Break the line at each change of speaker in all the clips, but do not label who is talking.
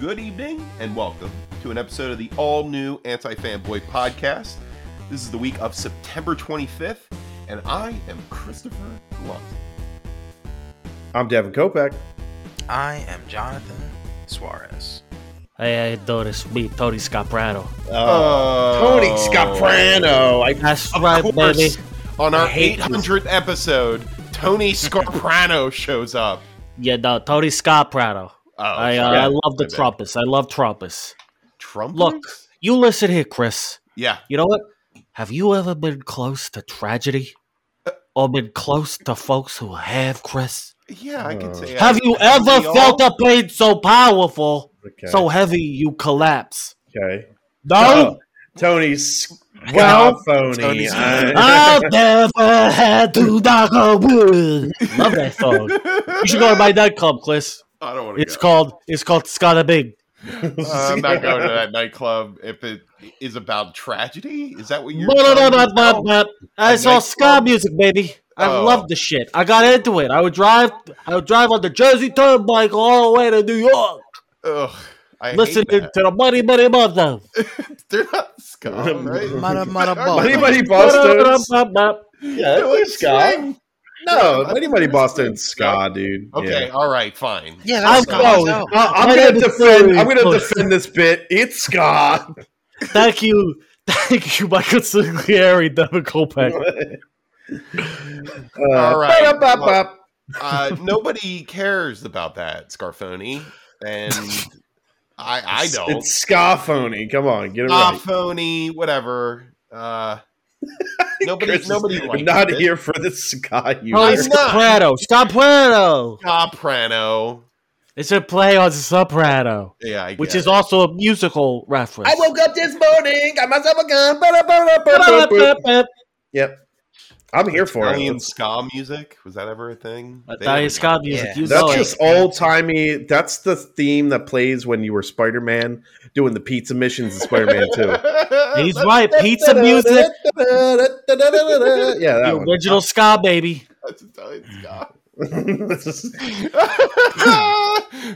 Good evening and welcome to an episode of the all new Anti Fanboy Podcast. This is the week of September 25th, and I am Christopher Blunt.
I'm Devin Kopeck.
I am Jonathan Suarez.
Hey, Doris, me, Tony Scaprano.
Oh. Tony Scaprano. I,
That's right,
course.
baby.
On our
I hate this.
800th episode, Tony Scarprano shows up.
Yeah, no, Tony Scaprano.
Oh,
I, uh,
sorry.
I love the
My bad.
Trumpets. I love Trumpets.
Trump?
Look. You listen here, Chris.
Yeah.
You know what? Have you ever been close to tragedy? Or been close to folks who have, Chris?
Yeah, I can
Uh,
say.
have you ever
we all-
felt a pain so powerful,
okay.
so heavy you collapse?
okay.
No,
Tony's
Well, Uh,
phony.
Tony's-
I've never had to knock on wood. Love that song. You should go to my nightclub, Chris.
I don't want to
It's called it's called Scotta Big.
I'm not going to that nightclub if it is about tragedy. Is that what you're? trying to tell?
Ba-da-da-da-da-da. I
A
saw
nice
ska
club.
music, baby. I
Oh.
love the shit. I got into it. I would drive. I would drive on the Jersey Turnpike all the way to New York,
Ugg, I hate
listening to
that.
the Money Money Mother.
They're not scum, right?
Mudda, mudda, bo.
Mighty Mighty Boston's. Yeah,
They're like
it's Scott.
swing.
No,
Yeah,
Mighty Mighty
that's
Boston's
swing.
Scott, dude.
Okay,
Yeah.
all right, fine.
Yeah,
I'm
that's
close.
Scott.
Uh, I'm
That
gonna
episode
defend. I'm
is
gonna
close.
defend this bit. It's Scott.
Thank you, thank you, Michael Siglieri, Devin Kopeck.
Uh,
All right.
ba-da-ba-ba.
Uh, nobody cares about that, Scarfoni, and I, I don't. Ah,
It's Scott phony. Come on, get it right.
Scarfoni, whatever. Uh, nobody,
Chris is
nobody likes
not
it.
here for the Scott. You
Tony
I'm not.
Oh, Soprano, Soprano.
Soprano.
It's a play on Soprano,
Yeah, I
which
get
is
it.
also a musical reference.
up this morning. Got myself a gun. Ba-da-ba-da-ba-ba-ba. Yep, I'm here for
Italian
it.
ska music. Was that ever a thing? They
Italian
never-
ska music.
Yeah.
You know
That's
it.
just old timey. That's the theme that plays when you were Spider Man doing the pizza missions in Spider Man 2.
He's right. Pizza music.
yeah,
The
that one.
original ska baby.
That's Italian ska.
yeah,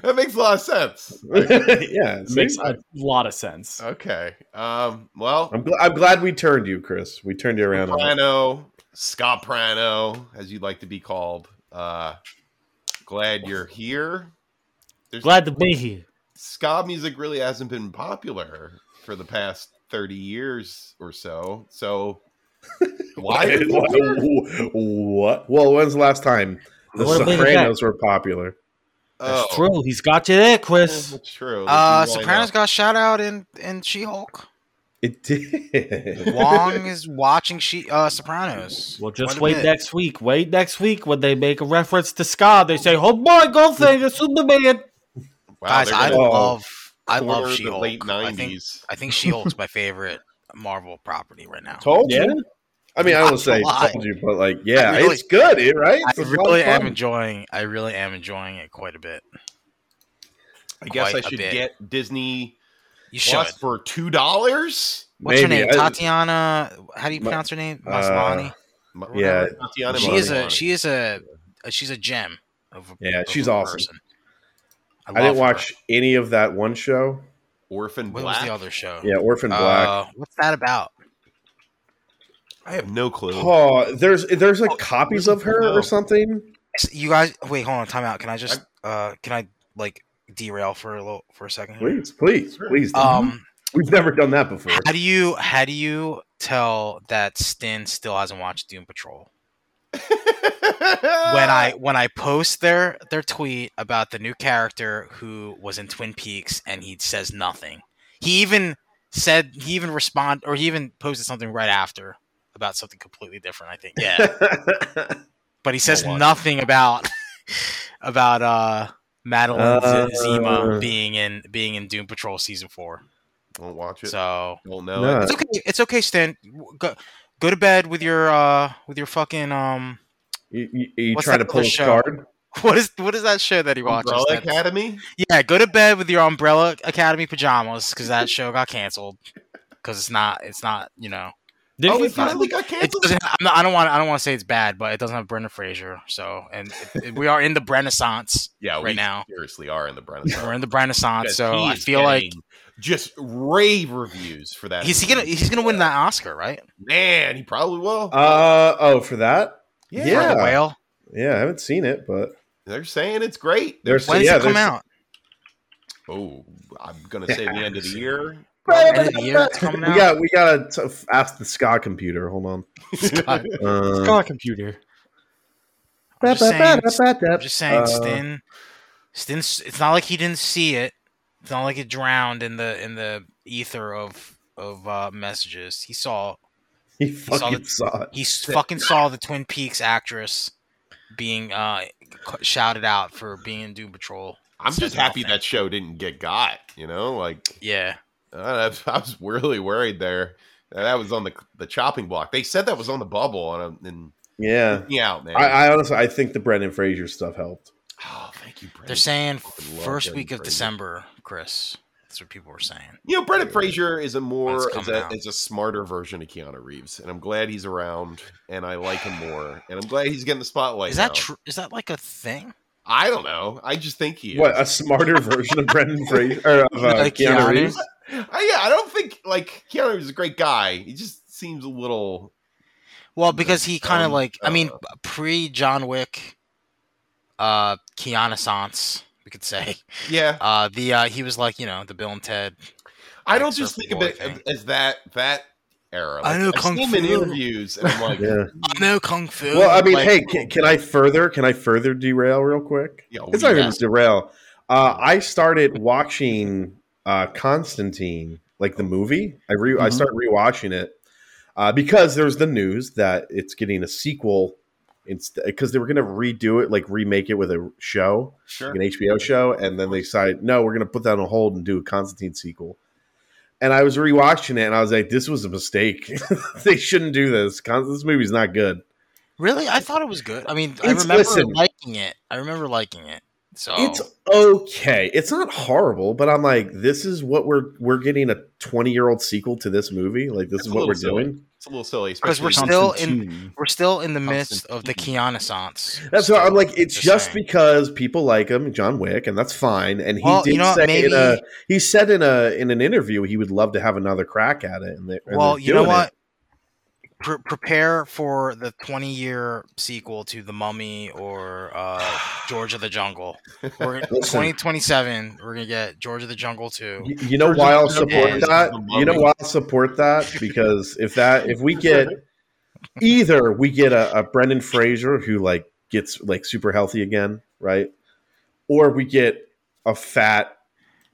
that makes a lot of sense.
see?
makes a lot of sense.
Uh,
Okay. Um, well,
I'm, gl- I'm glad we turned you, Chris. We turned you around. on it.
Prano, Scott Prano, as you'd like to be called. Uh, glad you're here. There's,
Glad to be here.
ska music really hasn't been popular for the past 30 years or so. So why? are you here?
what, what? Well, when's the last time the
What about
Sopranos were popular?
That's
Oh,
true. He's got you there,
yeah,
Oh,
Chris.
That's true.
Uh,
This is why
Sopranos
not.
got shot out in in She Hulk.
It did.
Wong is watching She uh Sopranos.
Well,
Wait
just
a
wait
minute.
next week. Wait next week when they make a reference to ska. They say, "Oh boy, Goldfinger, Superman."
Wow,
Guys,
they're
I
gonna
Oh.
love I love
corner
She
the
Hulk.
late
I think
90s.
I think She Hulk's my favorite Marvel property right now.
Told
Yeah.
you. I mean, I don't say
Why?
told you, but like, yeah,
I really-
it's good, eh, right?
I
It's a lot of
really am
fun.
enjoying I really am enjoying it quite a bit.
I guess I
quite a
should
bit.
get Disney
You should.
Plus for two dollars.
What's her
Maybe.
name?
I-
Tatiana how do you
Ma-
pronounce her name?
uh,
Maslani?
Yeah.
Tatiana
she is a
Maslany.
she is a uh, she's a gem of a,
Yeah,
of
she's
a
awesome.
person.
I
love
didn't
her.
watch any of that one show.
Orphan
what
Black.
was the other show
Yeah, Orphan Black.
Uh, what's that about
I have no clue.
Oh, there's there's like copies of her
no.
or something.
S- you guys wait hold on time out can i just uh can i like derail for a little for a second here?
Please, please,
Sure.
please.
um
We've never done that before.
how do you how do you tell that stin still hasn't watched doom patrol when
Ah.
i when i post their their tweet about the new character who was in twin peaks and he says nothing he even said he even respond or he even posted something right after about something completely different i think yeah but he says
I'll watch.
nothing about about uh Madeline
Uh,
Z- Zima being in being in Doom Patrol season four.
Won't watch it.
So
Don't know.
No.
it.
it's okay. It's okay, Stan. W- Go, go to bed with your uh with your fucking um.
you you, you
What's
trying to
that
pull a
other show?
card?
What is what is that show that he watches?
Umbrella
That's-
Academy.
yeah, go to bed with your Umbrella Academy pajamas because that show got canceled because it's not it's not you know
Did
oh,
he
it finally got
It
canceled.
doesn't. I'm not, I don't want. I don't want to say it's bad, but it doesn't have Brendan Fraser. So, and it- it- we are in the Renaissance.
yeah, Oh, we
right now.
seriously are in the Renaissance.
We're in the Renaissance.
Because
So
he
I
is
feel like
getting just rave reviews for that.
he's
movie.
gonna he's gonna win that Oscar, right?
man. He probably will.
Uh oh, for that?
For
Yeah.
the whale.
Yeah, I haven't seen it, but
They're saying it's great.
there's
When
yeah,
does it come
there's-
out?
Oh, I'm gonna say the end of the year.
End of the year it's coming
We
out.
got we gotta t- ask the ska computer. Hold on.
Scott.
Uh,
Call a computer.
I'm just saying, I'm
Ba-ba-ba-ba-ba-ba.
just saying,
Uh,
Stin. Stin. It's not like he didn't see it. It's not like it drowned in the in the ether of of uh, messages. He saw
He
saw
fucking
the-
saw it.
he s- fucking saw the Twin Peaks actress being uh, c- shouted out for being in Doom Patrol.
I'm
Says
just happy
nothing.
that show didn't get got. You know, like
Yeah,
I I was really worried there. That was on the the chopping block. They said that was on the bubble, and I'm and
Yeah.
freaked me out, man.
I, I honestly I think the Brendan Fraser stuff helped.
oh, thank you, Brendan.
they're saying
fucking love
first
Brendan
week of
Fraser.
December, Chris. That's what people were saying.
You know, Brendan Fraser is a more
It's
is
coming
a,
out.
is a smarter version of Keanu Reeves, and I'm glad he's around, and I like him more, and I'm glad he's getting the spotlight.
Is that
now.
true? Is that like a thing?
I don't know. I just think he is.
What a smarter version of Brendan Fraser or of uh,
Like
Keanu,
Keanu?
Reeves.
I, yeah, I don't think like Keanu Reeves is a great guy. He just seems a little.
Well, because he kind of
Um,
like I mean
uh,
pre John Wick, uh, Keanu we could say.
Yeah,
Uh, the uh, he was like you know the Bill and Ted.
I
Like
don't just
surfer
think of
boy
it
thing.
as that that era.
I
Like,
know
I've
Kung
seen him in
Fu.
interviews, and I'm like,
Yeah.
I know kung fu.
Well, I mean,
like-
hey, can, can I further? Can I further derail real quick?
Oh, yeah,
It's not even
Yes.
derail. Uh, I started watching uh, Constantine, like the movie. I re- I
Mhm.
started rewatching it uh, because there's the news that it's getting a sequel. Because they were going to redo it, like remake it with a show,
sure.
like an HBO show, and then they decided, no, we're going to put that on hold and do a Constantine sequel. And I was rewatching it, and I was like, this was a mistake. they shouldn't do this. Con- this movie's not good.
really? I thought it was good. I mean, I
It's-
remember
listen.
liking it. I remember liking it. So
It's okay. It's not horrible, but I'm like, this is what we're we're getting a 20 year old sequel to this movie. Like this
It's
is
a
what
little
we're
silly.
doing.
It's a little silly,
'Cause we're
especially
still in-
Constantine.
we're still in the midst of the
Constantine.
Keanaissance.
That's why I'm
still,
like, it's just
saying.
because people like him, John Wick, and that's fine. And he
Well,
did
you know what,
say in
maybe-
a he said in a in an interview he would love to have another crack at it. And they, and
well,
they're
you know
doing it.
what? Pre- prepare for the 20 year sequel to The Mummy or uh, George of the Jungle. We're
Listen.
2027. We're gonna get George of the Jungle too.
You, you know why I'll
Virgil
support
Torres
that?
is the
You know
mummy.
why I'll support that? Because if that if we get either we get a, a Brendan Fraser who like gets like super healthy again, right? Or we get a fat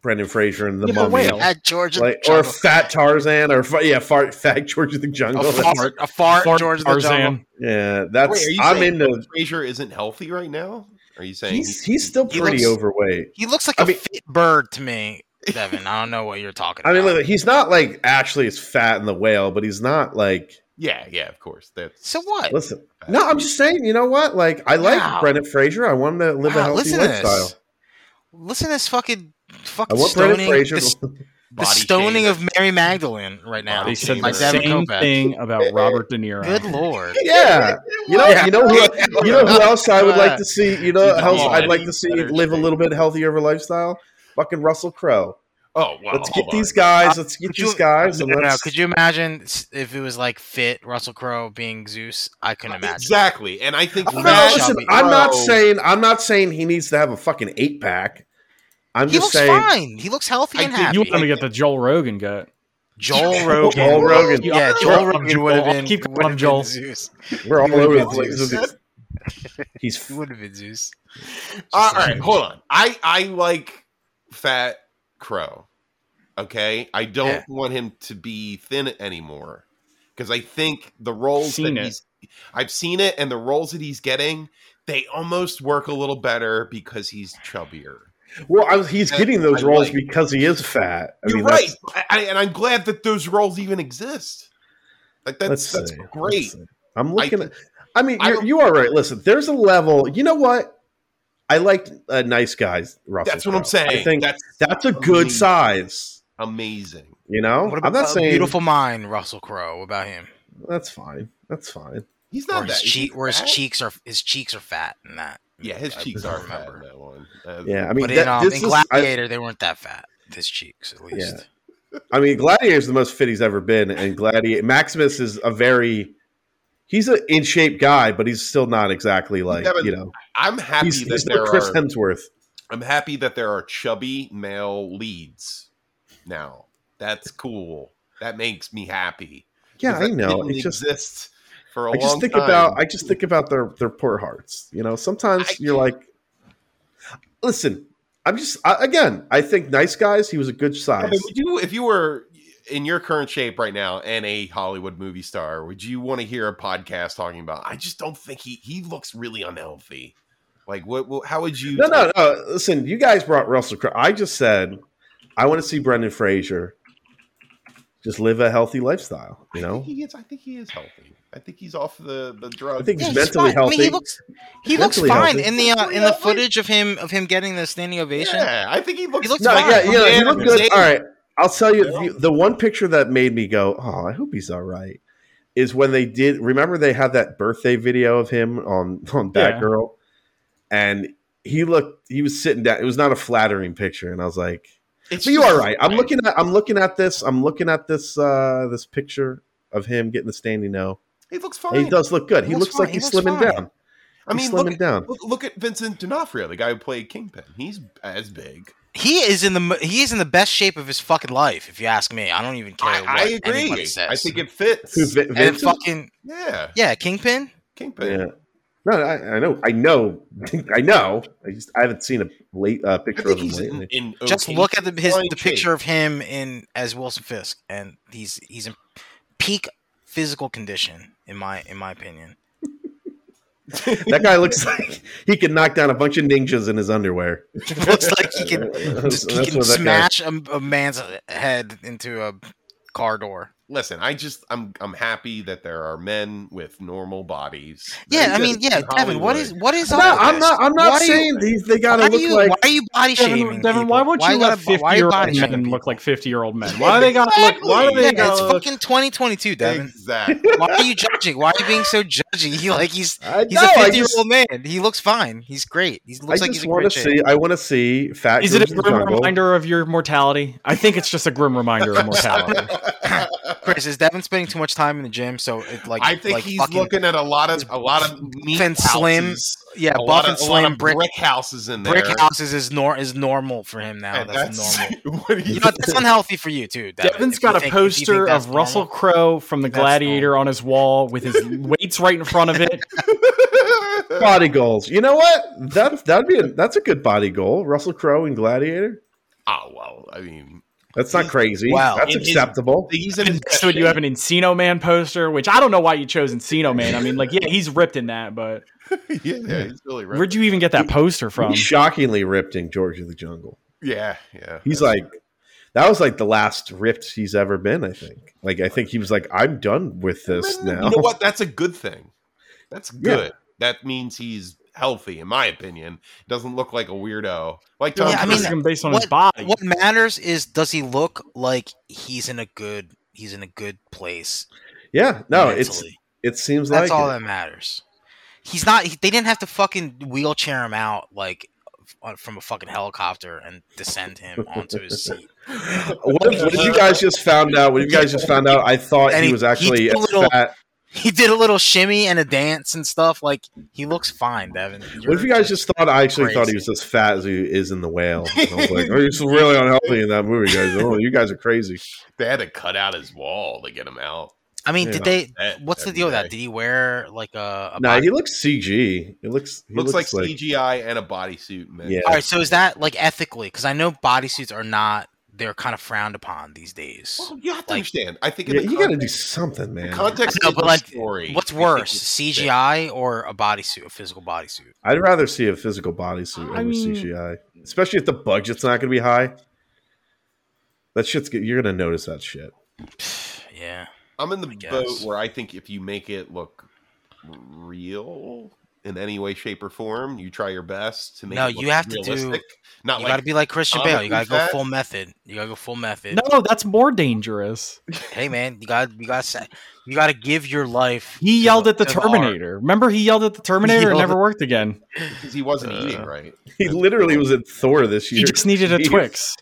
Brendan Fraser in the
Yeah, but
mummy.
wait,
At George of
Like,
the
or
Jungle.
fat Tarzan or fa- yeah, fart, fat George of the Jungle.
a fart, a fart, George of the Jungle.
Tarzan.
Yeah, that's
Oh, Wait, are you
I'm
saying
into
Fraser isn't healthy right now. Are you saying
he's he's still
he
pretty
looks-
overweight.
He looks like
I
a
mean-
fit bird to me, Devin. I don't know what you're talking
I
about.
mean, look, he's not like actually as fat in the whale, but he's not like
Yeah, yeah, of course. That's
so what?
listen. No, I'm just saying. You know what? Like, I like
uh, Wow.
Brendan Fraser. I want him to live a
Wow,
healthy
listen to
lifestyle.
this. Listen to this fucking
I
fucking
want Brendan
stoning,
Fraser.
the,
to-
the stoning of Mary Magdalene right now.
They said
My
the
by Devin
same
Kopeck.
thing about Robert De Niro.
Good lord.
yeah, you know, you know, who, you know who else I would like to see. You know,
Come
how else
on,
I'd like to see
better
live a little bit healthier of a lifestyle. Fucking Russell Crowe.
Oh, wow.
Let's get
hold on.
these guys. Let's
Uh,
get
Could you-
these guys.
No,
And
no, no.
let's,
Could you imagine s- if it was like fit Russell Crowe being Zeus? I
Uh,
couldn't imagine.
Exactly, and I think
No,
that-
Oh, listen,
Russell
I'm not
Crowe-
saying I'm not saying he needs to have a fucking eight pack. I'm
He
just
looks
saying.
fine. He looks healthy
I
and
think
You
happy.
want to get the Joel Rogan gut?
Joel Rogan.
Joel Rogan.
Yeah,
I'll
Joel
call him
Rogan
Joel.
would have
I'll
been.
keep
would
calling
have
him
been
Joel.
Zeus.
We're all over the
Oh,
place.
shit.
He's
He would have been Zeus.
All right, hold on. I I like Fat Crow. Okay, I don't
Yeah.
want him to be thin anymore because I think the roles
Seen
that
it.
he's I've seen it, and the roles that he's getting they almost work a little better because he's chubbier.
Well, I was, he's
Yeah,
getting those
I
roles
like-
because he is fat. I
You're
mean,
right,
that's-
I, I- and I'm glad that those roles even exist. Like that's
let's
that's
see.
great.
Let's see. I'm looking at. I mean,
I
you're,
don't-
you are right. Listen, there's a level. You know what? I liked uh, nice guys. Russell
That's what I'm
Crowe.
saying.
I think
that's
that's a good
amazing.
size.
amazing.
You know,
What about
Oh, I'm not
a
saying
beautiful mind, Russell Crowe? What about him?
That's fine. That's fine.
He's
Or
not
his
that. he's
cheek, or his
fat.
cheeks are his cheeks are fat in that.
Yeah, his
I
cheeks
don't
are fat in
remember.
that one. Uh,
Yeah, I mean,
but in,
that-
um,
this
in
is- I-
Gladiator, they weren't that fat. His cheeks, at least.
I mean, Gladiator's the most fit he's ever been, and Gladiator Maximus is a very he's an in shape guy, but he's still not exactly like
Yeah, but
you know
I'm happy
he's,
that
he's
there
no Chris
are.
Hemsworth.
I'm happy that there are chubby male leads now. That's cool. That makes me happy.
Yeah, I
Because that
know.
didn't
It just
exist for a
I just
long
think
time.
about I just think about their their poor hearts. You know, sometimes
I-
you're like, listen, I'm just I, again. I think nice guys. He was a good
Yeah,
size.
but would you, if you were in your current shape right now and a Hollywood movie star, would you want to hear a podcast talking about? I just don't think he he looks really unhealthy. Like what? what how would you?
No, no, no. Listen, you guys brought Russell Crowe. I just said I want to see Brendan Fraser just live a healthy lifestyle. You
I think
know,
he is. I think he is healthy. I think he's off the the drug.
I think he's
Yeah,
mentally
fine. I mean,
healthy.
he looks he looks
Mentally
fine
healthy.
in the uh,
Mentally
in the
healthy.
footage of him of him getting the standing ovation.
Yeah, I think he looks.
He looks
no,
fine.
yeah, yeah, he looked good. All right, I'll tell you
Yeah.
the, the one picture that made me go, "Oh, I hope he's all right." Is when they did. Remember, they had that birthday video of him on on
Yeah.
Batgirl, and he looked. He was sitting down. It was not a flattering picture, and I was like,
It's
"But you
just-
are right." I'm looking at. I'm looking at this. I'm looking at this. uh This picture of him getting the standing O.
He looks
And
fine.
he does look good.
He
He
looks
looks
fine.
like he's
He looks
slimming
fine.
down.
I
he's
mean,
slimming
look at,
down.
look, look at Vincent D'Onofrio, the guy who played Kingpin. He's as big.
He is in the mo- he is in the best shape of his fucking life. If you ask me, I don't even care.
I,
what
I agree.
anybody says.
I think it fits.
Who, Vin-
and
Vincent?
fucking
Yeah,
yeah, Kingpin.
Kingpin.
Yeah. No, I, I know, I know, I know. I just I haven't seen a late uh,
I
picture of
think
him
he's in,
lately.
in
Just
okay
look at the his
fine
the
shape.
picture of him in as Wilson Fisk, and he's he's in peak physical condition in my in my opinion.
that guy looks like he could knock down a bunch of ninjas in his underwear.
looks like he can
That's-
just, he
that's
can
what that guy-
smash a, a man's head into a car door.
Listen, I just I'm I'm happy that there are men with normal bodies. that
Yeah, I
exist
mean, yeah,
in
Devin, what is
Hollywood.
what is
No,
all
I'm
this?
not. I'm not
Why do you-
saying these. They gotta
Why do
look
you?
like.
why are you body
Devin,
shaming?
Devin why
people?
won't you let
gotta- why are
fifty
you
year
body
old men
shaming
look
people?
like fifty year old men? Why do they got to look? Why do
Exactly.
they
Yeah,
got
it's
to look?
fucking 2022, Devin.
exactly?
Why are you judging? Why are you being so judgy? He like he's
I
he's
know,
a
I
50 year
just,
old man. He looks fine. He's great. He looks
I
like he's
just
a
want
great
to
shape.
see. I want to see fat.
Is it
George
a
in the
grim
Jungle.
reminder of your mortality? I think it's just a grim reminder of mortality.
Chris is Devin spending too much time in the gym, so it like
I think
like
he's
fucking,
looking at a lot of a lot of meat
and slim,
houses,
yeah
a
buff
lot
and
of, a lot
slim
of brick,
brick
houses in there.
brick houses is nor is normal for him now.
And
that's, normal.
what do
You
you
know, that's unhealthy for you too. Devin.
Devin's
If you
got a
think- if you think
poster
that's
of Russell
normal.
Crowe from The
That's
Gladiator on his wall with his weights right in front of it.
body goals? You know what? That that'd be a, that's a good body goal. Russell Crowe and Gladiator.
oh well, I mean,
That's not crazy.
Wow.
that's
It is-
acceptable.
he's in his best
So you
shape.
have an Encino Man poster, which I don't know why you chose Encino Man. I mean, like, yeah, he's ripped in that, but
yeah, yeah, he's really ripped.
where'd you even get that poster from?
He's shockingly ripped in George of the Jungle.
Yeah, yeah.
He's like, that was like the last ripped he's ever been. I think. Like, I think he was like, I'm done with this
Man,
now.
You know what? That's a good thing. That's good. That means he's healthy, in my opinion. Doesn't look like a weirdo. Like Tom
Yeah, I mean,
Cruise.
Criticism based on his body.
What matters is does he look like he's in a good he's in a good place?
Yeah, no, it's
mentally?
it seems
that's
like
all
it.
that matters. He's not. He, they didn't have to fucking wheelchair him out like f- from a fucking helicopter and descend him onto his seat.
What if, what if you guys just found out? What if you guys just found out? I thought
And
he
he-
was actually
he
a
did a little-
fat.
He did a little shimmy and a dance and stuff. Like he looks fine, Devin.
What if you guys just thought I actually thought he
crazy.
was as fat as he is in the whale? And I was like, oh, he's really unhealthy in that movie, guys. Oh, you guys are crazy.
they had to cut out his wall to get him out.
I mean,
Yeah.
did they?
That-
What's the
that'd
deal with
be
that? Did he wear like a? a
No,
body-
he looks CG. It looks he
Looks, like, CGI and a bodysuit mix.
Yeah.
All right. So is that like ethically? Because I know bodysuits are not. They're kind of frowned upon these days.
Well, you have to
Like-
understand. I think in
Yeah,
the
you got to do
context-
something, man.
the context
No,
of
but
the
like,
story.
What's
I think
worse,
it's-
CGI or a bodysuit, a physical bodysuit?
I'd rather see a physical bodysuit
I
over
mean-
CGI, especially if the budget's not going to be high. That shit's good. You're going to notice that shit.
Yeah.
I'm in
I
the
guess.
boat where I think if you make it look real, in any way, shape, or form. You try your best to make.
No,
it look
you have to do-
Not
you
like
gotta be like Christian
I'm
Bale.
a
You gotta go
douchebag.
full method. You gotta go full method.
No, that's more dangerous.
Hey man, you gotta you gotta sa- you gotta give your life.
He
to
yelled at the
to art.
Terminator. Remember, he yelled at the Terminator and
yelled
never worked again.
because he wasn't eating
Uh,
right.
He literally was at Thor this year.
He just needed a
Jeez.
Twix.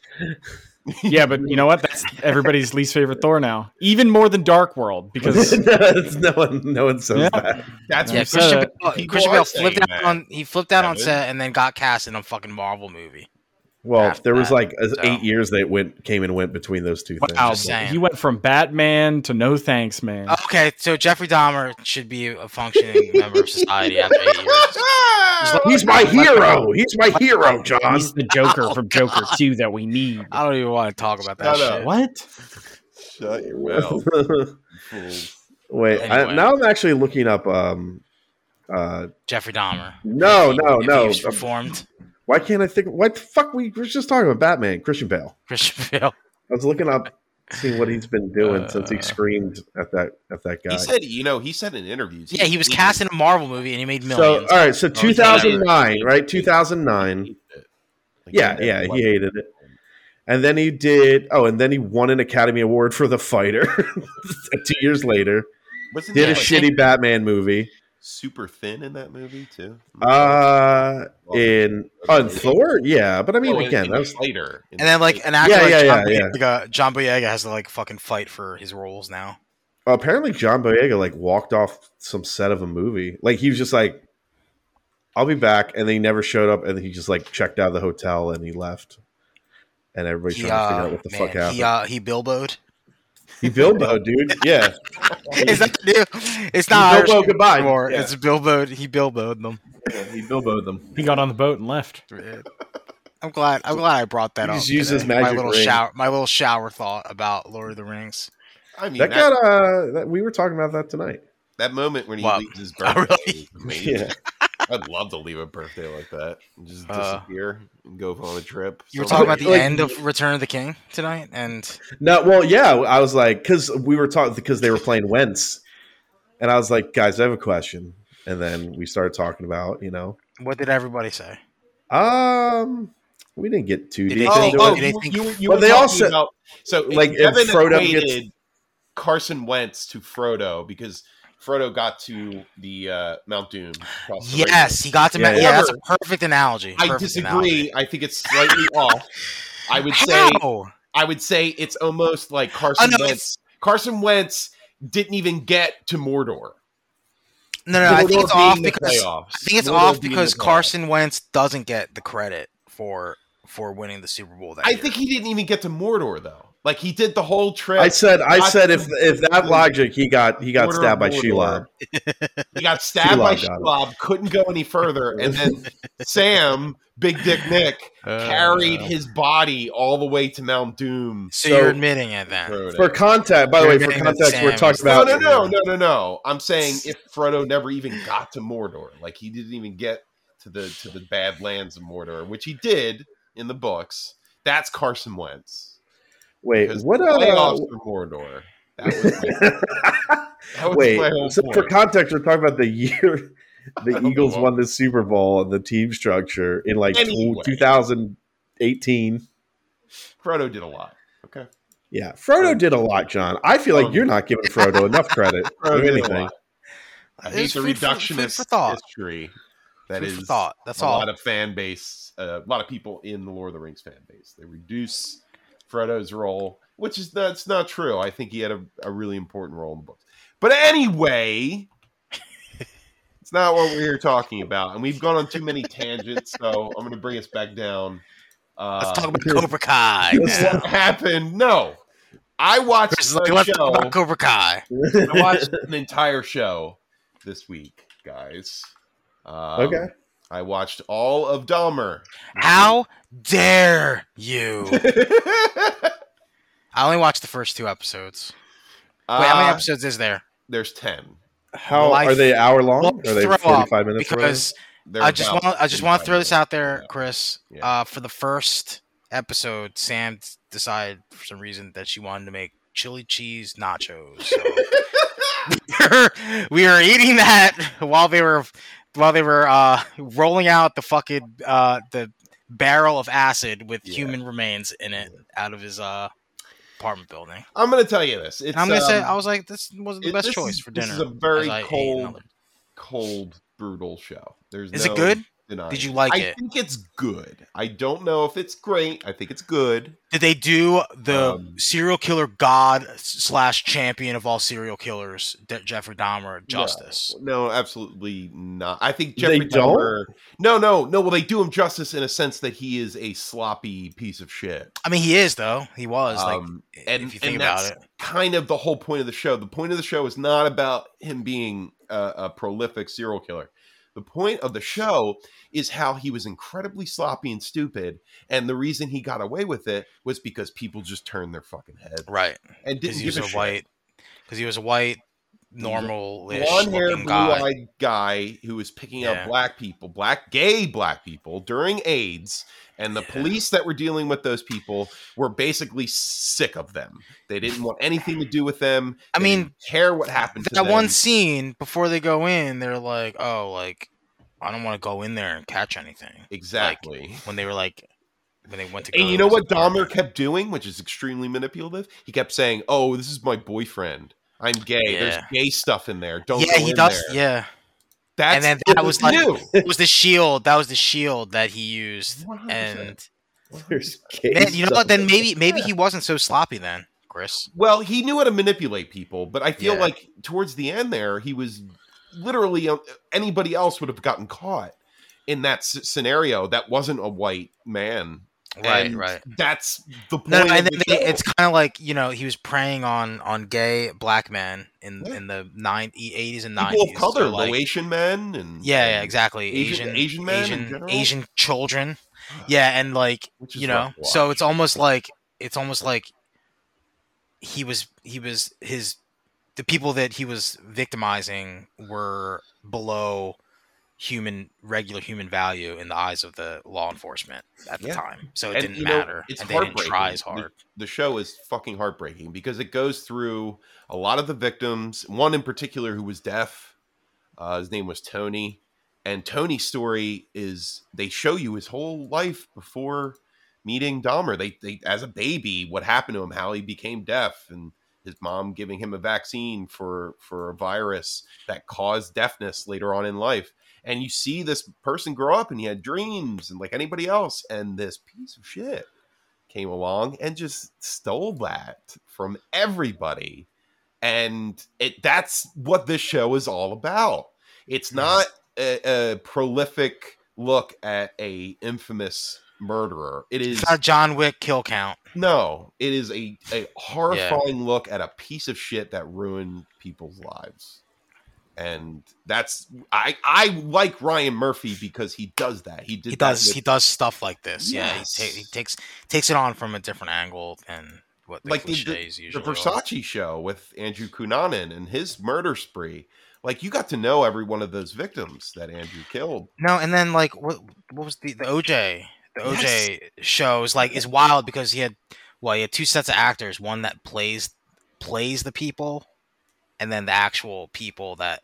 yeah, but you know what? That's everybody's least favorite Thor now. Even more than Dark World because
no one, no one says
Yeah.
that.
That's
Yeah,
You
what
said
Christian
it.
Bale,
People
Christian
are
Bale flipped
saying
out
that,
on he flipped out on
Kevin.
set and then got cast in a fucking Marvel movie.
Well,
After
there was
that,
like a-
so.
eight years that went came and went between those two things.
wow,
Just saying.
he went from Batman to No Thanks Man.
Oh,
Okay, so Jeffrey Dahmer should be a functioning member of society after eight years.
He's my hero. He's my hero, John.
He's the Joker
oh,
from Joker 2 that we need.
I don't even want to talk about that
Shut up.
shit.
What?
Shut your mouth. fools.
Wait, I,
Anyway.
now I'm actually looking up. Um, uh,
Jeffrey Dahmer.
no,
If he-
no,
if
no.
he's Reformed
Why can't I think? What the fuck? We were just talking about Batman, Christian Bale.
Christian Bale.
I was looking up, seeing what he's been doing since he
Uh.
screamed at that at that guy.
He said, you know, he said in interviews.
Yeah, he was cast in a Marvel movie and he made
So
millions.
all right, so
Oh, he's
2009, right? 2009. Yeah, yeah, he hated it. And then he did. Oh, and then he won an Academy Award for The Fighter. Two years later,
was
did a
Yeah.
shitty Batman movie.
super thin in that movie too.
Uh,
Well,
in on Thor, yeah. But I mean,
oh,
again,
and
that was
later.
and then like an actor
Yeah,
like
yeah,
John,
yeah,
Boyega, John Boyega has to like fucking fight for his roles now.
apparently John Boyega like walked off some set of a movie. Like he was just like, "I'll be back," and then he never showed up. And he just like checked out of the hotel and he left. And everybody's
He,
trying to
uh,
figure out what the fuck
man,
happened.
he uh, he Bilboed.
He Bilbo, dude. Yeah.
Is that the new? It's not Irish
Bilbo, goodbye.
anymore.
Yeah.
It's Bilbo. He Bilboed them.
he Bilboed them.
He got on the boat and left.
I'm glad. I'm glad I brought that
He
up.
just used his
today. My
magic
little
ring.
shower. My little shower thought about Lord of the Rings.
I mean,
That
that,
got
that,
uh that, we were talking about that tonight.
moment when he
Wow.
leaves his
Oh,
birthday.
really?
is amazing.
Yeah.
I'd love to leave a birthday like that and just
Uh,
disappear and go on a trip.
You were
somewhere.
talking about the
Like-
end of Return of the King tonight, and
No, well, yeah, I was like, because we were talking because they were playing Wentz. And I was like, guys, I have a question. And then we started talking about, you know.
what did everybody say?
Um we didn't get too
Did
deep
they think-
into it.
oh,
Do they
you,
think-
you, you
Well,
were
they
talking
also-
about, so
like,
like
if
Devin
Frodo
equated
gets-
Carson Wentz to Frodo because Frodo got to the uh, Mount Doom. across the
Yes, he got to.
Yeah,
Yeah,
yeah.
that's a perfect analogy.
I
perfect
disagree.
analogy.
I think it's slightly off. I would say
How?
I would say it's almost like Carson
no,
Wentz. Carson Wentz didn't even get to Mordor.
No, no, I
Mordor
think it's
being
off
the
because
playoffs.
I think it's
Mordor
off
being
because
the playoffs.
Carson Wentz doesn't get the credit for for winning the Super Bowl that
I
year.
think he didn't even get to Mordor though. Like he did the whole trip.
I said I
Got
said
to
if if that logic he got he got
Order
stabbed by
of
Shelob.
Mordor. He got stabbed
Shelob
by
got him.
Shelob, couldn't go any further, and then Sam, Big Dick Nick,
Uh,
carried his body all the way to Mount Doom.
so,
so-
you're admitting it then.
Frodo.
For contact, by the
You're
way, for
getting
context,
the
we're
same.
talking
No, no,
about
no, no, no, no. I'm saying if Frodo never even got to Mordor, like he didn't even get to the to the bad lands of Mordor, which he did in the books. That's Carson Wentz.
wait,
Because
what
the
uh,
playoffs of Mordor? That was, that was my whole
Wait, so for
point.
context, we're talking about the year
I
the
don't
Eagles
know.
won the Super Bowl and the team structure in like tw-
Anyway.
2018.
Frodo did a lot. Okay,
Yeah, Frodo did a lot, John. I feel like
Um,
you're not giving Frodo enough credit
Frodo
for
did a
anything.
lot. I hate
It's
the
food for- food
reductionist
for thought.
history. That
Food
is
for thought. That's
a
all.
lot of fan base, uh, a lot of people in the Lord of the Rings fan base. They reduce Frodo's role, which is that's not true. I think he had a, a really important role in the books. But anyway, it's not what we're here talking about, and we've gone on too many tangents. So I'm going to bring us back down. Uh,
Let's talk about Cobra Kai.
Let's
now.
what happened? No, I watched
Chris is
the
like, let's
show.
talk about Cobra Kai.
I watched an entire show this week, guys. Um,
Okay.
I watched all of Dahmer.
How dare you? I only watched the first two episodes. Wait, how many
Uh,
episodes is there?
There's ten.
How
Life-
are they hour long?
Well,
are they
throw up,
45 minutes? or whatever?
Because
They're
I just
about
want I just want
45
to throw this
minutes.
out there,
Yeah.
Chris.
Yeah.
Uh, for the first episode, Sam decided for some reason that she wanted to make chili cheese nachos. So we were eating that while they were while they were uh, rolling out the fucking uh, the barrel of acid with
Yeah.
human remains in it out of his uh, apartment building.
I'm gonna tell you this. It's,
And I'm gonna say
um,
I was like, this wasn't the
it-
best
this
choice
is-
for
this
dinner.
is a very
as I ate
cold-
another.
cold, brutal show. There's
Is
no
it good?
denying
Did you like
I
it?
think it's good. I don't know if it's great. I think it's good.
Did they do the
Um,
serial killer god slash champion of all serial killers, De- Jeffrey Dahmer, justice?
No, absolutely not. I think
They
Jeffrey
don't?
Dahmer. No, no, no. Well, they do him justice in a sense that he is a sloppy piece of shit.
I mean, he is though. He was
Um,
like,
and-
if you think
and
about it,
that's- kind of the whole point of the show. The point of the show is not about him being a, a prolific serial killer. The point of the show is how he was incredibly sloppy and stupid, and the reason he got away with it was because people just turned their fucking head
right?
and
Because
didn't
he was
give
a
a, shit.
white, because he was a white, normal-ish
blonde hair,
looking
blue
guy.
eyed guy who was picking
Yeah.
up black people, black gay black people during AIDS, and the
Yeah.
police that were dealing with those people were basically sick of them. They didn't want anything to do with them.
I
They
mean,
didn't care what happened. to
that one
them.
scene before they go in, they're like, "Oh, like I don't want to go in there and catch anything."
exactly.
When they were like, when they went to, go
and
to
you know
his
what Dahmer
apartment.
kept doing, which is extremely manipulative. He kept saying, "Oh, this is my boyfriend. I'm gay. There's
Yeah.
gay stuff in there. Don't."
yeah,
go
he
in
does.
there."
Yeah,
That's
and then
what
that
we
was like-
do.
it was the shield. That was the shield that he used.
100%.
And
There's
man,
case
you know what? Then
of-
maybe maybe he wasn't so sloppy then, Chris.
Well, he knew how to manipulate people, but I feel
Yeah.
like towards the end there, he was literally um, anybody else would have gotten caught in that s- scenario that wasn't a white man.
Right,
And
right.
That's the point.
No, no,
of
and then
the
they,
show.
it's kind of like you know he was preying on on gay black men in
Yeah.
in the nine e, eighties and
people
nineties.
of color, Laotian men, and
Yeah, yeah,
and-
exactly.
Asian-
Asian
Asian men in
Asian,
general?
Asian children. Yeah, and like
Which is
you know,
rough to
so
watch.
it's almost like it's almost like he was he was his the people that he was victimizing were below human regular human value in the eyes of the law enforcement at the
Yeah.
time. So it
And,
didn't
you know,
matter.
it's
and they didn't try
heartbreaking
as
that-
hard.
the show is fucking heartbreaking because it goes through a lot of the victims. One in particular who was deaf. Uh, his name was Tony, and Tony's story is they show you his whole life before meeting Dahmer. They, they as a baby, what happened to him, how he became deaf, and his mom giving him a vaccine for for a virus that caused deafness later on in life. And you see this person grow up, and he had dreams, and like anybody else, and this piece of shit came along and just stole that from everybody. And it that's what this show is all about. It's not a, a prolific look at a infamous murderer. It is
It's not a John Wick kill count.
no, it is a, a horrifying look at a piece of shit that ruined people's lives. And that's I I like Ryan Murphy because he does that. He did
he
that
does
with-
he does stuff like this. Yeah, he,
Yes.
ta- he takes takes it on from a different angle than what the
Like the- the-
cliches
the
usually. are.
Versace show with Andrew Cunanan and his murder spree. Like you got to know every one of those victims that Andrew killed.
No, and then like what what was the the OJ the OJ show is like is wild because he had well he had two sets of actors one that plays plays the people and then the actual people that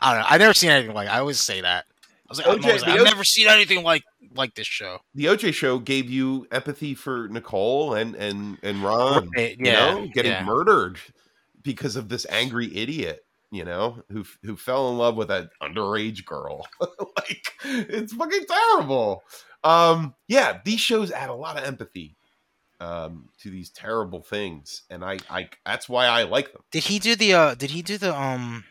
I don't know I've never seen anything like I always say that I was like I'm
OJ
always like,
the
I've
O-
never seen anything like like this show
The OJ show gave you empathy for Nicole and and and Ron.
Right,
you know, getting murdered because of this angry idiot, you know, who who fell in love with an underage girl. like it's fucking terrible. Um, yeah, these shows add a lot of empathy um to these terrible things, and I I that's why I like them.
did he do the uh did he do the um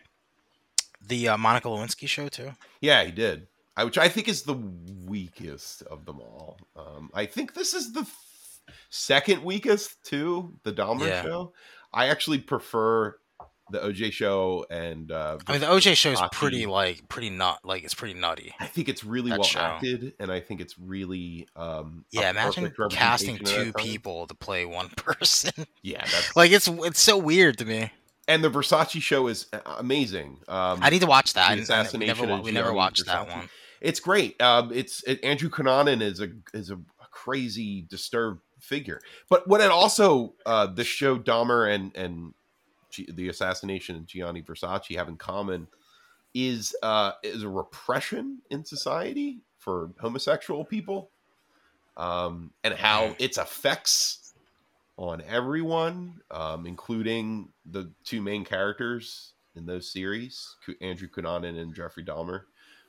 the uh, Monica Lewinsky show too
Yeah, he did. I, which I think is the weakest of them all. Um, I think this is the f- second weakest too. The Dahmer
Yeah.
show. I actually prefer the OJ show and uh,
I mean the OJ show is
Rocky.
pretty like pretty nut like it's pretty nutty
I think it's really
That
well
show.
acted, and I think it's really um, a
yeah imagine
perfect representation
casting
of that
two
time.
people to play one person.
Yeah, that's,
Like it's it's so weird to me.
and the Versace show is uh, amazing. Um,
I need to watch
the
that. I- I ne-
assassination
never, wa-
of
we never
Gianni
watched that
Versace.
one.
it's great. Um, it's it, Andrew Cunanan is a is a crazy disturbed figure, but what it also uh, the show Dahmer and and G- the assassination of Gianni Versace have in common is uh, is a repression in society for homosexual people, um, and how its effects on everyone, um, including the two main characters in those series, Ku- Andrew Cunanan and Jeffrey Dahmer.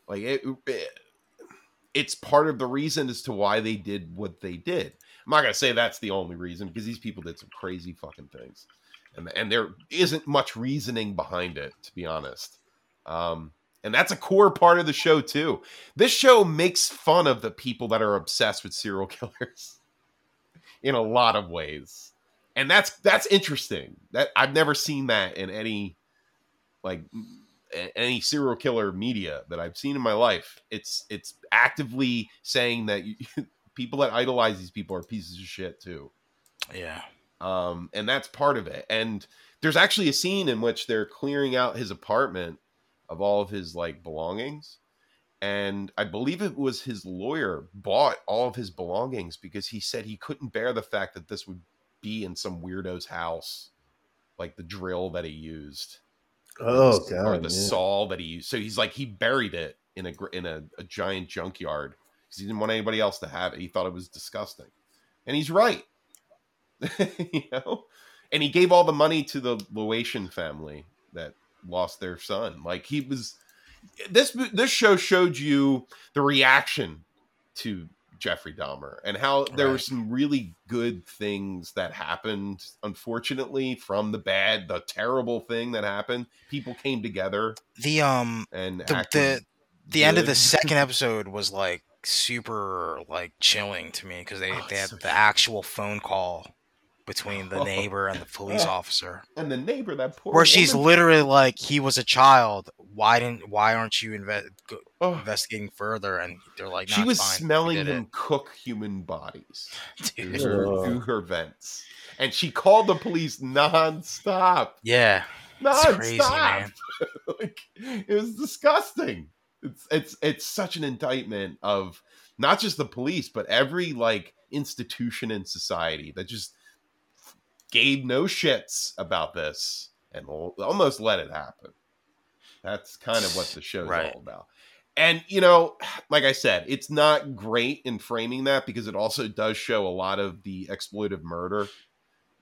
Like it, it, it's part of the reason as to why they did what they did. I'm not gonna say that's the only reason because these people did some crazy fucking things, and and there isn't much reasoning behind it to be honest. Um, and that's a core part of the show too. This show makes fun of the people that are obsessed with serial killers in a lot of ways, and that's that's interesting. That I've never seen that in any like a- any serial killer media that I've seen in my life. It's it's actively saying that you, people that idolize these people are pieces of shit too
Yeah.
um, and that's part of it. And there's actually a scene in which they're clearing out his apartment of all of his like belongings, and I believe it was his lawyer bought all of his belongings because he said he couldn't bear the fact that this would be in some weirdo's house, like the drill that he used
Oh
s- or
god,
the
yeah.
saw that he used. So he's like he buried it in a gr- in a, a giant junkyard because he didn't want anybody else to have it. He thought it was disgusting, and he's right. you know, and he gave all the money to the Loatian family that lost their son. Like he was this this show showed you the reaction to Jeffrey Dahmer and how there were
Right.
some really good things that happened unfortunately from the bad the terrible thing that happened people came together
The um
and
the
acted
the, the end of the
good.
second episode was like super like chilling to me because they
Oh,
they
it's
had
so
the actual phone call between the neighbor and the police officer
and the neighbor that poor
where she's
woman-
literally like he was a child why didn't why aren't you inve- go-
Oh,
investigating further and they're like
she
"Nah,
was
it's fine. You
smelling
did
him cook human bodies
it."
through
Dude.
her,
Ugh.
through her vents and she called the police nonstop
yeah
nonstop
crazy, man.
like it was disgusting. It's it's it's such an indictment of not just the police, but every like institution in society that just gave no shits about this and al- almost let it happen. That's kind of what the show's
Right.
all about. And you know, like I said, it's not great in framing that because it also does show a lot of the exploitive murder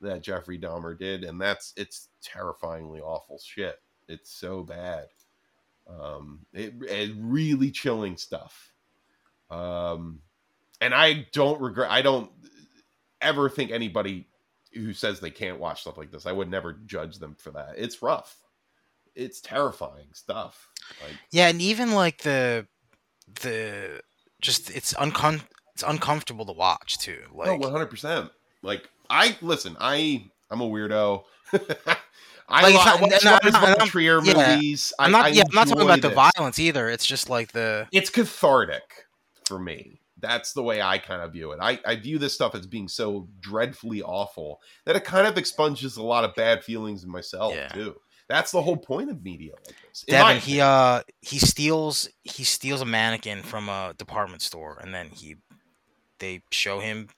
that Jeffrey Dahmer did, and that's it's terrifyingly awful shit. It's so bad. Um, it, it really chilling stuff. Um, and I don't regret. I don't ever think anybody who says they can't watch stuff like this. I would never judge them for that. It's rough. It's terrifying stuff. Like
yeah and even like the the just it's uncom it's uncomfortable to watch too like
no, one hundred percent. Like I listen. I I'm a weirdo. I like,
Like, it's
I
not-
watch
no,
Lars
I'm not-
von
I'm-
Trier
yeah.
movies.
I'm not.
I, I
yeah, I'm not talking
enjoy
about the
this.
violence either. It's just like the
it's cathartic for me. That's the way I kind of view it. I, I view this stuff as being so dreadfully awful that it kind of expunges a lot of bad feelings in myself
Yeah.
too. That's the whole point of media like this. in my
Devin. He
opinion.
uh he steals he steals a mannequin from a department store, and then he they show him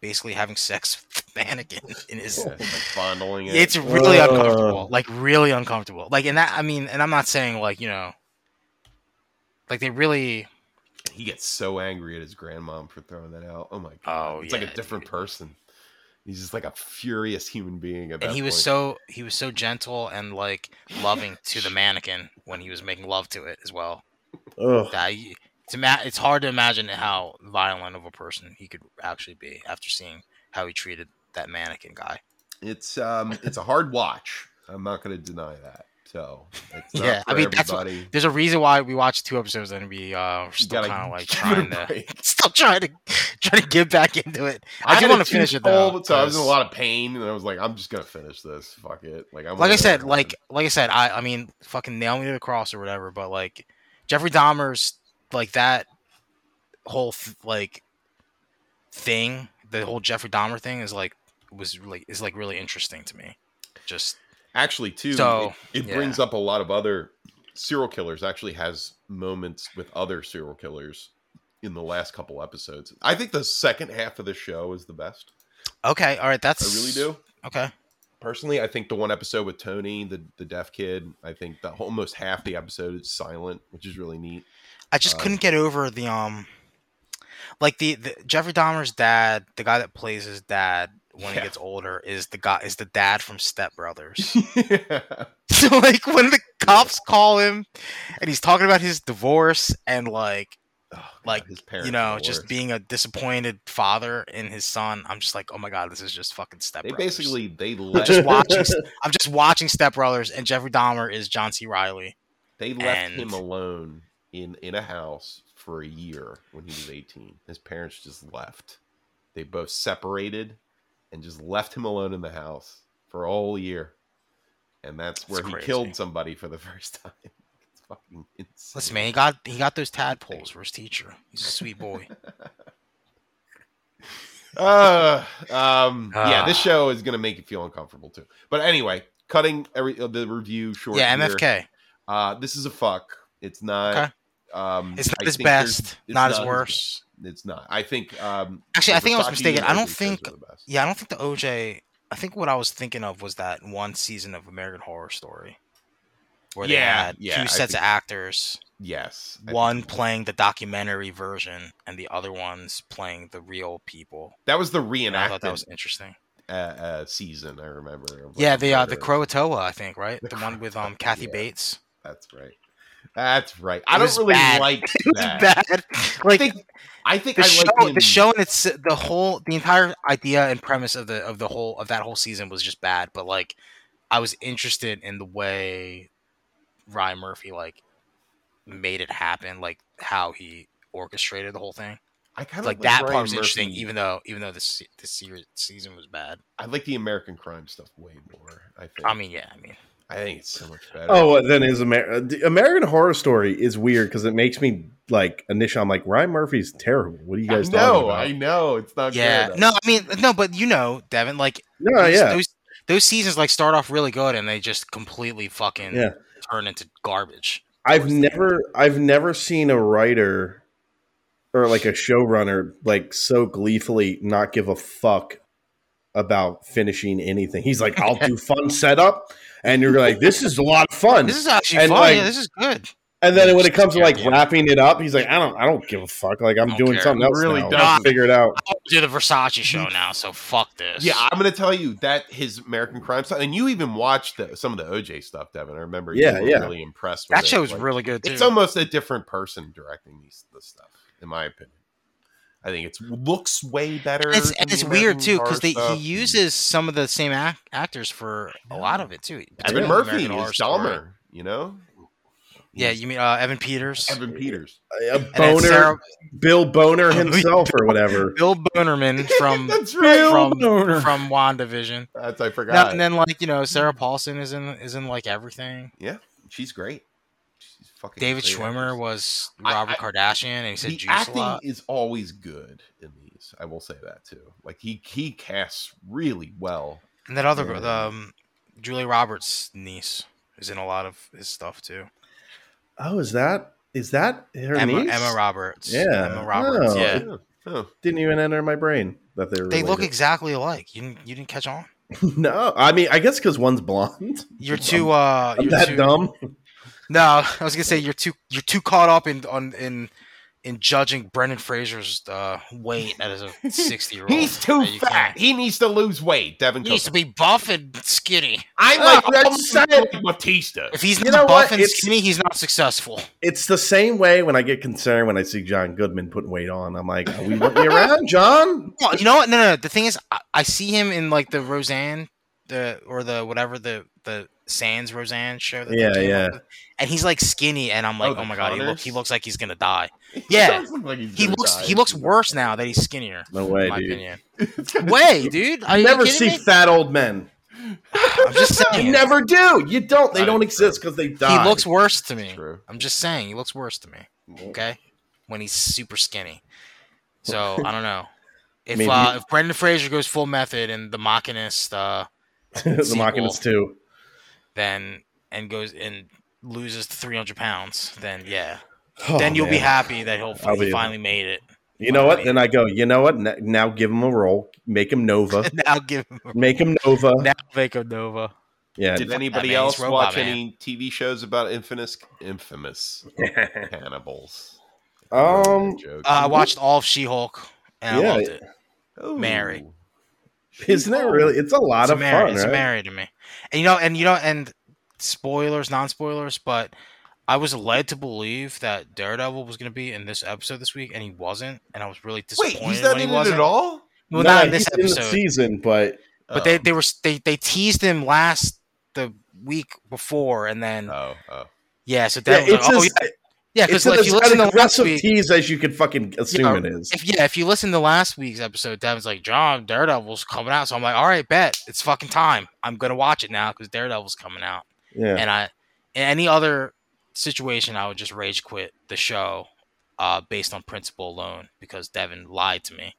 basically having sex with the mannequin in his.
Yeah, it's like fondling it.
It's really
Uh.
uncomfortable. Like really uncomfortable. Like and that I mean, and I'm not saying like you know, like they really.
he gets so angry at his grandmom for throwing that out. Oh my god.
Oh
it's
yeah.
like a different person. He's just like a furious human being at
And
that
he was
point.
so he was so gentle and like loving to the mannequin when he was making love to it as well.
Ugh.
that you- it's ima- it's hard to imagine how violent of a person he could actually be after seeing how he treated that mannequin guy.
it's um it's a hard watch. I'm not gonna deny that. So it's not
Yeah, I
for
mean, that's what-
everybody.
There's a reason why we watched two episodes and we uh, we're still
gotta
kind of like
give it a
trying to
break.
still trying to trying to get back into it. I,
had
do
a
want to finish it
tooth
though.
pulled, so I was in a
'cause-
lot of pain, and I was like, I'm just gonna finish this. Fuck it. Like I'm
like I
gonna-
said, like like I said, I I mean, fucking nail me to the cross or whatever. But like Jeffrey Dahmer's like that whole th- like thing, the whole Jeffrey Dahmer thing is like was like is like really interesting to me. Just
actually too,
So,
it, it
yeah.
brings up a lot of other serial killers. Actually, has moments with other serial killers in the last couple episodes. I think the second half of the show is the best.
okay, all right, that's
I really do.
okay.
personally, I think the one episode with Tony, the the deaf kid, I think the almost half the episode is silent, which is really neat.
I just
Uh,
couldn't get over the um, like the, the Jeffrey Dahmer's dad, the guy that plays his dad when he
Yeah.
gets older, is the guy is the dad from Step Brothers.
yeah.
so like when the cops call him, and he's talking about his divorce and like
Oh, God,
Like,
his parents,
you
are
know
the
just
worst.
being a disappointed father in his son, I'm just like, oh my god, this is just fucking Step.
They
Brothers.
basically they
I'm
left
just watching. I'm just watching Step Brothers, and Jeffrey Dahmer is John C. Riley.
they left
and-
him alone in in a house for a year when he was 18. His parents just left. They both separated and just left him alone in the house for a whole year. And that's
That's
where he
crazy.
killed somebody for the first time. It's fucking insane.
Listen, man, he got he got those tadpoles for his teacher. He's a sweet boy.
Uh, um, yeah, this
Ah.
show is gonna make you feel uncomfortable too. But anyway, cutting every uh, the review short.
yeah,
here.
MFK.
Uh, this is a fuck. It's not.
Okay.
Um,
It's not
I
his
think there's-
best,
it's
not his
best.
worst.
It's not. I think. Um,
Actually,
the
I think I was
Versace
mistaken.
and
I don't
Ozzy shows
think-
are the best.
Yeah, I don't think the OJ. I think what I was thinking of was that one season of American Horror Story, where they
Yeah,
had
yeah, I
two sets
think-
of actors,
Yes. I think
one
so.
playing the documentary version and the other one's playing the real people.
That was the
And I thought
reenactment
that was interesting.
uh, uh, season. I remember. of, like,
Yeah, the uh, the
murder.
Croatoa, I think, right?
The
The one with
Croatoa,
um Kathy
yeah.
Bates.
That's right. That's right. I
It
don't
was
really
bad.
like
It was
that.
bad.
I
Like
think. I think
the
I
show,
like
the show and its the whole the entire idea and premise of the of the whole of that whole season was just bad. But like, I was interested in the way Ryan Murphy like made it happen, like how he orchestrated the whole thing.
I kind of
Like that
Ryan
part was
Murphy.
interesting, even though even though this se- this se- season was bad.
I like the American crime stuff way more. I think.
I mean, yeah, I mean,
I think it's so much better.
Oh, well, then is Amer- the American Horror Story is weird because it makes me like initially I'm like Ryan Murphy's terrible. What are you guys?
no,
talking about?
I know it's not.
yeah,
good.
no, I mean, no, but you know, Devin, like
no,
those,
Oh, yeah,
those those seasons like start off really good and they just completely fucking
Yeah.
turn into garbage.
I've never, I've never seen a writer or like a showrunner like so gleefully not give a fuck about finishing anything. He's like, I'll do fun setup, and you're like, this is a lot of fun.
This is actually
And,
fun.
like,
yeah, this is good.
And then when it comes to like
Yeah.
wrapping it up, he's like, I don't, I don't give a fuck. Like I'm
Don't
doing
care.
something else.
Really
now.
doesn't.
I'll figure it out.
I do the Versace show now, so fuck this.
Mm-hmm. Yeah, I'm gonna tell you that his American Crime stuff, and you even watched the, some of the OJ stuff, Devin. I remember.
Yeah,
you were
yeah.
Really impressed. With
that
it.
show was
Like,
really good too.
It's almost a different person directing these this stuff, in my opinion. I think it's looks way better.
and it's,
than
and
the
it's weird
American
too because
Horror
he
stuff.
uses some of the same ac- actors for a lot of it too.
Evan
Particularly
Murphy is
American Horror
Dahmer.
Story.
You know,
Yeah, you mean uh, Evan Peters,
Evan Peters.
A
and then
boner,
Sarah,
Bill
Oh,
Boner himself or whatever.
Bill Bonerman from
That's right.
from
Boner.
from Wandavision.
That's I
Now,
forgot.
and then like you know Sarah Paulson is in is in like everything.
She's great. She's fucking.
David
great
Schwimmer
actress.
was
I-
Robert
I-
Kardashian, and he said
the
juice a
acting
lot.
is always good in these. I will say that too. Like he he casts really well.
And that other girl,
Yeah.
the, um, Julia Roberts' niece, is in a lot of his stuff too.
Oh, is that is that her
Emma,
niece?
Emma Roberts.
Yeah.
Emma Roberts.
Oh.
yeah.
Yeah. Oh,
Didn't even enter my brain that they were.
They look
related.
exactly alike. You didn't, you didn't catch on.
no. I mean, I guess because one's blonde.
You're too. Uh,
I'm
you're
that
too,
dumb.
No, I was gonna say you're too. You're too caught up in on in in judging Brendan Fraser's uh, weight as a sixty year old.
He's too fat. He needs to lose weight, Devin.
He needs to
Cook.
be buff and skinny.
I like
Oh,
I
that's
like
sad.
Batista.
If he's not
You know what?
buff and
It's-
skinny, he's not successful.
It's the same way when I get concerned when I see John Goodman putting weight on. I'm like, are we running around, John?
No, you know what? No, no, no. The thing is, I, I see him in like the Roseanne, the or the whatever the the Sans Roseanne show. That they
Yeah,
came up
yeah.
with, and he's like skinny, and I'm like,
the
oh, my god, he, look, he
Conners?
looks like he's gonna die. yeah.
does look like he's
He
gonna
looks
die.
he looks worse now that he's skinnier.
No
In
way,
my
dude.
opinion. Way, dude. Are
You
you
never
kidding
see
me?
fat old men.
I'm just saying.
You never do. You don't. They
That
don't
is true.
exist because they
he
die.
looks worse to me.
True.
I'm just saying, he looks worse to me. Okay, when he's super skinny. So I don't know. If
Maybe-
uh, if Brendan Fraser goes full method and the Machinist. Uh,
the Mockiness too.
then and goes and loses the 300 pounds, then yeah,
Oh,
then you'll be
man.
happy that he'll
I'll
he
be-
finally made it.
You know what? Then I go. You know what? N- Now give him a roll. Make him Nova.
now give him Uh,
Make him Nova.
now make him Nova.
Yeah.
Did
that
anybody
man,
else
he's Robot
watch
Man.
any TV shows about infamous infamous cannibals?
Um,
Joke.
Uh, I watched all of She-Hulk and
Yeah.
I loved it.
Ooh.
Mary.
Isn't it really? It's a lot
It's
of
married,
fun,
it's
right?
married to me. And you know, and you know, and spoilers, non-spoilers, but I was led to believe that Daredevil was going to be in this episode this week, and he wasn't, and I was really
Wait,
disappointed
he's not
when he
in it
wasn't.
at all.
Well, not in
he's
this
the
episode.
season, but
But they,
Oh.
they were they, they teased him last the week before, and then
Oh, oh.
yeah, so
yeah,
that was
it's
like, oh,
as,
yeah, yeah,
it's
because like, if you
as
listen to last
aggressive
week,
tease as you could fucking assume it is.
if yeah, if you listen to last week's episode, Devin's like, John, Daredevil's coming out, so I'm like, all right, bet it's fucking time. I'm gonna watch it now because Daredevil's coming out,
Yeah,
and I in any other situation, I would just rage quit the show, uh, based on principle alone because Devin lied to me,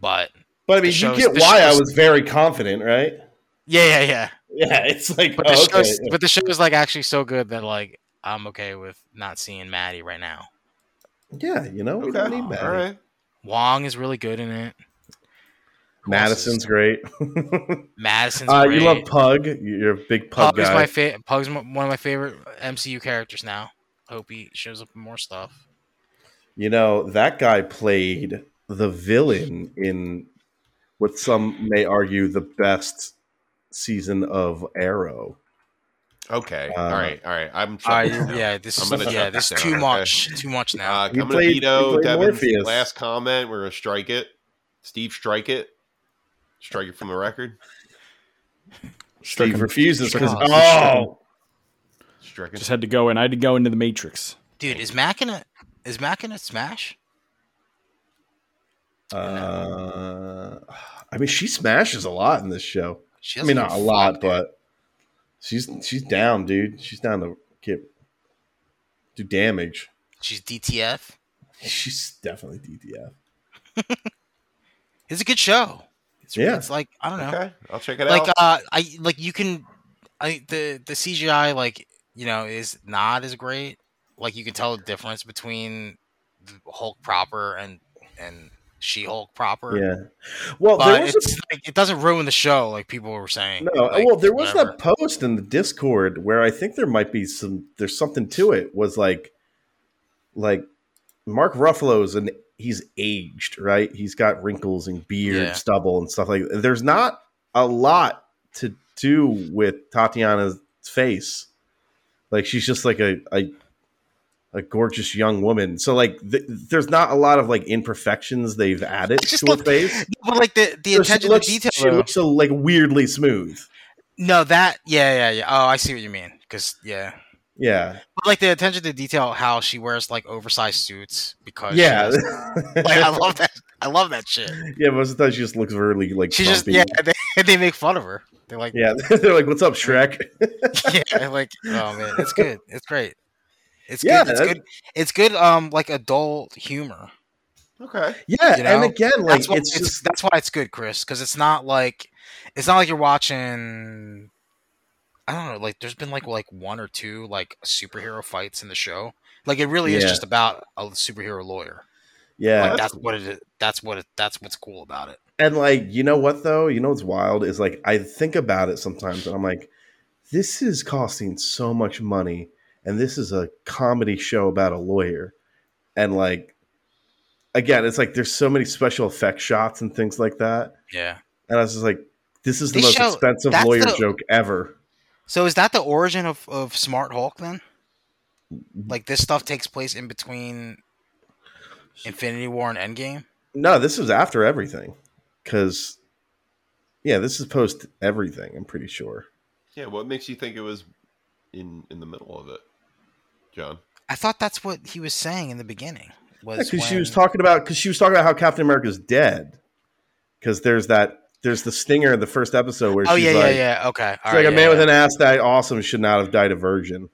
but.
but I mean,
the
you
show's-
get
the
why I
show's-
was very confident, right?
Yeah, yeah, yeah.
Yeah, it's like
But the
oh,
show,
okay.
show's but the show is like actually so good that like I'm okay with not seeing Maddie right now.
yeah, you know, we
Okay.
don't need
All
Maddie.
right.
Wong is really good in it. Who else is-
Madison's great.
Madison's
uh,
great.
you love Pug. You're a big Pug,
Pug is
guy.
my fa- Pug's mo- one of my favorite MCU characters now. Hope he shows up in more stuff.
You know, that guy played the villain in what some may argue the best season of Arrow.
Okay.
Uh,
all right. All right. I'm trying.
yeah, this
I'm gonna
is yeah,
shut
this
this
is
down,
too
okay?
much, too much now.
Uh, I'm
He
going
played-
to
he
veto
played
Devin's
Morpheus.
last comment. We're going to strike it. Steve, strike it. Strike it from the record.
Steve refuses because
Stricken.
oh,
Strike it.
Just had to go in. I had to go into the Matrix.
Dude, is Mac in a is Mac in a smash? Oh!
uh, I mean, she smashes a lot in this show.
She
I mean,
doesn't
not a
give
lot,
fuck, dude.
but she's she's down, dude. She's down to get do damage.
she's DTF.
She's definitely DDF.
It's a good show. It's,
Yeah.
it's like I don't know.
Okay. I'll check it
like
out.
uh i like you can i the the cgi like you know is not as great like you can tell the difference between the hulk proper and and she hulk proper
Yeah. Well, there
but
was
it's
a
like it doesn't ruin the show like people were saying
No,
Like,
well, there was
whatever.
that post in the Discord where I think there might be some. There's something to it. Was like, like Mark Ruffalo's and he's aged, right? He's got wrinkles and beard,
Yeah.
stubble, and stuff like. that. There's not a lot to do with Tatiana's face. Like she's just like a a, a gorgeous young woman. So like, th- there's not a lot of like imperfections they've added
It's just
to her
like-
face.
but like the the
So
attention
looks,
to detail
she
though-
looks uh, like weirdly smooth.
no that yeah yeah yeah oh i see what you mean because yeah
Yeah.
but like the attention to detail how she wears like oversized suits because Oh, she
Yeah.
does- like i love that i love that shit
yeah, most of the time she just looks really like
she just
frumpy.
yeah they, they make fun of her they're like
Yeah. They're like, What's up, Shrek?
yeah, like oh man, it's good. It's great. It's
Yeah,
good. It's
that-
good. It's good. Um, like adult humor. uh,
Okay.
Yeah,
You
and
know?
again, like
That's
it's,
why it's,
just
that's why it's good, Chris, because it's not like it's not like you're watching. I don't know. Like, there's been like like one or two like superhero fights in the show. Like, it really is
Yeah.
just about a superhero lawyer.
yeah.
Like, that's what it is. That's what it. That's what's cool about it.
and like, you know what though? You know what's wild is like I think about it sometimes and I'm like, this is costing so much money, and this is a comedy show about a lawyer. And like again, it's like there's so many special effect shots and things like that.
Yeah.
And I was just like, this is the
They
most
show-
expensive
that's
lawyer
the-
joke ever.
So is that the origin of of Smart Hulk then?
Mm-hmm.
Like this stuff takes place in between Infinity War and Endgame.
No, this is after everything. Cause yeah, this is post everything, I'm pretty sure.
Yeah. What makes you think it was in in the middle of it, John?
I thought that's what he was saying in the beginning. Was
Because she was
when-
talking about because she was talking about how Captain America's dead. Cause there's that there's the stinger in the first episode where
Oh
she's
yeah,
like,
yeah, yeah. Okay,
It's
all
like
right.
a
yeah,
man with
yeah.
an ass that awesome should not have died a virgin.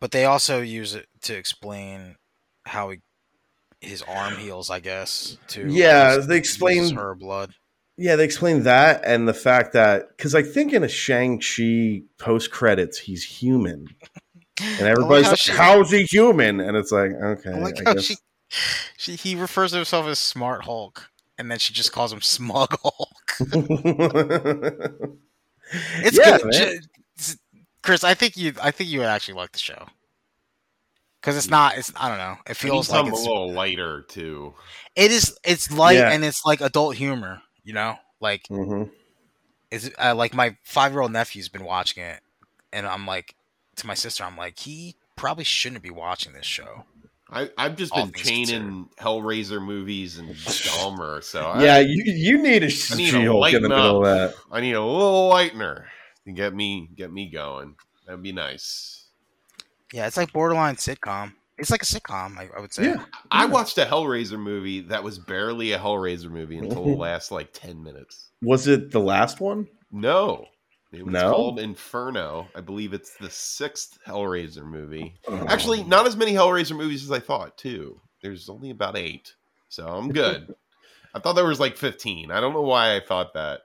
But they also use it to explain how he, his arm heals. I guess to
Yeah,
because
they
he
explain-
uses her blood.
Yeah, they explained that and the fact that because I think in a Shang Chi post credits he's human and
I like
everybody's
how
like,
she-
"How's he human?" And it's like, okay,
I like
I
how
guess-
she She, he refers to himself as Smart Hulk, and then she just calls him Smug Hulk. It's
Yeah,
good.
man.
J- Chris, I think you, I think you would actually like the show because it's not. It's I don't know. It feels like
something a
it's,
little lighter too.
it is. It's light
Yeah.
and it's like adult humor. You know, like
Mhm.
is uh, like my five year old nephew's been watching it, and I'm like to my sister, I'm like, he probably shouldn't be watching this show.
I, I've just
All
been
things
chaining Hellraiser movies and Dahmer, so I,
Yeah, you you need a
I need to
She Hulk in
lighten
the middle of that.
I need a little lightener to get me get me going. That'd be nice.
Yeah, it's like borderline sitcom. It's like a sitcom, I, I would say.
Yeah.
I watched a Hellraiser movie that was barely a Hellraiser movie until the last like ten minutes.
Was it the last one?
No. It was
No?
called Inferno. I believe it's the sixth Hellraiser movie.
Oh.
Actually, not as many Hellraiser movies as I thought, too. There's only about eight. So I'm good. I thought there was like 15. I don't know why I thought that.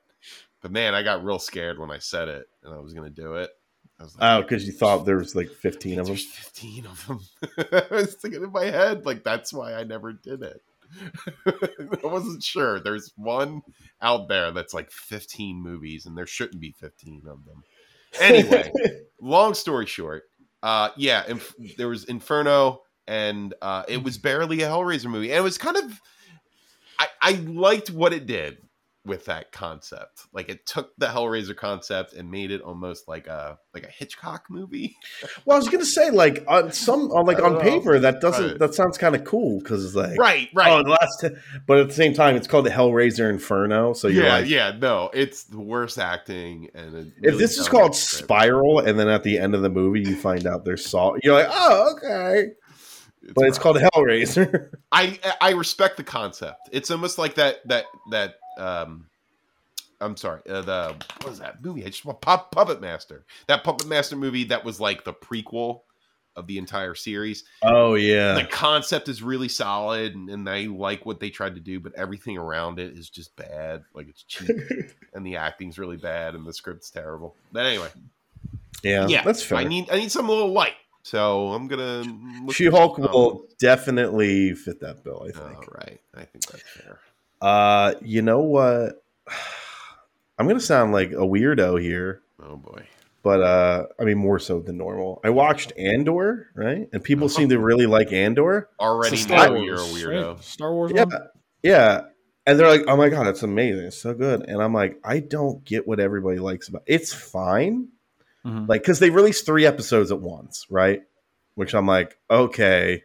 But man, I got real scared when I said it and I was going to do it. I was
Oh, because you thought there was like fifteen of them.
there's 15 of them. I was thinking in my head, like, that's why I never did it. I wasn't sure. There's one out there that's like 15 movies, and there shouldn't be 15 of them. Anyway, long story short, uh, yeah, inf- there was Inferno, and uh, it was barely a Hellraiser movie. And it was kind of, I, I liked what it did with that concept. Like it took the Hellraiser concept and made it almost like a like a Hitchcock movie.
Well, I was gonna say like on some on like
I
on
don't know.
paper that doesn't
Uh, Right.
that sounds kind of cool because it's like
right,
oh the last but at the same time it's called the Hellraiser Inferno so you're
yeah,
like
yeah, no, it's the worst acting, and it
if
really
this is
dominates
called
the script.
Spiral and then at the end of the movie you find out there's salt you're like oh okay but it's
rough.
called Hellraiser
I I respect the concept. It's almost like that that that um. I'm sorry. Uh, the what was that movie? I just want Pop Puppet Master. That Puppet Master movie that was like the prequel of the entire series.
oh yeah
The concept is really solid, and, and I like what they tried to do, but everything around it is just bad. Like it's cheap, and the acting's really bad, and the script's terrible. But anyway,
yeah
yeah,
that's fair
I need I need some little light, so I'm gonna. look-
She Hulk
um,
will definitely fit that bill I think
All right, I think that's fair.
uh you know what I'm gonna sound like a weirdo here
Oh boy,
but uh I mean more so than normal. I watched Andor, right? And people seem to really like Andor.
already
It's a
know you're a
Wars,
weirdo.
right? Star
Uh-huh.
Wars.
Yeah.
one?
Yeah. And they're like, "Oh my god, it's amazing. It's so good." And I'm like, "I don't get what everybody likes about. It's fine.
Mhm.
Like cuz they released 3 episodes at once, right? Which I'm like, "Okay."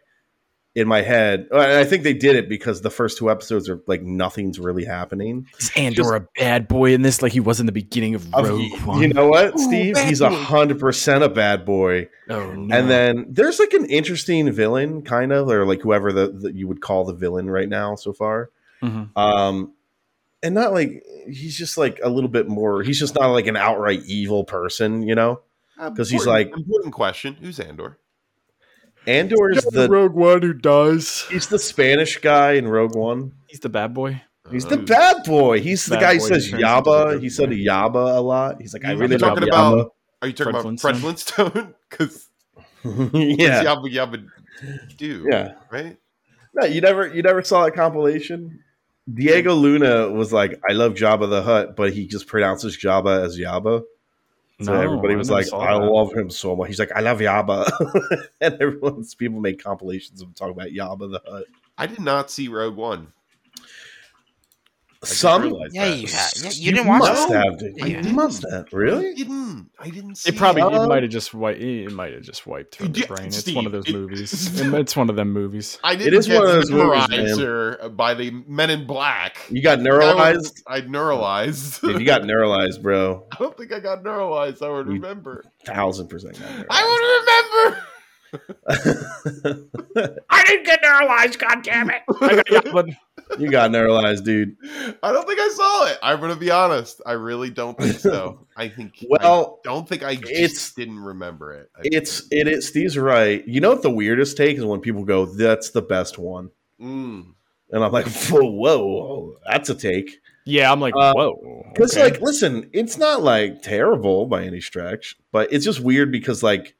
In my head, and I think they did it because the first two episodes are like nothing's really happening.
Is Andor a bad boy in this? Like he was in the beginning of
Of-
Rogue One.
you know what, Steve? He's a hundred percent a bad boy.
oh, no.
And then there's like an interesting villain, kind of, or like whoever the, that you would call the villain right now so far.
Mhm.
Um, and not like he's just like a little bit more. He's just not like an outright evil person, you know. 'Cause he's
Important-
like-
important question. Who's Andor?
Andor is the
Rogue One who dies.
he's the Spanish guy in Rogue One.
He's the bad boy.
He's
Uh,
the
who's-
bad boy. He's the
Bad
guy who
boy
says
turns into the
Yaba.
good
He said
boy.
Yaba a lot. He's like, I
You're
really love
talking
Yaba.
about- Are you talking
Fred
about Fred Flintstone? Because
yeah,
Yabba Yabba do.
yeah.
Right.
No, you never you never saw that compilation. Diego Luna was like, "I love Jabba the Hutt," but he just pronounces Jabba as Yabba. So everybody was like, "I love him so much." He's like, "I love Yabba," and everyone's people make compilations of talking about Yabba the Hutt.
I did not see Rogue One. I just
Some
realized
Yeah,
that.
you, ha- yeah, you, didn't watch
must
it?
that.
have, dude.
Yeah.
You must have. Really?
I didn't. I didn't. See
It probably
it.
it might have just wiped it might have just wiped her
Yeah,
brain. It's
Steve,
one of those
it-
movies. It- it's one of them movies.
I didn't
is
get
one of those movies, man.
mesmerized or- by the Men in Black.
You got
I
neuralized.
was- I neuralized.
Dude, you got neuralized, bro.
I don't think I got neuralized. I would
You-
remember.
Thousand percent. got
I would remember.
neuralized.
I didn't get neuralized. God damn it! I got Yoplin.
you got neuralized, dude.
I don't think I saw it. I'm gonna be honest. I really don't think so. I think
Well,
I don't think I just
it's-
didn't remember it. I-
It's it is Steve's right. You know what the weirdest take is when people go, "That's the best one,"
Mm.
and I'm like, "Whoa, whoa, whoa that's a take."
Yeah, I'm like,
Uh,
whoa.
Because
okay.
like, listen, it's not like terrible by any stretch, but it's just weird because like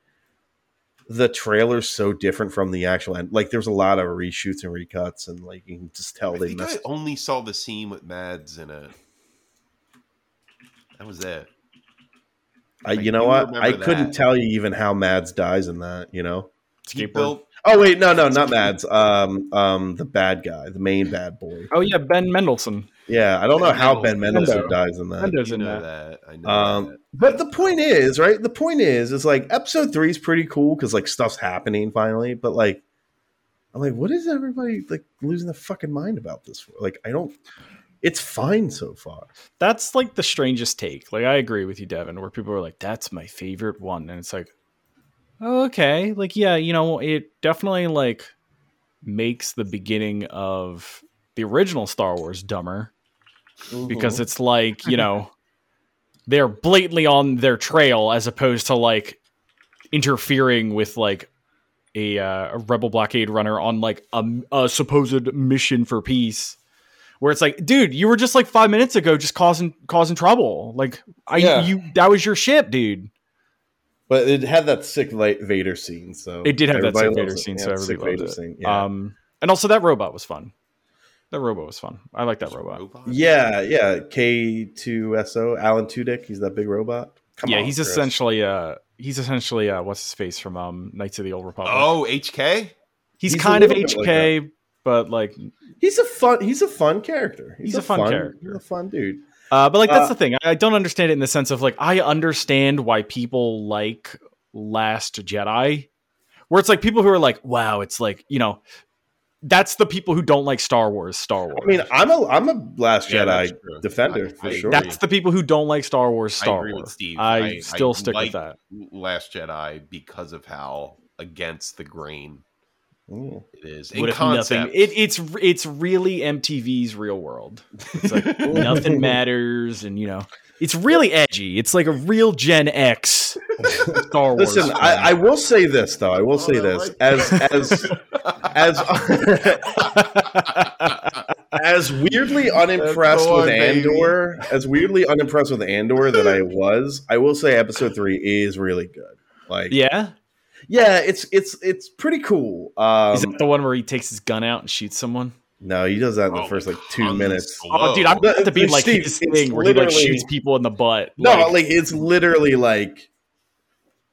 the trailer's so different from the actual end. Like there's a lot of reshoots and recuts, and like you can just tell
I
they
think I
messed.
only saw the scene with Mads in it. That was it.
I,
I
you know
do
what?
remember
I
that.
couldn't tell you even how Mads dies in that. You know?
He
Skateboard.
built
Oh wait, no, no, not Mads. Um, um, the bad guy, the main bad boy.
Oh yeah, Ben Mendelsohn.
Yeah, I don't know how
Ben
Ben Mendelsohn
Mendo.
dies in uh, that.
Mendo's
you
in
know
that.
that. I know
Um,
that.
but the point is, right? The point is, is like episode three is pretty cool because like stuff's happening finally. But like, I'm like, what is everybody like losing the fucking mind about this for? Like, I don't. It's fine so far.
That's like the strangest take. Like I agree with you, Devin, where people are like, "That's my favorite one," and it's like, oh, okay, like yeah, you know, it definitely like makes the beginning of the original Star Wars dumber because it's like you know they're blatantly on their trail as opposed to like interfering with like a, uh, a rebel blockade runner on like a, a supposed mission for peace where it's like dude you were just like five minutes ago just causing causing trouble like i
Yeah.
you that was your ship dude
But it had that sick light Vader scene, so
It did have that
everybody
sick Vader
loves it.
scene,
Yeah,
so
the sick
everybody
Vader
loved it.
scene, Yeah.
um and also that robot was fun that robot was fun i like that robot
Robot?
yeah, yeah. K two S O Alan Tudyk. He's that big robot. Come
yeah
on,
he's
Chris.
essentially uh he's essentially uh what's his face from um knights of the old republic
Oh, HK.
he's,
He's a
kind of
little bit like
HK, but like,
He's a fun. He's a fun character.
He's a fun character.
He's a fun dude.
uh, but like that's
Uh,
the thing. I I don't understand it in the sense of like I understand why people like Last Jedi, where it's like people who are like, wow, it's like you know, that's the people who don't like Star Wars. Star Wars.
I mean, I'm a I'm a Last
Yeah,
Jedi
that's true.
defender
I-
for
I
sure.
agree.
that's the people who don't like Star Wars. Star
I agree
Wars.
with Steve.
I, still stick
like
with that.
Last Jedi because of how against the grain
Mm.
it is.
What
In
if nothing-
concept,
It, it's it's really MTV's Real World. It's like nothing matters, and you know, it's really edgy. It's like a real Gen X Star Wars.
Listen,
film.
I, I will say this though. I will
Oh,
say
I
this
like
as as as as weirdly unimpressed
the one,
with
baby.
Andor, as weirdly unimpressed with Andor that I was. I will say Episode Three is really good. Like, yeah,
yeah,
it's it's it's pretty cool. Um,
is that the one where he takes his gun out and shoots someone?
no, he does that in the
Oh,
first like two
tons
minutes.
below.
Oh, dude, I'm about to be
It's
like
Steve,
his
it's
thing where he like
literally-
shoots people in the butt.
No, like, it's literally like,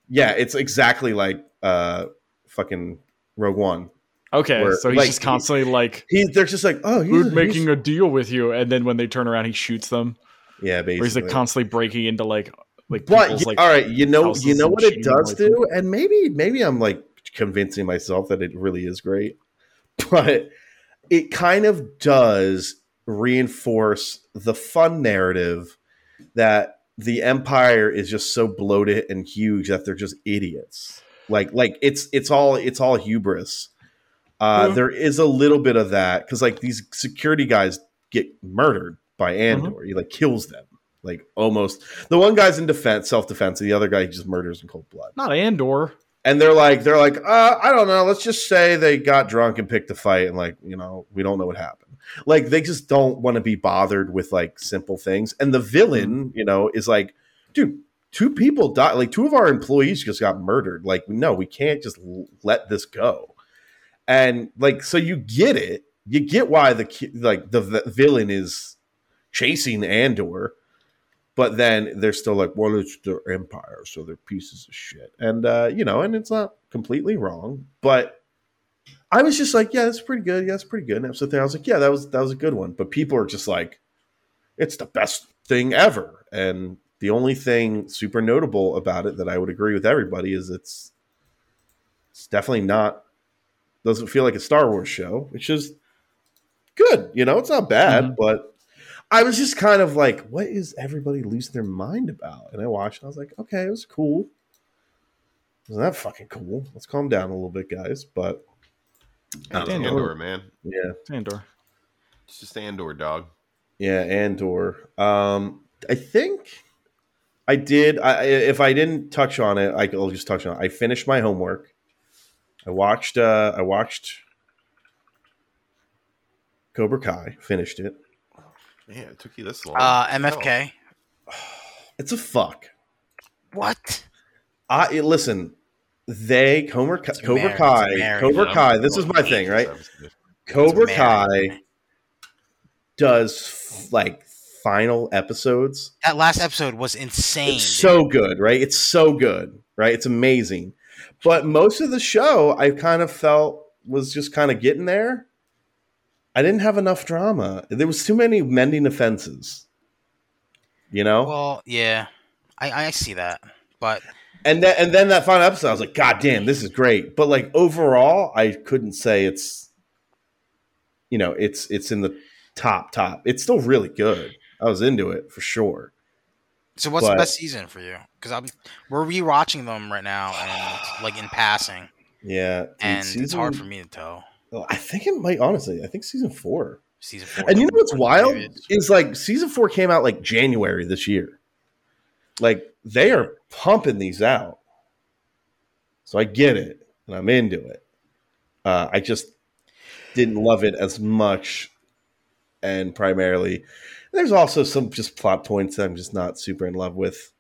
yeah, it's exactly like uh, fucking Rogue One.
okay,
where-
so he's
like,
just constantly like.
He, they're just like, oh, he's
We're making a deal with you, and then when they turn around, he shoots them.
yeah, basically.
Or he's like constantly breaking into like like
But
people's,
yeah,
like
all right, you know, you
houses
know
and
what it
shooting
does
like
do, and maybe, maybe I'm like convincing myself that it really is great, but it kind of does reinforce the fun narrative that the empire is just so bloated and huge that they're just idiots. Like, like it's it's all it's all hubris. Uh,
Mhm.
There is a little bit of that because like these security guys get murdered by Andor. He like kills them, like almost. The one guy's in defense, self defense, and the other guy he just murders in cold blood.
not Andor.
And they're like, they're like, uh, I don't know. Let's just say they got drunk and picked a fight, and like, you know, we don't know what happened. Like, they just don't want to be bothered with like simple things. And the villain, you know, is like, dude, two people died. Like, two of our employees just got murdered. Like, no, we can't just l- let this go. And like, so you get it. You get why the ki- like the v- villain is chasing Andor but then they're still like, well, it's their empire, so they're pieces of shit, and uh, you know, and it's not completely wrong, but I was just like, yeah, that's pretty good, yeah, that's pretty good. And episode three, I was like, yeah, that was that was a good one, but people are just like, it's the best thing ever, and the only thing super notable about it that I would agree with everybody is it's it's definitely not doesn't feel like a Star Wars show, which is good, you know, it's not bad, but I was just kind of like, what is everybody losing their mind about? And I watched and I was like, okay, it was cool. Wasn't that fucking cool? Let's calm down a little bit, guys. But
It's
I don't know.
Andor, man.
yeah,
It's Andor.
It's just Andor, dog.
yeah, Andor. Um, I think I did. I I- if I didn't touch on it, I- I'll just touch on. it. I finished my homework. I watched. Uh, I watched Cobra Kai. Finished it.
Man, it took you this long.
Uh, MFK.
It's a fuck.
Oh.
What?
I listen. they Homer,
It's
Cobra
America,
Kai,
it's America.
Cobra
I'm
Kai. This is
going
my
to
thing,
hate
right?
this episode.
Cobra
It's
Kai
America.
does like final episodes
That last episode was insane.
It's
dude.
so good, right? It's so good, right? It's amazing. But most of the show, I kind of felt was just kind of getting there. I didn't have enough drama. There was too many mending offenses, you know.
well, yeah, I, I see that, but
and then and then that final episode, I was like, "God damn, this is great!" But like overall, I couldn't say it's, you know, it's it's in the top top. It's still really good. I was into it for sure.
so what's
But-
the best season for you? Because I'm we're rewatching them right now, and like in passing,
Yeah, dude,
and it's hard
season-
for me to tell.
Well, I think it might honestly. I think season four.
Season four,
And you know what's wild
Maybe it's-
is like season four came out like January this year. Like they are pumping these out, so I get it and I'm into it. Uh, I just didn't love it as much, and primarily, there's also some just plot points that I'm just not super in love with,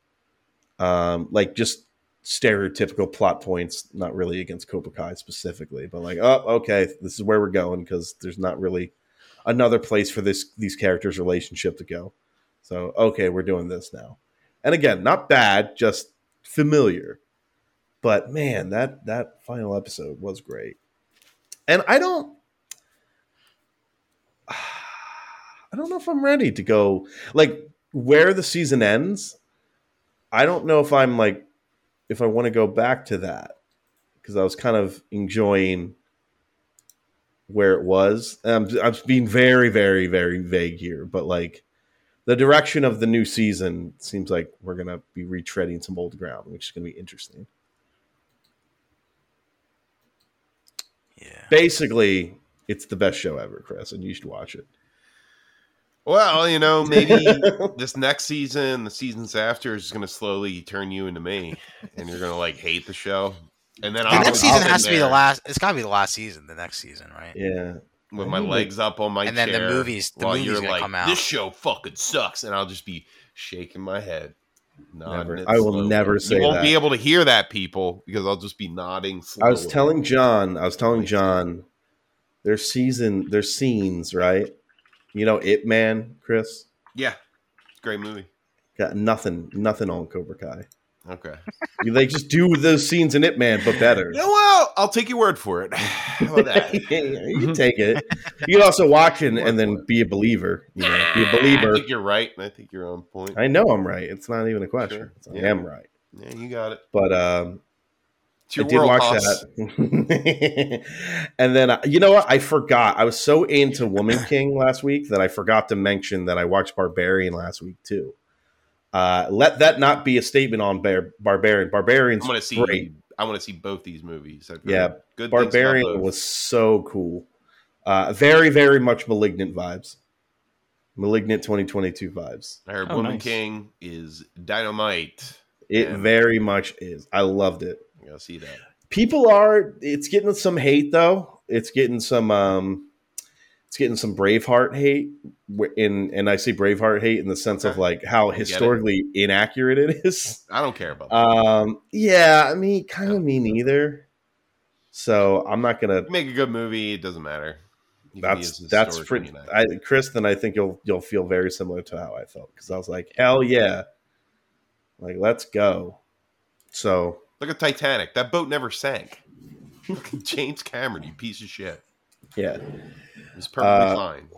um, like just stereotypical plot points. Not really against Cobra Kai specifically, but like, oh, okay, this is where we're going because there's not really another place for this these characters' relationship to go. So okay, we're doing this now. And again, not bad, just familiar. But man, that that final episode was great. And I don't I don't know if I'm ready to go like where the season ends. I don't know if I'm like if I want to go back to that cuz I was kind of enjoying where it was. And I'm, I'm being very, very, very vague here, but like the direction of the new season seems like we're gonna be retreading some old ground, which is gonna be interesting.
yeah.
Basically, it's the best show ever, Chris, and you should watch it.
Well, you know, maybe this next season, the seasons after, is going to slowly turn you into me, and you're going to like hate the show. And then
The
I'll,
next
I'll
season
be
has to be the
there
last. It's got to be the last season. The next season, right?
Yeah,
with my legs up on my
And then the
chair
movies- the
while
movies
you're
gonna
like,
come out.
This show fucking sucks, and I'll just be shaking my head. nodding
Never.
it
I will
slowly.
never say
You won't
that.
be able to hear that, people, because I'll just be nodding. Slowly.
I was telling John, I was telling John, their season, their scenes, right? You know, It Man, Chris
yeah, great movie.
got nothing, nothing on Cobra Kai.
Okay.
they just do those scenes in It Man, but better.
You know what? I'll take your word for it. How about that?
Yeah, you can take it. You can also watch it and then be a believer. You know,
Ah,
be a believer.
I think you're right. and I think you're on point.
I know I'm right. It's not even a question.
Sure.
It's- I
Yeah.
am right.
Yeah, you got it.
But um,
It's
I
your
did
world,
watch
boss.
that. and then, uh, you know what? I forgot. I was so into Woman King last week that I forgot to mention that I watched Barbarian last week, too. Uh, let that not be a statement on Bar- Barbarian. Barbarian's
I'm gonna see.
great.
I want to see both these movies. I've heard
Yeah,
good. things about
Barbarian
both.
was so cool. Uh, very, very much malignant vibes. Malignant 2022 vibes.
I heard
Oh,
Woman
nice.
King is dynamite.
It
Yeah.
very much is. I loved it.
I gotta see that.
People are it's getting some hate though. It's getting some um it's getting some Braveheart hate wh- in and I see Braveheart hate in the sense of
Okay.
like how
get it.
historically inaccurate it is.
I don't care about that.
Um yeah, I mean kind of me neither. So I'm not going to
You make a good movie. It doesn't matter. You can be
that's
as
that's
historically
pretty.
inaccurate.
I, Chris, then I think you'll you'll feel very similar to how I felt because I was like, hell yeah, like let's go. So
Look at Titanic. That boat never sank. Fucking James Cameron, you piece of shit.
yeah,
It was perfectly
Uh,
fine.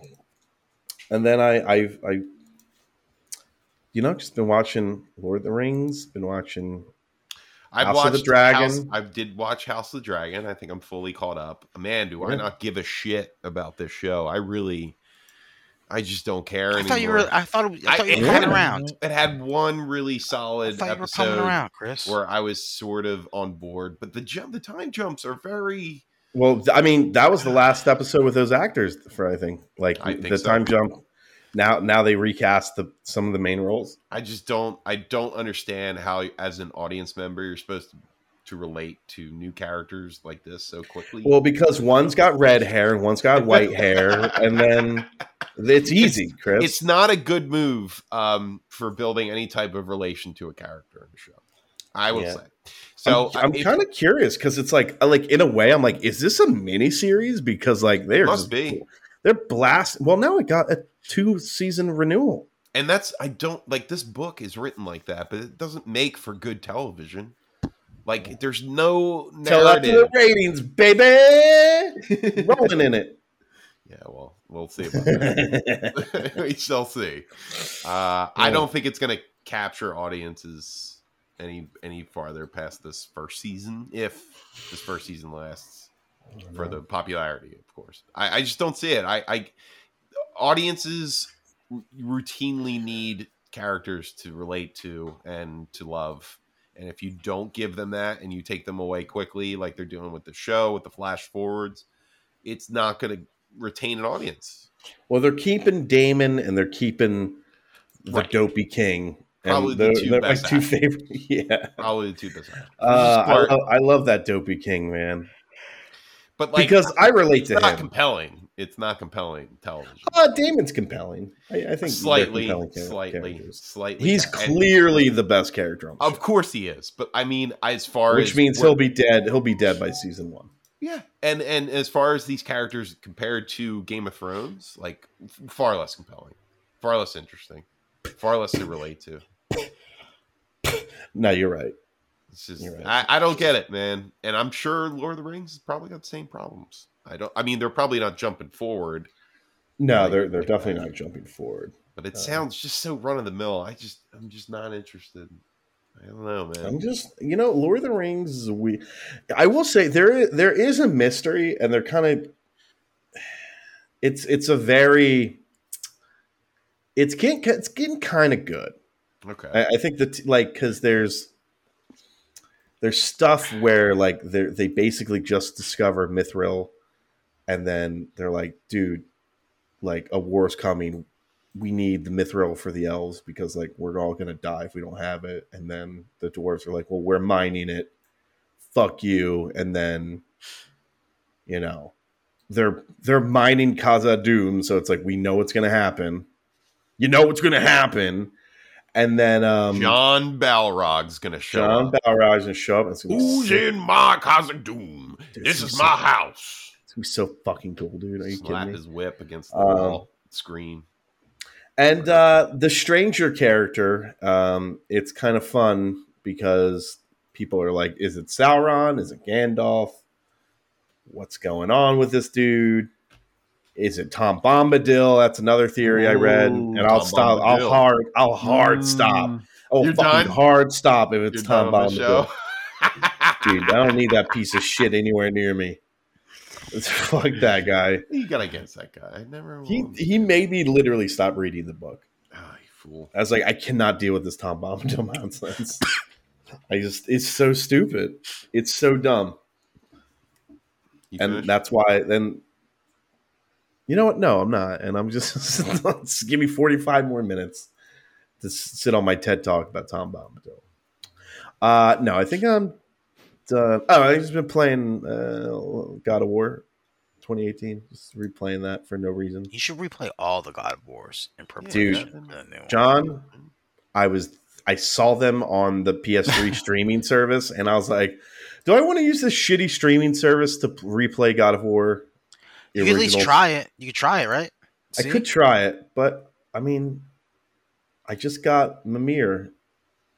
and then I I I, you know, just been watching Lord of the Rings. Been watching.
I've
House of
watched
the Dragon.
House- I did watch House of the Dragon. I think I'm fully caught up. Man, do I
Yeah.
not give a shit about this show? I really, I just don't care
I
anymore.
thought you were. I thought, I thought you were
I-
coming
yeah.
around.
It had one really
I
solid
thought you were coming
episode
around, Chris.
where I was sort of on board, but the jump, the time jumps are very.
Well, th- I mean, that was the last episode with those actors for I think like
I think
the
so.
time jump. Now now they recast the some of the main roles.
I just don't. I don't understand how, as an audience member, you're supposed to, to relate to new characters like this so quickly.
Well, because one's got red hair and one's got white hair, and then it's easy, Chris.
it's not a good move um, for building any type of relation to a character in the show. I will
Yeah.
say. So
I'm,
uh, if-
kind of curious because it's like, I- like in a way, I'm like, is this a mini series? Because like they're
Must
just-
be.
they're blast. Well, now it got a two season renewal.
and that's I don't like this book is written like that, but it doesn't make for good television. Like there's no
Tell that to the
narrative.
ratings, baby. Rolling in it.
Yeah, well, we'll see about that. we shall see. Uh, I
Yeah.
don't think it's going to capture audiences any any farther past this first season, if this first season lasts for the popularity, of course. I, I just don't see it. I, I audiences r- routinely need characters to relate to and to love. And if you don't give them that and you take them away quickly, like they're doing with the show, with the flash forwards, it's not going to retain an audience.
Well, they're keeping Damon and they're keeping the
Right.
Dopey King. And
Probably the
they're,
two
they're
best
my two
actors.
favorite. Yeah,
Probably the two best actors.
uh, I,
Smart.
love, I love that Dopey King man
But like
because I relate
it's
to
not
him.
compelling. It's not compelling television.
Uh, Damon's compelling. I, I think they're
slightly,
compelling char-
slightly,
characters.
slightly.
He's
And-
clearly the best character on the
of
show,
course, he is. But I mean, as far
which
as
means
what-
he'll be dead. He'll be dead by season one.
yeah. And and as far as these characters compared to Game of Thrones, like f- far less compelling, far less interesting, far less to relate to.
No, you're right.
It's just
You're right.
I, I don't get it, man. And I'm sure Lord of the Rings has probably got the same problems. I don't. I mean, they're probably not jumping forward,
No, they're they're definitely not jumping forward.
but it
Uh,
sounds just so run of the mill. I just I'm just not interested. I don't know, man.
I'm just, you know, Lord of the Rings is we. I will say there there is a mystery, and they're kind of. It's it's a very. It's getting it's getting kind of good.
okay.
I, I think that like because there's there's stuff where like they they basically just discover Mithril, and then they're like, dude, like a war's coming. We need the Mithril for the elves because like we're all gonna die if we don't have it. And then the dwarves are like, well, we're mining it. Fuck you. And then, you know, they're they're mining Khazad Doom, so it's like we know what's gonna happen. You know what's gonna happen. And then um
John Balrog's gonna show
John
up.
Balrog's gonna show up. And it's gonna be
Who's
sick.
in my Khazad Doom?
Dude,
This
it's
is
gonna
my
be
house.
so- It's gonna be so fucking cool, dude. Are you
Slap
kidding me?
his whip against the
Um,
wall. Scream.
And uh, the stranger character, um, it's kind of fun because people are like, "Is it Sauron? Is it Gandalf? What's going on with this dude? Is it Tom Bombadil?" That's another theory I read,
Ooh,
and I'll
Tom
stop. I'll
Bombadil. Mm.
hard. I'll hard stop. Oh,
You're
fucking
done?
hard stop if it's
You're
Tom
done on the
Bombadil.
show.
dude. I don't need that piece of shit anywhere near me. Fuck that guy.
you got against that guy. I never.
He
will.
he made me literally stop reading the book.
Ah, you fool.
I was like, I cannot deal with this Tom Bombadil nonsense. I just it's so stupid. It's so dumb.
You
And
finished?
that's why then you know what? No, I'm not. And I'm just, just give me 45 more minutes to s- sit on my TED talk about Tom Bombadil. Uh no, I think I'm done. Oh, I've just been playing uh, God of War 2018. Just replaying that for no reason.
You should replay all the God of Wars in preparation
Dude,
for the new one.
John, I was I saw them on the PS3 streaming service, and I was like, "Do I want to use this shitty streaming service to p- replay God of War?" the
you could at least
original?
try it. You could try it, right?
I
See?
could try it, but I mean, I just got Mimir,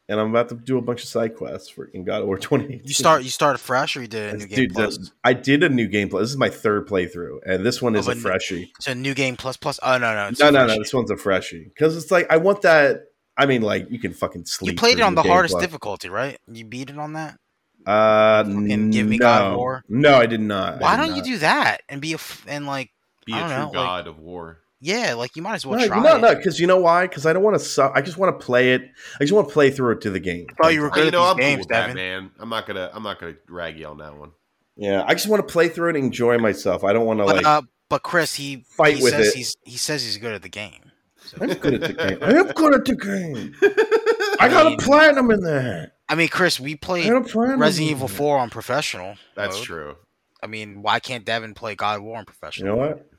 and I'm about to do a bunch of side quests for in God of War 20.
You start. You started fresh, or you did a new game
Dude,
plus.
the- I did a new gameplay. This is my third playthrough, and this one
Oh,
is a
but-
freshie.
So new game plus plus. Oh no no it's
No, no, no.
fresh.
This one's a freshie because it's like I want that. I mean, like you can fucking
You
sleep.
played it
through
on the
game
hardest
plus.
difficulty, right? You beat it on that.
Uh,
Fucking give me
no.
God of War.
No, I did not.
Why don't you do that and be a f- and like
Be
I
a
don't
true
know, like-
god of war.
yeah like you might as well
no,
try.
no,
it.
no, because you know why? Because I don't want to suck. I just want to play it. I just want to play through it to the game.
Oh, you were
I,
good
you
at
know,
these
I'm cool
games,
with that,
Devin.
man. I'm not gonna. I'm not gonna rag you on that one.
yeah, I just want to play through it and enjoy myself. I don't want to
but
like.
uh, but Chris he
fight
he
with
says
it.
he's he says he's good at the game. So-
I'm good at the game. I am good at the game. I
I
got a
mean-
platinum in there.
I mean, Chris, we
I
played
got a platinum.
Resident
in
Evil
there.
Four on professional.
That's
mode.
true.
I mean, why can't Devin play God of War on
You
professional?
know what?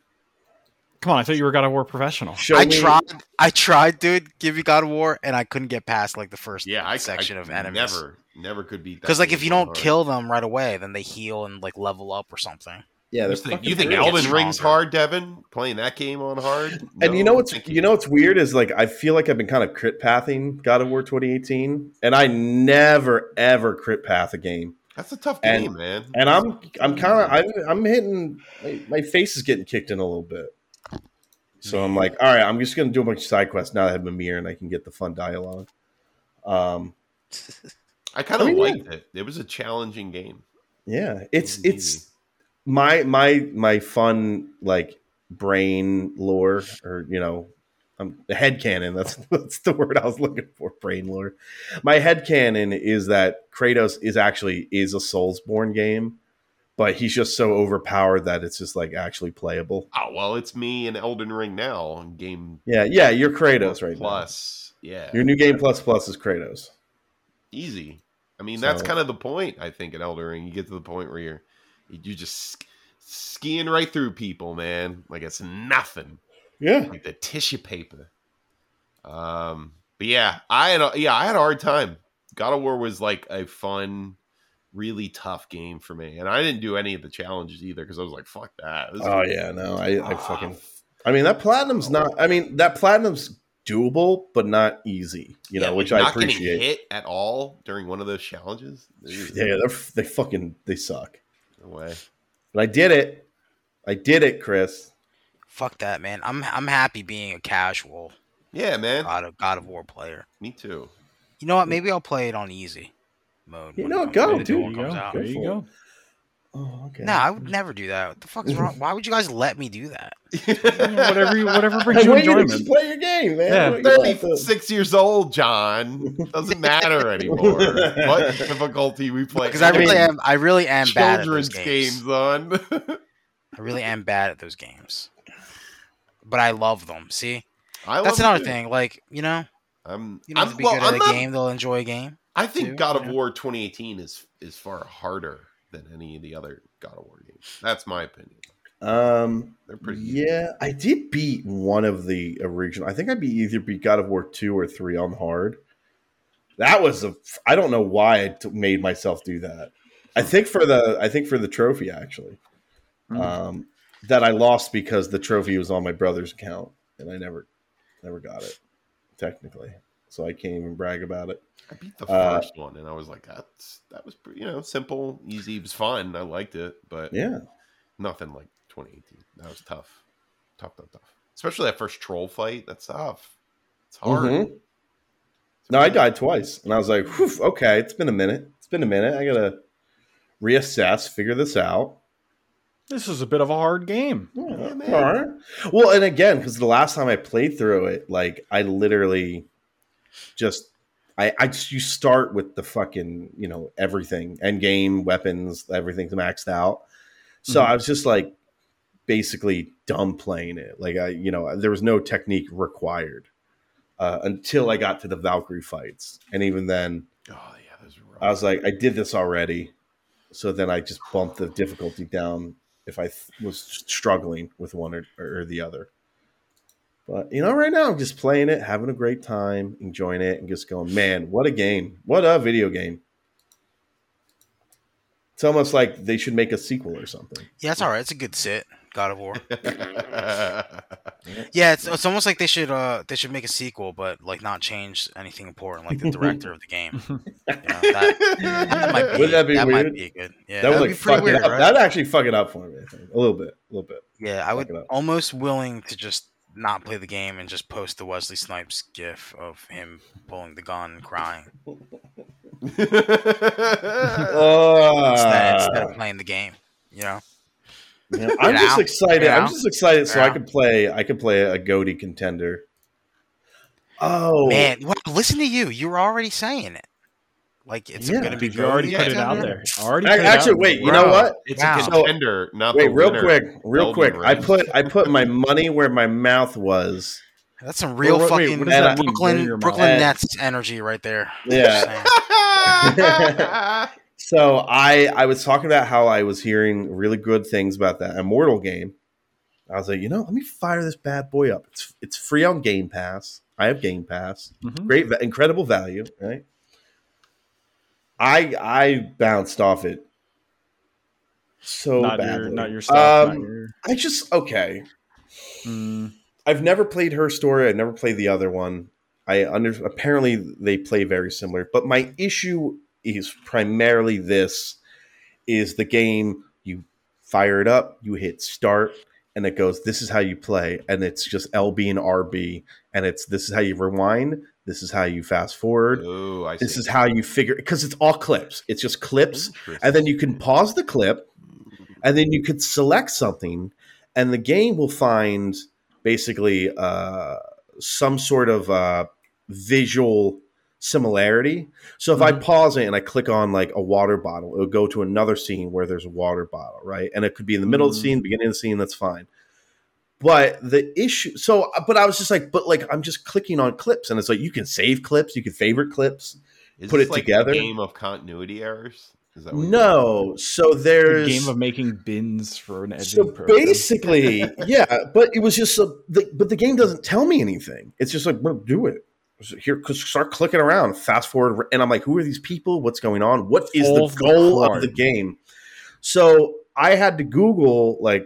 Come on, I thought you were God of War professional.
Show
I
me-
tried, I tried, dude. Give you God of War, and I couldn't get past like the first
Yeah, I
section
I
of enemies.
Never, never could beat that.
Because like
game
if you
on
don't
hard.
kill them right away, then they heal and like level up or something.
Yeah,
you
they're
think,
fucking
you think
brutal.
Elden-
Elden Ring's
stronger.
hard, Devin? Playing that game on hard?
And you know what's
thank
you know what's weird is like I feel like I've been kind of crit pathing God of War 2018, and I never ever crit path a game.
that's a tough
and-
game, man.
And I'm I'm kind of I'm, I'm hitting my, my face is getting kicked in a little bit. So I'm like, all right, I'm just gonna do a bunch of side quests now. That I have Mimir and I can get the fun dialogue. Um,
I kind of
I mean,
liked it. It was a challenging game.
yeah, it's
Indeed.
it's my my my fun like brain lore or you know um, the head cannon that's that's the word i was looking for brain lore my head cannon is that kratos is actually is a soulsborne game but he's just so overpowered that it's just like actually playable
Oh well, it's me and Elden Ring now on game
yeah yeah you're kratos right
plus. Yeah,
now. your new game plus plus is kratos
easy. I mean, that's
So-
kind of the point. I think in Elden Ring, you get to the point where you're you just sk- skiing right through people, man. Like it's nothing.
yeah
like the tissue paper. Um, but yeah, I had a, yeah, I had a hard time. God of War was like a fun, really tough game for me, and I didn't do any of the challenges either because I was like, "Fuck that." This is-
oh yeah no i i fucking
Ah,
i mean that platinum's not i mean that platinum's doable but not easy you know
yeah,
which
like,
i
not getting
appreciate
hit at all during one of those challenges. Ugh,
Yeah, they're, they fucking they suck.
no way.
But I did it. I did it, Chris.
Fuck that, man. I'm I'm happy being a casual
Yeah, man.
God of God of War player.
me too.
You know what? Maybe I'll play it on easy mode.
You
when
know,
it comes-
go,
when the
Oh, dude.
new one
There you
comes
go.
out.
There you go.
Oh, okay.
No, I would never do that. What the fuck is wrong? Why would you guys let me do that?
Whatever, you, whatever
I
brings you
want you to
enjoyment.
just play your game, man.
Yeah.
I want you to-
Thirty-six years old, John. Doesn't matter anymore. what difficulty we play?
Because I really am. I really am bad at those
children's games on.
I really am bad at those games. But I love them. See,
I love
that's another
it.
thing. Like you know,
I'm,
you don't
I'm
have to be
well,
good
I'm
at a
not,
game. They'll enjoy a game.
I think
too,
God of
yeah.
War 2018 is is far harder than any of the other God of War games. That's my opinion.
Um,
They're pretty. easy.
yeah, I did beat one of the original. I think I beat either beat God of War two or three on hard. That was a. I don't know why I t- made myself do that. I
Hmm.
think for the. I think for the trophy actually.
Mm.
Um, that I lost because the trophy was on my brother's account and I never, never got it. Technically, so I can't even brag about it.
I beat the
Uh,
first one, and I was like, that's that was pretty, you know simple, easy. It was fun. I liked it, but
Yeah.
nothing like 2018. That was tough, tough, tough, tough. Especially that first troll fight. That's tough. It's hard.
Mhm. No, I died twice, and I was like, Whew, okay, it's been a minute. It's been a minute. I gotta reassess, figure this out.
This is a bit of a hard game.
Yeah,
Yeah,
man.
all right. Well, and again, because the last time I played through it, like I literally just I, I just you start with the fucking, you know, everything, end game, weapons, everything's maxed out. So
Mhm.
I was just like basically dumb playing it. Like I, you know, there was no technique required uh, until I got to the Valkyrie fights. And even then,
Oh yeah, those were rough.
I was like, I did this already. So then I just bumped the difficulty down if I th- was struggling with one or, or the other. But, you know, right now I'm just playing it, having a great time, enjoying it, and just going, man, what a game. What a video game. It's almost like they should make a sequel or something.
Yeah, it's all right. It's a good sit. God of War. Yeah, it's, it's almost like they should uh they should make a sequel, but like not change anything important, like the director of the game. You know, that, that might be
Wouldn't that be
might
weird?
be good. Yeah,
that
that
would
would
like
be
fuck
pretty
it
weird,
up.
right?
That'd actually fuck it up for me, I think. A little bit. A little bit.
yeah, I would
it up.
almost willing to just not play the game and just post the Wesley Snipes gif of him pulling the gun and crying instead,
Ah.
instead
Uh.
of playing the game. You know,
Yeah, I'm
Yeah.
just excited.
Yeah.
I'm just excited so I
Yeah.
can play I can play a goatee contender. Oh
man, well, listen to you. You're already saying it. Like it's
Yeah,
going to be.
Dude, you already
good.
put it
Yeah.
out there. Already
Ac-
put it out
actually,
there.
wait, you know
Wow.
what?
it's
Wow.
a contender, not
Wait,
the
real
winner.
quick, real
Elden
quick. I
Ring.
put I put my money where my mouth was.
That's some real
Wait, wait,
fucking
what does that mean? Where
Brooklyn
your mouth-
Brooklyn
And-
Nets energy right there.
Yeah.
Saying.
So I I was talking about how I was hearing really good things about that Immortal game, I was like, you know, let me fire this bad boy up. It's it's free on Game Pass. I have Game Pass.
Mhm.
Great, va- incredible value, right? I I bounced off it so
not your
badly.
not your stuff.
Um,
not your-
I just okay.
Mm,
I've never played her story. I never played the other one. I under apparently they play very similar, but my issue is primarily this: is the game you fire it up, you hit start, and it goes. This is how you play, and it's just LB and RB, and it's this is how you rewind, this is how you fast forward,
Oh, I see.
this is how you figure because it's all clips. It's just clips
Mm-hmm.
and then you can pause the clip and then you could select something and the game will find basically uh, some sort of uh, visual similarity so if i pause it and i click on like a water bottle it'll go to another scene where there's a water bottle right and it could be in the middle of the
Mhm.
scene beginning of the scene that's fine but the issue so uh, but i was just like but like i'm just clicking on clips and it's like you can save clips you can favorite clips
Is
put
this
it
like a
together.
Game of continuity errors. Is that what you're
no so
a
there's
game of making bins for an editing
so
program.
basically yeah but it was just a, the, but the game doesn't tell me anything it's just like well, do it So here 'cause start clicking around fast forward and i'm like who are these people what's going on what is
All
the
the
goal of
crime.
the game so i had to google like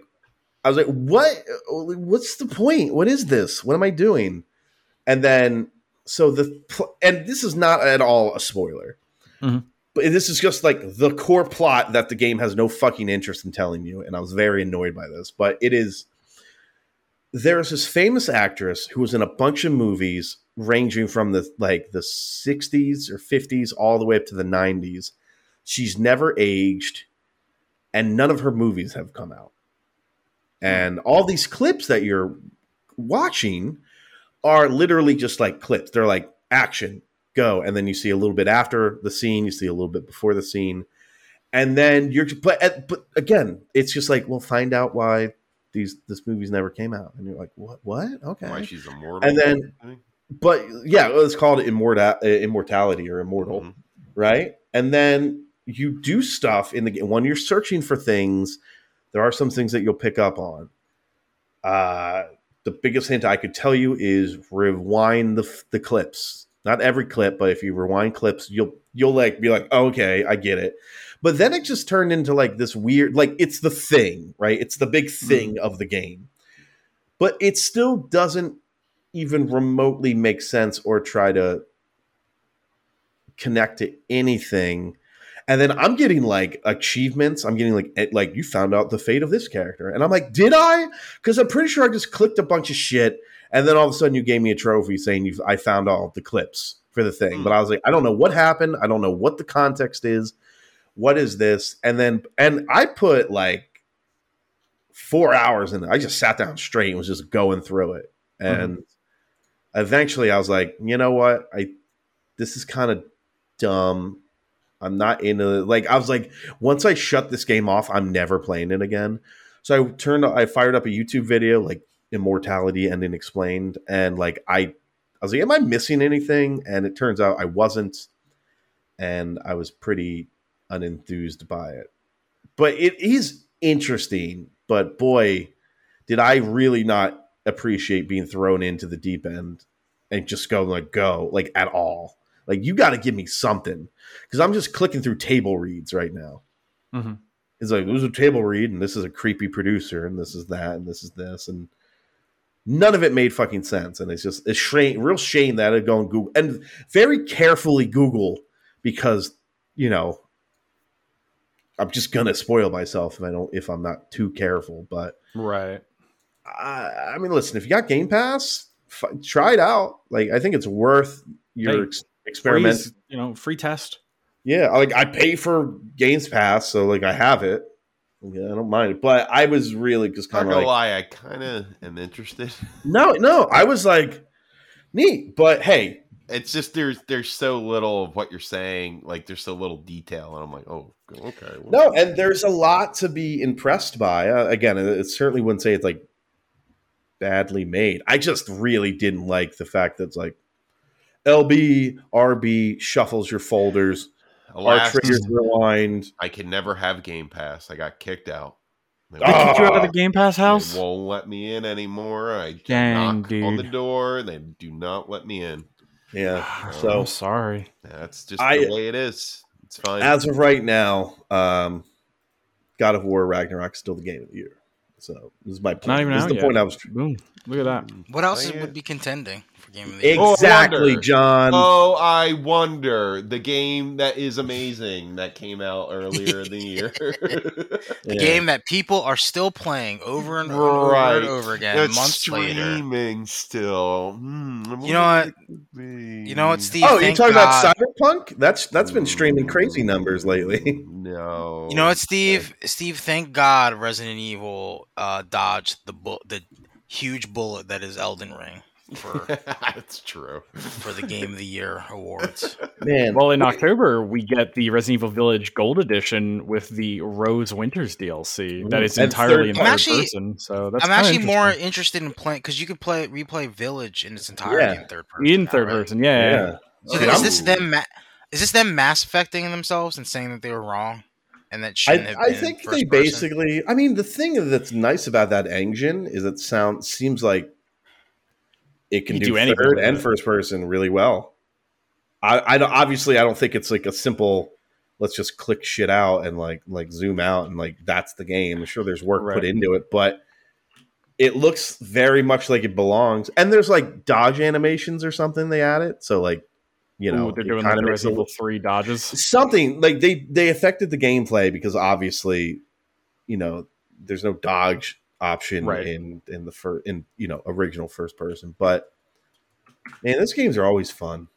i was like what uh, what's the point what is this what am i doing and then so the pl- and this is not at all a spoiler
Mhm.
but this is just like the core plot that the game has no fucking interest in telling you and i was very annoyed by this but it is there's this famous actress who was in a bunch of movies ranging from the like the 60s or 50s all the way up to the 90s she's never aged and none of her movies have come out and all these clips that you're watching are literally just like clips they're like action go and then you see a little bit after the scene you see a little bit before the scene and then you're but but again it's just like well find out why these this movies never came out and you're like what what okay
doing? Why she's immortal?
And then- but yeah it's called immortal immortality or immortal
Mhm.
right? And then you do stuff in the game. When you're searching for things, there are some things that you'll pick up on. Uh, the biggest hint I could tell you is rewind the, f- the clips. Not every clip, but if you rewind clips, you'll you'll like be like, okay, I get it. But then it just turned into like this weird, like it's the thing, right? It's the big thing of the game, but it still doesn't even remotely make sense or try to connect to anything. And then I'm getting like achievements. I'm getting like eh, like you found out the fate of this character, and I'm like, did I? Because I'm pretty sure I just clicked a bunch of shit, and then all of a sudden you gave me a trophy saying you I found all the clips for the thing.
Hmm.
But I was like, I don't know what happened. I don't know what the context is. What is this? And then and I put like four hours in. it. I just sat down straight and was just going through it, and eventually I was like, you know what? I this is kind of dumb. I'm not into it. Like I was like, once I shut this game off, I'm never playing it again. So I turned, I fired up a YouTube video like immortality ending explained, and like I, I was like, am I missing anything? And it turns out I wasn't, and I was pretty unenthused by it. But it is interesting. But boy, did I really not appreciate being thrown into the deep end and just go like go like at all. Like you got to give me something because I'm just clicking through table reads right now.
Mhm.
It's like this is a table read, and this is a creepy producer, and this is that, and this is this, and none of it made fucking sense. And it's just a shame, real shame that I go and Google and very carefully Google because you know I'm just gonna spoil myself if I don't if I'm not too careful. But
right.
I, I mean, listen, if you got Game Pass, f- try it out. Like I think it's worth your
Hey,
ex-
Free
experiment.
is, you know, free test.
Yeah, I- like I pay for Games Pass, so like I have it. Yeah, I don't mind it, but I was really just
Not
kind of
gonna
like,
lie, I kind of am interested.
no, no. I was like, neat, but hey,
It's just there's there's so little of what you're saying. Like there's so little detail, and I'm like, oh, okay. well,
no, and there's a lot to be impressed by. Uh, again, it, it certainly wouldn't say it's like badly made. I just really didn't like the fact that it's like LB RB shuffles your folders, R
alas,
triggers rewind.
I can never have Game Pass. I got kicked out. They
They kicked you out of
Ah.
the Game Pass house.
They won't let me in anymore. I
Dang,
knock on the
dude.
door. They do not let me in.
Yeah.
I'm
So
sorry.
That's just
I-
the way it is. It's fine.
as of right now, um, God of War Ragnarok is still the game of the year. So this is my point.
Not even
this is
out
the
yet.
point I was
Boom. Look at that.
Mm.
What else
Play
would
it.
be contending for game of the year?
Oh, I
exactly,
wonder.
John.
Oh, I wonder. The game that is amazing that came out earlier in the year.
The
Yeah.
game that people are still playing over and over,
Right.
and over again
it's
months later.
streaming still. Hmm,
You know what?
what?
You know what, Steve?
Oh, you're
Thank
talking
God-
about Cyberpunk? That's that's been streaming crazy numbers lately.
No.
You know what, Steve? Steve, thank God Resident Evil uh, dodged the bu- the huge bullet that is Elden Ring for
That's true.
for the Game of the Year awards.
Man,
Well, in October we get the Resident Evil Village Gold Edition with the Rose Winters DLC that is
And
entirely in
third-
third
I'm actually-
person. So that's
I'm
kinda
actually more
interesting.
interested in playing because you can play replay Village in its entirety
Yeah.
in third person.
in
now,
third
right?
person. Yeah, yeah.
yeah.
So
Okay,
is
I'm-
this them? Ma- is this them mass affecting themselves and saying that they were wrong and that shouldn't
I,
have
I
been
think
first
they
person?
basically. I mean, the thing that's nice about that engine is it sounds seems like it can
You
do,
do anything
third
with
and
it.
first person really well. I, I don't- obviously I don't think it's like a simple. Let's just click shit out and like like zoom out and like that's the game. I'm sure there's work
Right.
put into it, but it looks very much like it belongs. And there's like dodge animations or something they added, so like you know
Ooh, they're
it
doing like
kinda
the
makes it
Resident Evil Three dodges.
something like they they affected the gameplay because obviously you know there's no dodge option
Right.
in in the first in you know original first person but man those games are always fun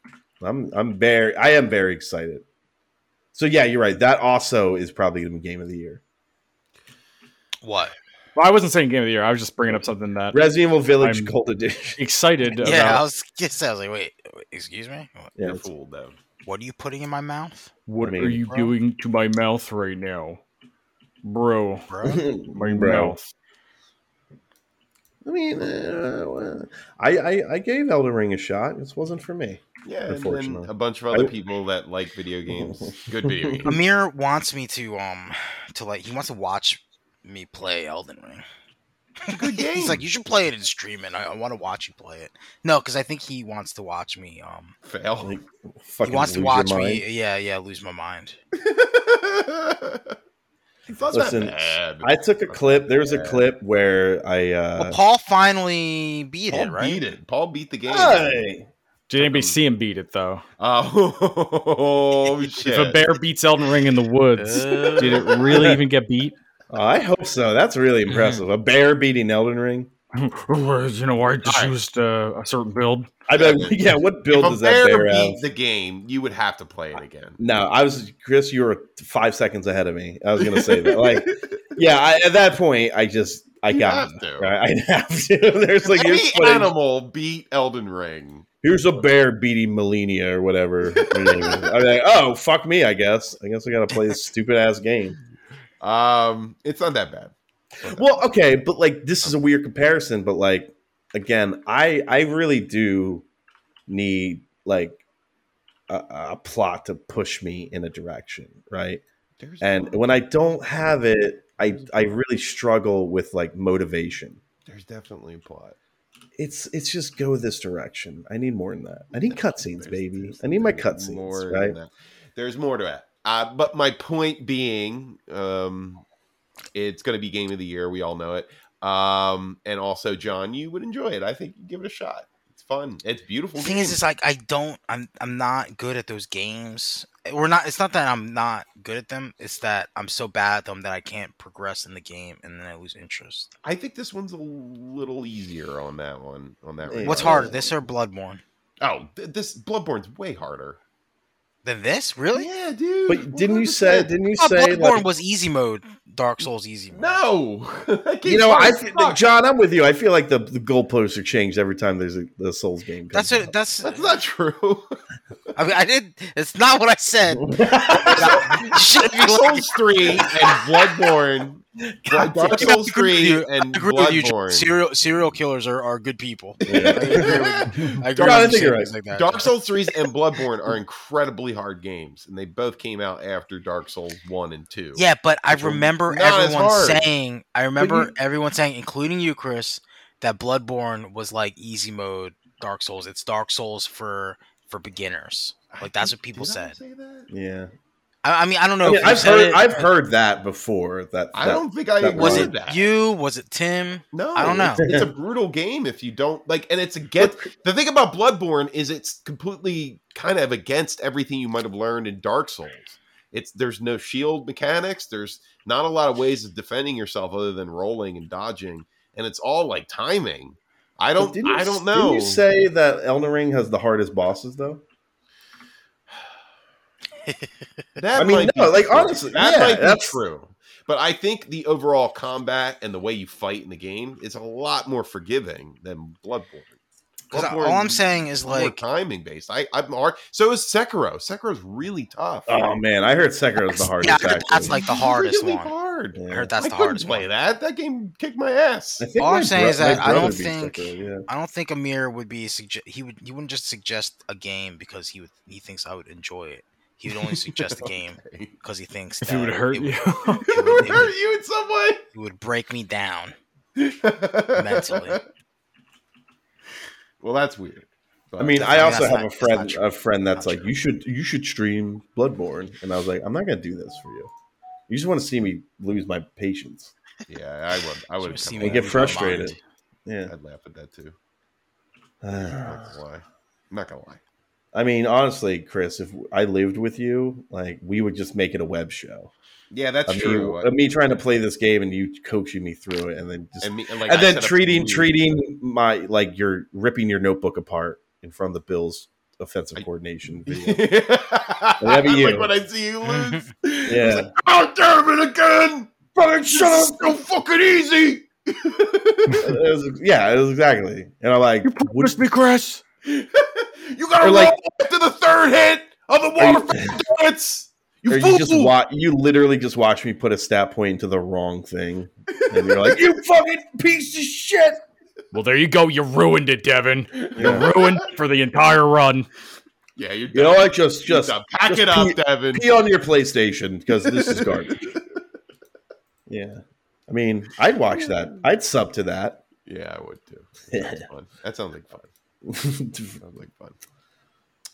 i'm i'm very i am very excited so yeah you're right that also is probably gonna be game of the year
what?
Well, I wasn't saying Game of the Year. I was just bringing up something that
resident evil village
I'm-
gold edition
excited
yeah, I
about
was just I was like, wait, excuse me, what,
yeah,
You're
it's-
fooled though.
what are you putting in my mouth,
what
I mean-
are you
Bro.
doing to my mouth right now, bro?
bro?
My
Bro.
mouth.
i mean uh, well, I, I i gave elden ring a shot this wasn't for me
Yeah, and then
Unfortunately.
a bunch of other
I-
people that like video games. Good video games.
Amir wants me to um to like he wants to watch me play Elden Ring.
Good game.
He's like, you should play it in streaming. I, I want to watch you play it. No, because I think he wants to watch me. Um,
Fail.
Like, fucking
he wants to
lose your
watch
mind.
me. Yeah, yeah, lose my mind.
it's not
Listen,
that bad.
I took a clip. There was a
Yeah.
clip where I. Uh,
well, Paul finally beat
Paul
it, right?
beat it. Paul beat the game.
Hey!
Did anybody
Um,
see him beat it though?
Ah.
Oh shit!
If a bear beats Elden Ring in the woods,
Uh,
did it really even get beat?
Oh, I hope so. That's really impressive. A bear beating Elden Ring.
you know, I just
Alright.
used uh, a certain build.
I bet. Yeah. What build
If a
does that
bear
bear have?
beat the game, you would have to play it again.
No, I was Chris. You were five seconds ahead of me. I was gonna say that. Like, yeah. I, at that point, I just I
You
got.
have to.
Right? I have to. There's like
Any
here's, footage.
animal beat Elden Ring.
here's a bear beating Melania or whatever. I'm like, oh fuck me. I guess. I guess I gotta play this stupid ass game.
Um, it's not that bad. It's not that
Well, okay, but like this is a weird comparison, but like again, I I really do need like a, a plot to push me in a direction, right?
bad. There's
And
one.
when I don't have it, I I really struggle with like motivation.
there's definitely a plot.
It's it's just go this direction. I need more than that. I need cutscenes,
There's-
baby.
there's-
I need my
there's more
cutscenes,
than
right?
that. There's more to that. Uh, but my point being, um, it's going to be game of the year. We all know it. Um, and also, John, you would enjoy it. I think you give it a shot. It's fun. It's beautiful.
the thing is,
game.
it's like I don't. I'm I'm not good at those games. We're not. It's not that I'm not good at them. It's that I'm so bad at them that I can't progress in the game, and then I lose interest.
I think this one's a little easier on that one. On that.
Yeah.
regard.
What's harder, this or Bloodborne?
Oh, th- this Bloodborne's way harder.
Than this, really?
Yeah, dude.
But didn't you say
100%.
didn't you
Oh,
say
Bloodborne
like
was easy mode. Dark Souls easy mode.
No, That
you
game's
know,
hard
I
as fuck.
John, I'm with you. I feel like the, the goalposts are changed every time there's a the Souls game.
That's
comes
what. That's.
That's not true.
I, mean, I did. It's not what I said.
out.
Should be like,
Souls three and Bloodborne Dark
I
Souls
agree
3
with you.
and
I agree with you, Jim.
Bloodborne.
Serial serial killers are, are good people. I agree
No, I
with
think
you saying
you're
things like that.
Dark Souls 3s and Bloodborne are incredibly hard games, and they both came out after Dark Souls 1 and 2.
Yeah, but I
Which are
remember
not as
everyone
hard.
saying. I remember
you-
everyone saying, including you, Chris, that Bloodborne was like easy mode Dark Souls. It's Dark Souls for for beginners. Like that's what people
Did I
said.
say that?
Yeah,
I, I mean, I don't know.
I mean,
if you
I've
said
heard
it.
I've heard that before. That,
I
that-
don't think I
that
agreed
Was
with
it
that.
you? Was it Tim?
No,
I don't know.
It's, it's a brutal game if you don't like, and it's against the thing about Bloodborne is it's completely kind of against everything you might have learned in Dark Souls. It's there's no shield mechanics. There's not a lot of ways of defending yourself other than rolling and dodging, and it's all like timing. I
But
don't.
didn't you-
I don't
Didn't
know.
you say that Elden Ring has the hardest bosses though?
that
I mean,
might
no,
be
like,
true.
honestly,
that
yeah,
might be
that's-
true. But I think the overall combat and the way you fight in the game is a lot more forgiving than Bloodborne.
'Cause I-
Bloodborne-
all I'm saying is
more
like
timing based. I, I'm hard. So is Sekiro. Sekiro's really tough.
Oh man, I heard Sekiro is the hardest.
yeah, I heard that's
actually.
like the hardest
really
one.
Hard.
I
Yeah.
heard that's
I
the
couldn't
hardest
play
one.
that. That game kicked my ass.
I think
All I'm
my
saying is
my
that I don't
brother beat
think-
Sekiro,
I don't think Amir would be sugge- he would he wouldn't just suggest a game because he would he thinks I would enjoy it. He would only suggest a game because he thinks
If
that
Uh, it would hurt
it
you.
it would hurt you in some way
it would break me down.
mentally.
Mentally.
Well, that's weird.
I mean,
That's-
I
I mean, that's
also have
not-
a
that's
friend,
not true.
a friend that's
Not
like, you should, you should stream Bloodborne, and I was like, I'm not gonna do this for you. You just want to see me lose my patience.
yeah, I would. I
So
would.
it
come laugh.
seemed
They
like
get
we were
frustrated.
aligned.
Yeah.
I'd laugh at that too. I'm not
I
gonna lie. I'm not gonna lie.
mean, honestly, Chris, if I lived with you, like, we would just make it a web show.
Yeah, that's
Of me-
true.
of me trying to play this game and you coaching me through it, and then just
me, like,
and
I
then
set up
treating
rules.
treating my like you're ripping your notebook apart in front of the Bills offensive
I-
coordination video.
Whatever
you.
Like when I see you lose.
Yeah.
It's Like, oh, damn it again! Fucking shut up! So fucking easy!
It was- yeah, it was exactly. And I'm like, would,
me, Chris.
you gotta
Or
roll
like-
after the third hit of the
Are you-
waterfowl donuts! You
or
fool!
you just watch, you literally just watch me put a stat point into the wrong thing, and you're like, you fucking piece of shit.
Well, there you go. You ruined it, Devin. You
Yeah.
ruined it for the entire run.
yeah, you're done.
You know what? Just
You're
just
done. pack
just
it up, Devin.
pee on your PlayStation because this is garbage. yeah, I mean, I'd watch that. I'd sub to that.
yeah, I would too. That's fun. That sounds like fun. Sounds like fun.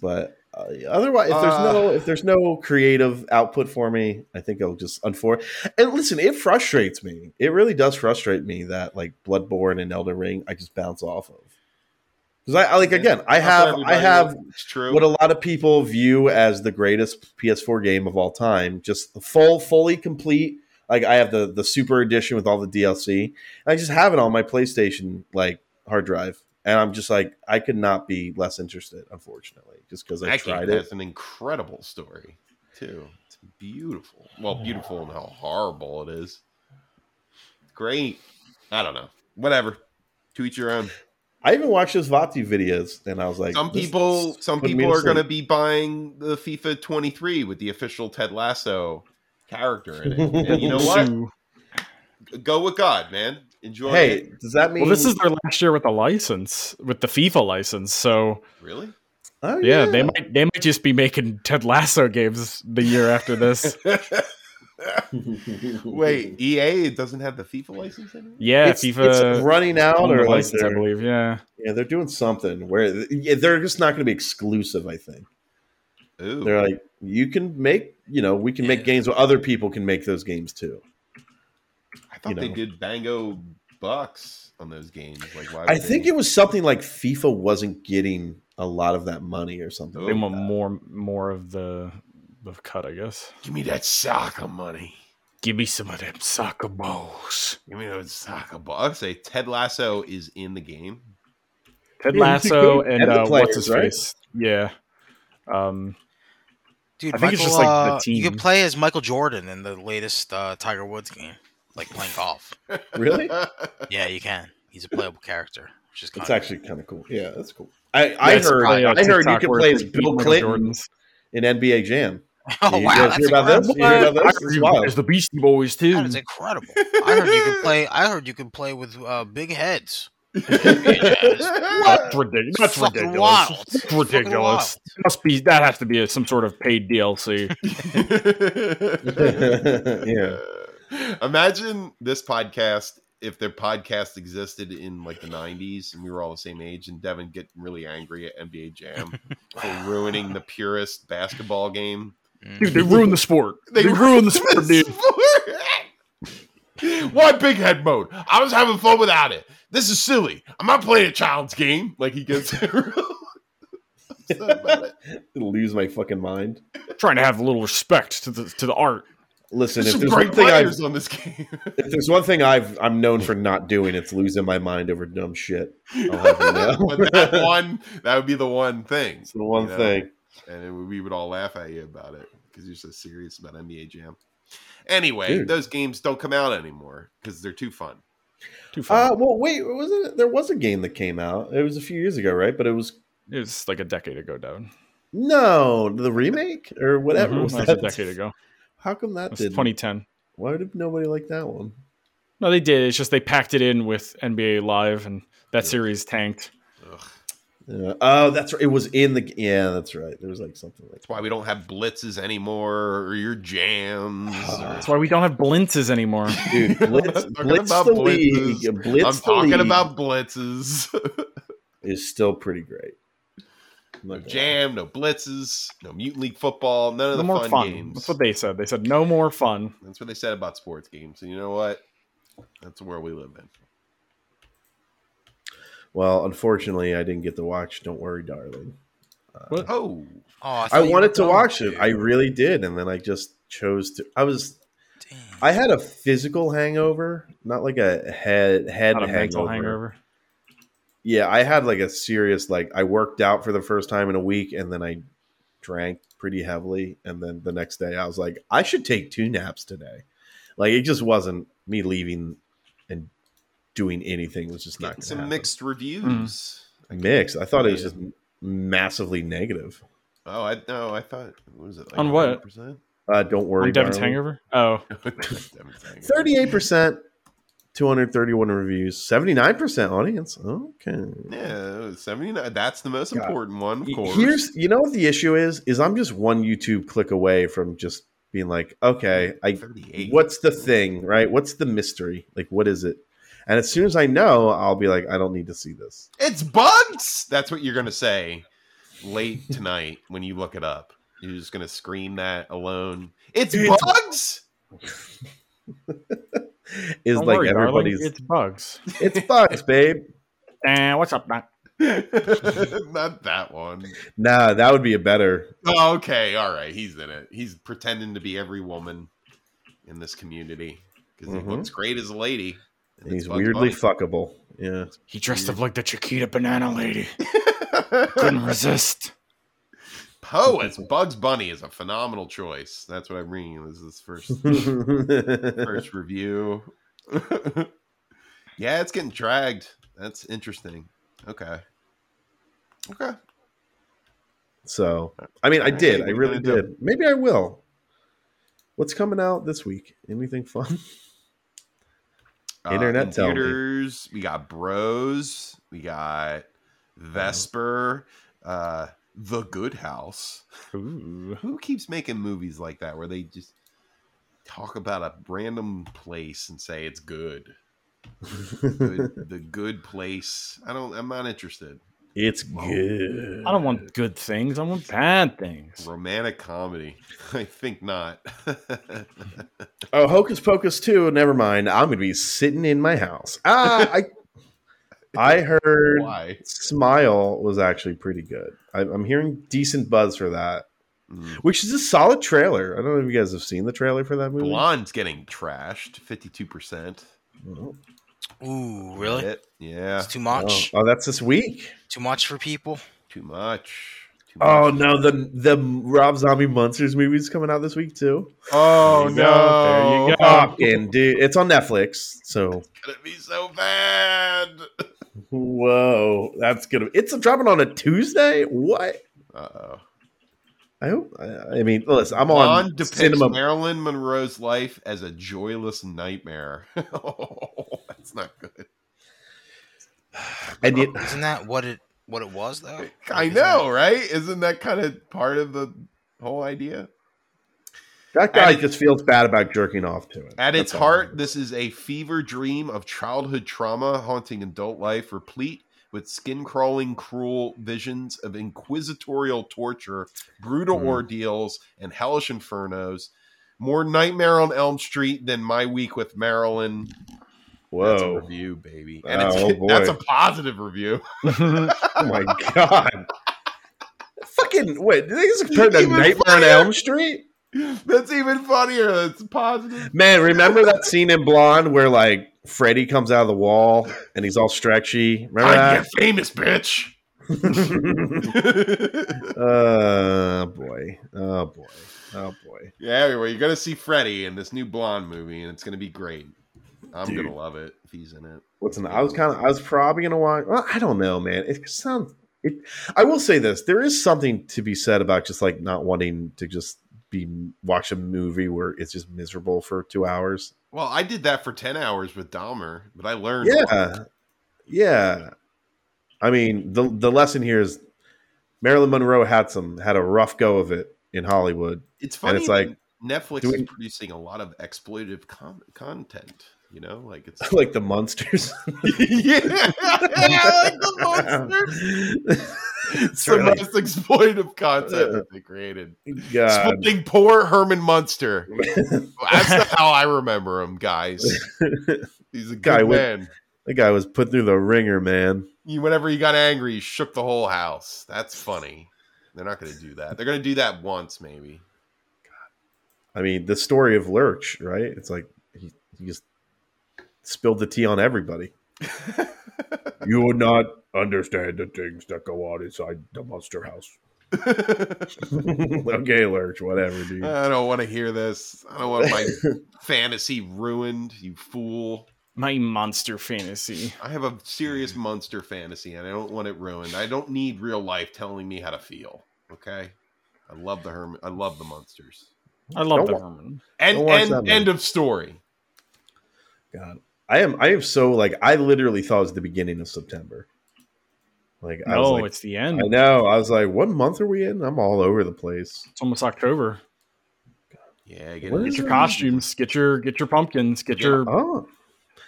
but uh, otherwise, if there's no
Uh.
if there's no creative output for me, I think it'll just unfor. And listen, it frustrates me. It really does frustrate me that like Bloodborne and Elden Ring, I just bounce off of. Because I, I like again, I
Not for
have I
everybody,
have
It's true.
what a lot of people view as the greatest PS4 game of all time, just the full, fully complete. Like I have the the super edition with all the DLC. I just have it on my PlayStation like hard drive, and I'm just like I could not be less interested, unfortunately, just because I
that game
tried it.
has an incredible story too. It's beautiful. Well, beautiful and how horrible it is. Great. I don't know. Whatever. To each your own.
I even watched those Vati videos, and I was like,
Some
this
people,
is
some
putting me
people
to
are going to
sleep.
be buying the FIFA 23 with the official Ted Lasso character in it. And you know what? Go with God, man. Enjoy.
Hey,
it.
does that mean
Well, this is their last year with the license, with the FIFA license. So
really?
Oh,
yeah, they might they might just be making Ted Lasso games the year after this.
Wait, EA doesn't have the FIFA license anymore.
Yeah,
It's- it's
FIFA
running out,
owned
or
the
like
license, I
they're-
believe. Yeah.
Yeah, they're doing something where yeah, they're just not going to be exclusive. I think
Ooh.
they're like, you can make, you know, we can make
Yeah.
games, but other people can make those games too.
I thought
you
they
know.
did Bango Bucks on those games. Like, why
I
would
think
they-
it was something like FIFA wasn't getting a lot of that money or something.
Oh.
They
like
want
that.
more more of the the cut, I guess.
Give me that soccer money.
Give me some of them soccer balls.
Give me those soccer balls. I say Ted Lasso is in the game.
Ted
Yeah, you
Lasso
could-
and
and the
uh,
players,
what's his
right?
face? Yeah. Um,
Dude,
I think it's
Michael,
just, like, the
uh, You
team.
could play as Michael Jordan in the latest uh, Tiger Woods game, like playing golf.
Really?
yeah, you can. He's a playable character, which is kind
It's
of
actually kind of cool. Yeah, that's cool. I, I
that's
heard
probably a
I heard you
TikTok
could
where
play
it's
as
like
Bill
Michael
Clinton
Jordan's.
in NBA Jam.
Oh
you
wow,
guys
that's
hear about
incredible.
this? You hear about this? This is wild.
the Beastie Boys too.
That is incredible. I heard you could play. I heard you could play with uh, big heads.
That's ridiculous. That's
Fucking
ridiculous.
wild.
That's
Fucking
ridiculous. Must be that has to be a, some sort of paid DLC.
yeah.
Imagine this podcast if their podcast existed in like the 90s and we were all the same age and Devin getting really angry at NBA Jam for ruining the purest basketball game.
Mm.
Dude, they ruined the sport. They, ruined the sport, dude.
dude. Why big head mode? I was having fun without it. This is silly. I'm not playing a child's game. Like he gets real upset about it.
It'll lose my fucking mind.
Trying to have a little respect to the to the art.
Listen,
There's
if
some
there's
great
one thing I've
players on this game.
if there's one thing I've I'm known for not doing, it's losing my mind over dumb shit. I'll have you Oh, know.
but that one, that would be the one thing.
It's the one
you know?
thing.
and it, would- we would all laugh at you about it because you're so serious about NBA Jam. Anyway,
Dude.
those games don't come out anymore because they're too fun.
Too far.
Uh, well, wait, was it? There was a game that came out. It was a few years ago, right? But it was
it was like a decade ago, Devin.
no the remake or whatever.
Mhm,
Was
that was
that?
a decade ago.
How come that
That's
didn't?
2010.
Why did nobody like that one?
No, they did. It's just they packed it in with NBA Live, and that series tanked.
Ugh.
Yeah. Oh, that's right. It was in the. Yeah, that's right. There was like something like.
That's why we don't have blitzes anymore or your jams. or-
That's why we don't have blintzes anymore.
Dude, Blitz,
I'm talking
Blitz
about
the
blitzes.
league. Blitz
I'm
the
talking
League
about blitzes.
is still pretty great. I'm
no
not gonna lie.
jam, no blitzes, no mutant league football, none of
no
the
more
fun,
fun.
games.
That's what they said. They said no more fun.
That's what they said about sports games. And you know what? That's where we live in.
Well, unfortunately, I didn't get to watch. Don't worry, darling.
What?
Oh,
Oh,
I
thought you were
wanted to
done.
watch it. I really did, and then I just chose to. I was.
Damn.
I had a physical hangover, not like a head head
Not a mental
hangover.
hangover.
Yeah, I had like a serious like I worked out for the first time in a week, and then I drank pretty heavily, and then the next day I was like, I should take two naps today. Like it just wasn't me leaving and doing anything was just not
getting
gonna
some
happen.
mixed reviews.
Mm.
mixed. I thought it was just massively negative.
Oh, I no, I thought what was it like
On what?
100%?
Uh, don't worry,
On Devin's
darling.
hangover. Oh,
Thirty-eight percent, two hundred thirty-one reviews, seventy-nine percent audience. Okay.
Yeah, seventy nine. That's the most
God.
important one, of course.
Here's you know what the issue is is I'm just one YouTube click away from just being like, okay, I
thirty eight.
what's the thing, right? What's the mystery? Like, what is it? And as soon as I know, I'll be like, I don't need to see this.
It's bugs. That's what you're gonna say late tonight when you look it up. You're just gonna scream that alone. It's,
It's-
bugs.
Is
don't
like
worry, darling,
everybody's
It's bugs.
it's, bugs, babe.
And what's up, Matt?
Not that one.
Nah, that would be a better.
Oh, okay, all right. He's in it. He's pretending to be every woman in this community because
Mhm.
he looks great as a lady. and it's
He's
Bugs
weirdly
Bunny.
fuckable. Yeah.
He dressed up like the Chiquita Banana Lady. resist.
Poe as Bugs Bunny is a phenomenal choice. That's what I'm reading. This is his first first review. yeah, it's getting dragged. That's interesting. Okay. Okay.
So, I mean, I
Alright,
did.
what
I
are you
really
gonna do?
did. Maybe I will. What's coming out this week? Anything fun? Internet
in
tell me.
theaters. Uh, We got Bros. We got Vesper. Uh, the Good House.
Ooh.
Who keeps making movies like that where they just talk about a random place and say it's good? good, the good place. I don't. I'm not interested.
it's good.
I don't want good things. I want bad things.
Romantic comedy. I think not.
Oh, Hocus Pocus 2. Never mind. I'm going to be sitting in my house. Ah, I I heard
Why?
Smile was actually pretty good. I, I'm hearing decent buzz for that,
Mm.
which is a solid trailer. I don't know if you guys have seen the trailer for that movie.
Blonde's getting trashed. Fifty-two percent.
Oh,
Ooh, really?
Yeah.
It's too much.
oh, that's this week.
Too much for people.
Too much. Too
Oh
much.
no, the the Rob Zombie Monsters movie is coming out this week too.
Oh
There you go.
There you go.
Oh.
Fucking dude, it's on Netflix. So
It's gonna be so bad.
whoa, that's gonna. It's dropping on a Tuesday. What?
Uh oh.
I hope. I, I mean, listen, I'm
Bond
on
depicts
cinema.
Marilyn Monroe's life as a joyless nightmare. oh, that's not good.
And you,
Isn't that what it what it was though? Like,
I
isn't
know, right? Isn't that kind of part of the whole idea?
that guy
And-
just feels bad about jerking off to it.
At its
That's all.
heart, this is a fever dream of childhood trauma haunting adult life, replete with skin crawling, cruel visions of inquisitorial torture, brutal
Hmm.
ordeals, and hellish infernos. More Nightmare on Elm Street than My Week with Marilyn. That's a
Whoa!
review, baby. And it's,
Oh, boy.
that's a positive review.
Oh my god! Fucking wait! Did they just compare that
Even
Nightmare on
funnier.
Elm Street?
That's even funnier. That's positive.
Man, remember that scene in Blonde where like Freddy comes out of the wall and he's all stretchy? Remember
I'm
that?
your famous bitch.
oh boy! Oh boy! Oh boy!
Yeah, everywhere. You're gonna see Freddy in this new blonde movie, and it's gonna be great. I'm
Dude.
gonna love it if he's in it.
What's an? I was kind of. I was probably gonna watch. Well, I don't know, man. It sounds. It. I will say this: there is something to be said about just like not wanting to just be watch a movie where it's just miserable for two hours.
Well, I did that for ten hours with Dahmer, but I learned. a lot.
Yeah, yeah. I mean, the the lesson here is Marilyn Monroe had some had a rough go of it in Hollywood.
it's funny.
And it's like-
that Netflix
do we-
is producing a lot of exploitive con- content. You know, like it's
like the monsters.
yeah, yeah, like the monsters. It's the
really-
most exploitive content that they created.
Uh, God.
Splitting poor Herman Munster. That's not how I remember him, guys. He's a good
Guy with-
man.
That guy was put through the ringer, man.
you whenever you got angry, you shook the whole house. That's funny. They're not going to do that. They're going to do that once, maybe.
I mean, the story of Lurch, right? It's like he, he just spilled the tea on everybody. you would not understand the things that go on inside the monster house.
I
okay, Lurch, whatever, dude.
don't want to hear this. I don't want my fantasy ruined. You fool!
My monster fantasy.
I have a serious monster fantasy, and I don't want it ruined. I don't need real life telling me how to feel. Okay, I love the hermit. I love the monsters.
I love
Don't
the
wa-
Herman.
And
Don't watch
and
that one.
end of story.
God, I am. I am so like. I literally thought it was the beginning of September. Like I
No,
was like,
it's the end.
I know. I was like, what month are we in? I'm all over the place.
It's almost October.
Yeah, get,
What
in-
is
Get your
it?
costumes. Get your get your pumpkins. Get
Yeah.
your
Oh,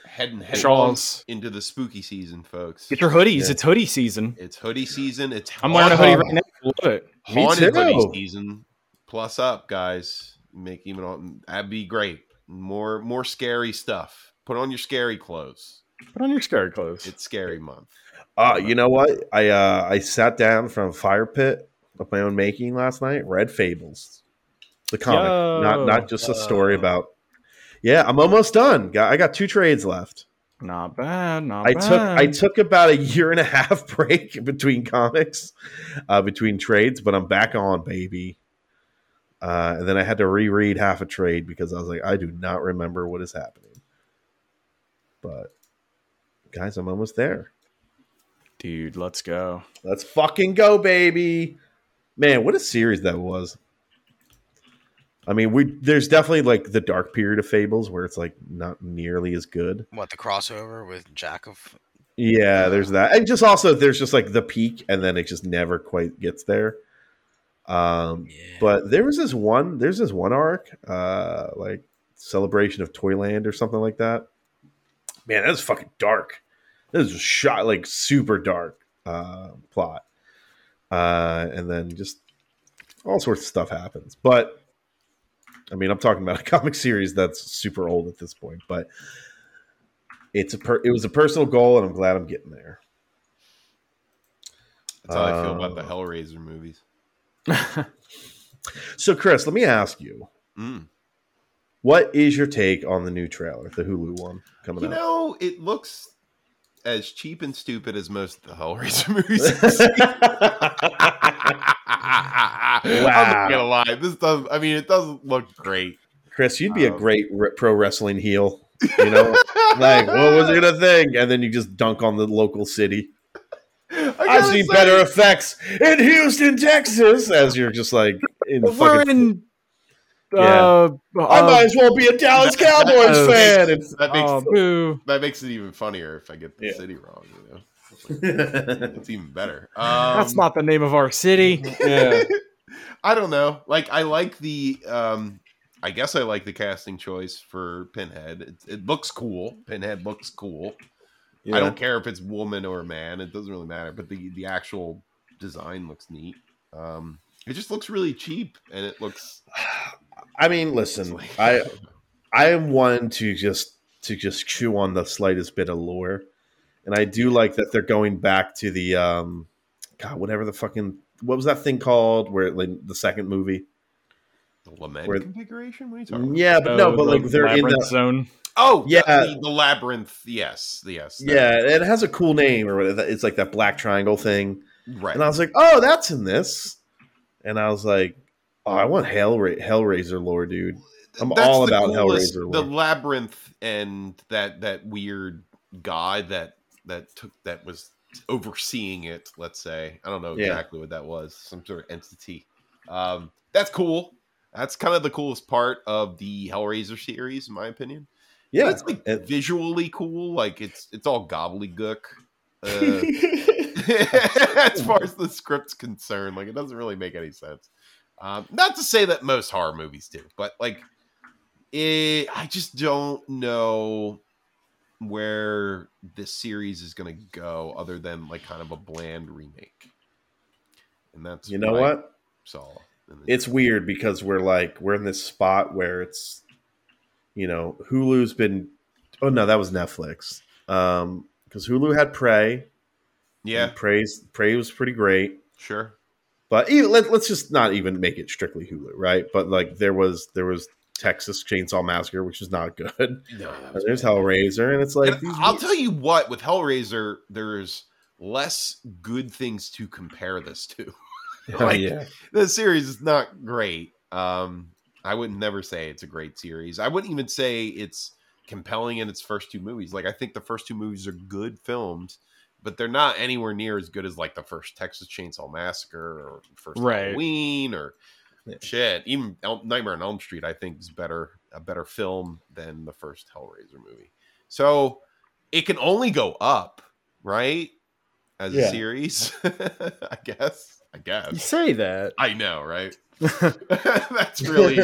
heading head
shawls.
into the spooky season, folks.
Get your hoodies.
Yeah.
It's hoodie season.
It's hoodie season. It's
I'm wearing a
haunted-
hoodie right now. I love it.
Me
haunted
too.
hoodie season. Plus up, guys. Make even on that'd be great. More more scary stuff. Put on your scary clothes.
Put on your scary clothes.
It's scary month.
uh, you know what? I uh, I sat down from a fire pit of my own making last night. Read Fables, the comic,
Yo.
not not just a story about. Yeah, I'm almost done. Got- I got two trades left.
Not bad. Not
I
bad.
took I took about a year and a half break between comics, uh, between trades, but I'm back on, baby. Uh, and then I had to reread half a trade because I was like, I do not remember what is happening. But guys, I'm almost there.
Dude, let's go.
Let's fucking go, baby. Man, what a series that was. I mean, we there's definitely like the dark period of Fables where it's like not nearly as good.
What the crossover with Jack of?
Yeah, there's that, and just also there's just like the peak, and then it just never quite gets there. Um,
Yeah.
but there was this one, there's this one arc, uh, like celebration of Toyland or something like that. Man, that was fucking dark. That was just shot like super dark uh, plot, uh, and then just all sorts of stuff happens. But I mean, I'm talking about a comic series that's super old at this point, but it's a per- it was a personal goal, and I'm glad I'm getting there.
That's how I feel about the
Uh.
Hellraiser movies.
So, Chris, let me ask you.
Mm.
What is your take on the new trailer, the Hulu one coming
You
out?
know, it looks as cheap and stupid as most of the Hellraiser movies. I'm not gonna lie. This does I mean it doesn't look great.
Chris, you'd be a
Um,
great re- pro wrestling heel. You know, like what was it a thing? And then you just dunk on the local city.
I
I've
gotta
seen
say-
better effects in Houston, Texas. As you're just like, in
But we're
fucking-
in.
Yeah.
Uh,
I
uh,
might as well be a Dallas Cowboys
that-
fan.
That makes
oh, boo.
that makes it even funnier if I get the
Um, Yeah.
city wrong. You know,
It's-
it's even better. Um,
That's not the name of our city.
yeah.
I don't know. Like I like the um I guess I like the casting choice for Pinhead. It, it looks cool. Pinhead looks cool. I don't care if it's woman or man. It doesn't really matter. But the the actual design looks neat. Um it just looks really cheap and it looks
I mean, listen, I I am one to just to just chew on the slightest bit of lore, and I do like that they're going back to the um, God, whatever the fucking what was that thing called? Where it, like, the second movie?
the lament
Where-
configuration? What are you talking about?
Yeah, but no,
Oh,
but
the
like they're in
labyrinth
the
zone.
Oh
Yeah.
the, the labyrinth. Yes, yes. that-
yeah, it has a cool name or whatever. It's like that black triangle thing,
Right.
and I was like, oh, that's in this, and I was like, oh, I want Hellra- Hellraiser lore, dude. I'm all
the
about
coolest-
Hellraiser
The
lore.
labyrinth and that that weird guy that that took that was overseeing it. Let's say I don't know
Yeah.
exactly what that was. Some sort of entity. Um, that's cool. That's kind of the coolest part of the Hellraiser series, in my opinion.
Yeah,
it's like
it-
visually cool. Like it's it's all gobbledygook. Uh, as far as the script's concerned. Like it doesn't really make any sense. Um, not to say that most horror movies do, but like it, I just don't know where this series is going to go, other than like kind of a bland remake. And that's
you know
I
what?
saw. in the-
it's weird because we're like we're in this spot where it's you know hulu's been oh no that was netflix um because hulu had prey
yeah,
and prey's prey was pretty great
sure.
but even, let, let's just not even make it strictly hulu right but like there was there was texas chainsaw massacre which is not good
No, that
and
was
there's
bad.
hellraiser and it's like
And
these-
I'll tell you what, with Hellraiser, there's less good things to compare this to.
Hell
like,
yeah.
the series is not great. Um, I would never say it's a great series. I wouldn't even say it's compelling in its first two movies. Like I think the first two movies are good films, but they're not anywhere near as good as like the first Texas Chainsaw Massacre or first
Right.
Halloween or
Yeah.
shit. Even El- Nightmare on Elm Street, I think, is better a better film than the first Hellraiser movie. So it can only go up, right? As a
Yeah.
series, I guess. I guess.
You say that.
I know, right? That's really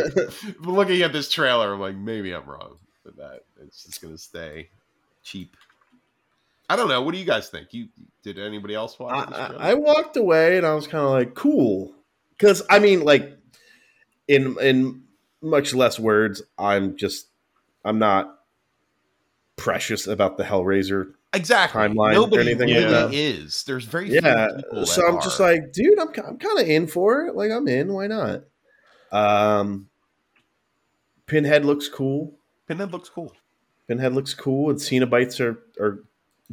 looking at this trailer. I'm like, maybe I'm wrong with that. It's just gonna stay cheap. I don't know. What do you guys think? You did anybody else watch this
I,
trailer?
I I walked away and I was kind of like, cool. Because I mean, like, in in much less words, I'm just I'm not precious about the Hellraiser.
exactly.
timeline or
Nobody
anything
like
really
that.
is. There's very
Yeah,
few people.
so
that
I'm just
are.
like, dude, I'm ki- I'm kind of in for it. Like, I'm in. Why not? Um, Pinhead looks cool.
Pinhead looks cool.
Pinhead looks cool, and Cenobites are are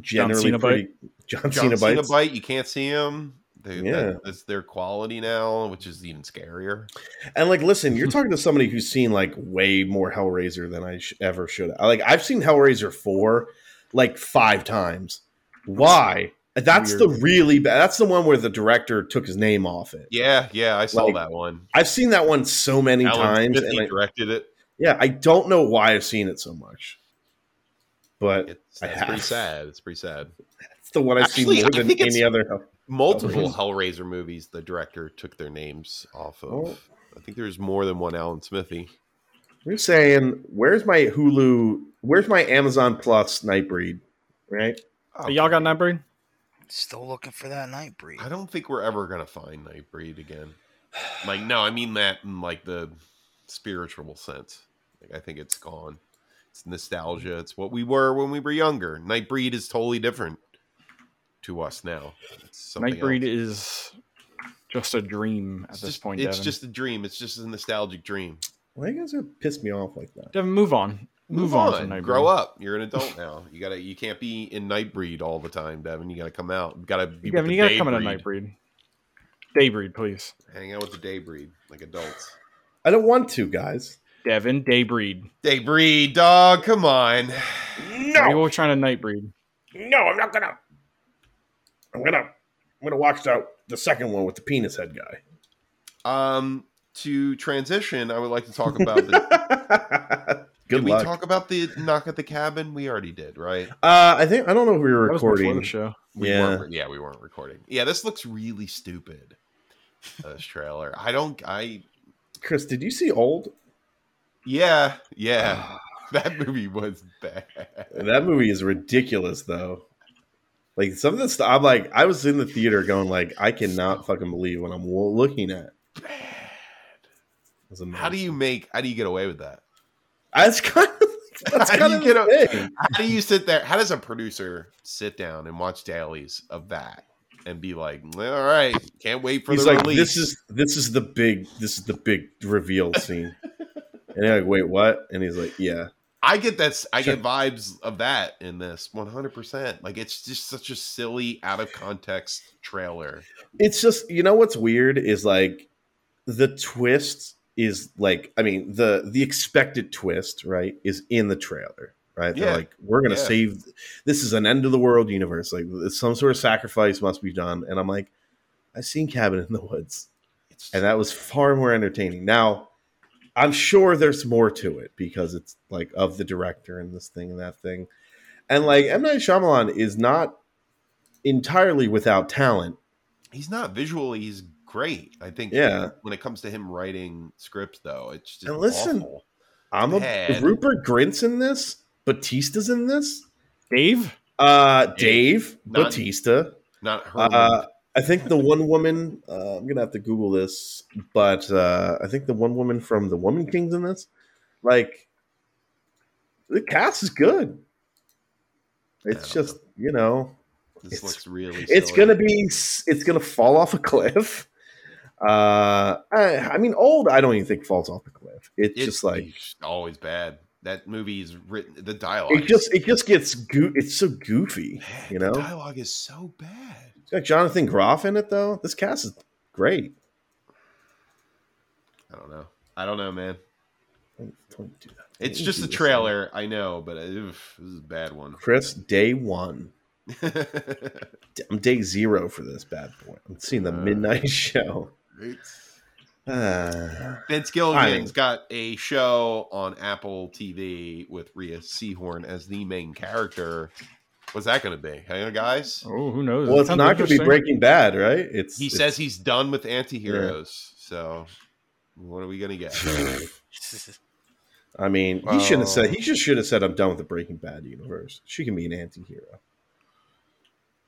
generally
Cenobite.
pretty. John,
John Cena
Cenobites.
bite. You can't see him. They,
Yeah.
that, that's their quality now, which is even scarier.
And like, listen, you're talking to somebody who's seen like way more Hellraiser than I sh- ever should. I- Like, I've seen Hellraiser four like five times. Why? That's the really bad. That's the one where the director took his name off it.
Yeah, yeah, I saw
Like,
that one.
I've seen that one so many
Alan
times,
Smithy
and I,
directed it.
yeah, I don't know why I've seen it so much, but
It's
I
that's pretty
have.
sad. It's pretty sad.
it's the one I've
Actually,
seen more
I
than
think it's-
any other.
multiple Hellraiser movies the director took their names off of.
Oh.
I think there's more than one Alan Smithy.
You're saying, where's my Hulu? Where's my Amazon Plus Nightbreed? Right?
Y'all got Nightbreed?
Still looking for that night breed.
I don't think we're ever gonna find Nightbreed again. Like, no, I mean that in like the spiritual sense. Like, I think it's gone. It's nostalgia. It's what we were when we were younger. Nightbreed is totally different to us now. It's something
Nightbreed
else.
is just a dream at
It's
this
just-
point.
it's
Devin.
just a dream. It's just a nostalgic dream.
Why you guys are piss me off like that?
Devin, move on. Move, on. to Nightbreed.
Grow up. You're an adult now. You gotta. You can't be in Nightbreed all the time, Devin. You gotta come out. You gotta be.
Devin,
with the
you gotta
day
come in a
breed.
Nightbreed. Daybreed, please.
Hang out with the Daybreed like adults.
I don't want to, guys.
Devin, Daybreed.
Daybreed, dog. Come on.
Maybe we're trying to Nightbreed.
No, I'm not gonna. I'm gonna. I'm gonna watch the the second one with the penis head guy.
Um, to transition, I would like to talk about the
Good
did
luck.
we talk about the knock at the cabin? We already did, right?
uh, I think I don't know if we were
That was before the
recording.
show.
We
Yeah.
Weren't, yeah, we weren't recording. Yeah, this looks really stupid. This trailer. I don't. I.
Chris, did you see Old?
Yeah. Yeah. that movie was bad.
That movie is ridiculous, though. Like some of the stuff, I'm like, I was in the theater going, like, I cannot fucking believe what I'm wo- looking at. It's
How do
amazing.
you make? How do you get away with that?
That's kind of that's
How do
kind
you
of
get
the
a-
thing.
How do you sit there? How does a producer sit down and watch dailies of that and be like, all right, can't wait for
He's
the
like,
release?
this is this is the big this is the big reveal scene. and they're like, wait, what? And he's like, yeah.
I get that. I get vibes of that in this 100%. Like, it's just such a silly, out of context trailer.
It's just you know what's weird is like the twist is like I mean the the expected twist right is in the trailer right they're
Yeah.
like we're gonna
Yeah.
save this is an end of the world universe like some sort of sacrifice must be done and I'm like I've seen Cabin in the Woods
It's
and that was far more entertaining. Now, I'm sure there's more to it because it's like of the director and this thing and that thing, and like M Night Shyamalan is not entirely without talent.
he's not visually, he's great. I think,
Yeah.
when it comes to him writing scripts, though, it's just
And listen-
awful.
I'm a
Man.
Rupert Grint's in this, Batista's in this,
Dave?
uh,
Dave.
Dave
Not-
Batista.
not her.
Uh, I think the one woman. Uh, I'm gonna have to Google this, but uh, I think the one woman from the Woman Kings in this, like, the cast is good. It's
Yeah.
just you know,
this
it's-
looks really
it's
silly.
gonna be s- it's gonna fall off a cliff. Uh, I, I mean, old. I don't even think falls off a cliff. It's,
It's
just like
always bad. That movie is written, the dialogue.
it
is
just it just gets goo- It's so goofy,
bad.
you
The
know.
dialogue is so bad.
It's got Jonathan Groff in it though. This cast is great.
I don't know. I don't know, man.
Don't, don't do that.
It's
Don't
just
do
a
this.
trailer. I know, but uh, oof, this is a bad one.
Chris, day one.
it's,
I'm day zero for this bad boy. I'm seeing the
Uh.
midnight show. Uh,
Vince Gilligan's got a show on Apple TV with Rhea Seahorn as the main character. What's that going to be? Hey, guys.
Oh, who knows?
well,
That
it's
sounds
not going to be
interesting.
Breaking Bad, right? It's
He
it's-
says he's done with anti-heroes. So what are we going to get?
I mean, he shouldn't have said.
Wow.
He just should have said, "I'm done with the Breaking Bad universe." She can be an anti-hero.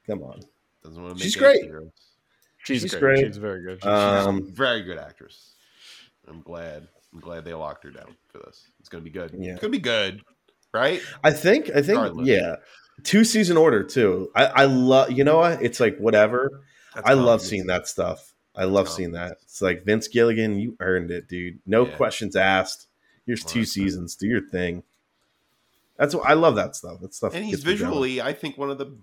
Come on,
Doesn't want to make
She's great.
anti-heroes.
She's,
She's
great.
great.
She's very good.
um,
Very good actress. I'm glad. I'm glad they locked her down for this. It's going to be good.
Yeah.
It's going to be good. Right?
I think, I think,
Regardless.
yeah, two season order too. I, I love, you know what? It's like whatever.
That's
I love
comedy.
seeing that stuff. I love
That's
seeing
comedy.
that. It's like Vince Gilligan, you earned it, dude. No
Yeah.
questions asked. Here's two
Right.
seasons. Do your thing. That's what I love. That stuff. That stuff.
and he's
gets me going.
visually, I think, one of the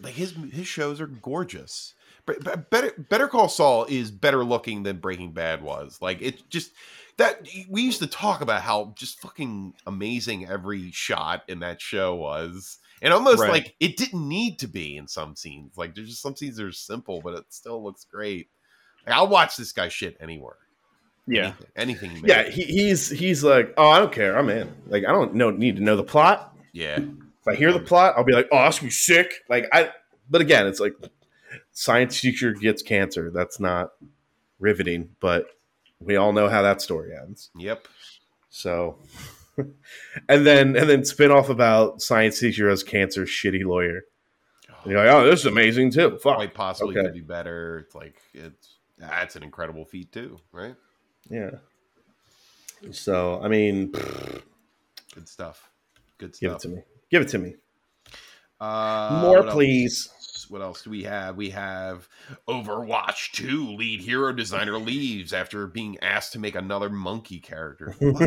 like his his shows are gorgeous. But, but better Better Call Saul is better looking than Breaking Bad was. Like it just that we used to talk about how just fucking amazing every shot in that show was, and almost
Right.
like it didn't need to be in some scenes. Like there's just some scenes that are simple, but it still looks great. Like, I'll watch this guy shit anywhere.
yeah.
anything. anything he
Yeah,
makes.
he, he's he's like, oh, I don't care. I'm in. Like, I don't know need to know the plot.
yeah.
If I hear the plot, I'll be like, oh, that's be sick. Like I, but again, it's like science teacher gets cancer. That's not riveting, but we all know how that story ends.
Yep.
So, and then and then spin off about science teacher has cancer, shitty lawyer. And you're like, oh, this is amazing too.
Probably
Fuck
possibly
okay.
could do better. It's like it's that's an incredible feat too, right?
yeah. So I mean,
Good stuff. Good
give
stuff.
it to me. Give it to me.
Uh,
More,
what else-
please.
What else do we have? We have Overwatch 2 lead hero designer leaves after being asked to make another monkey character. What,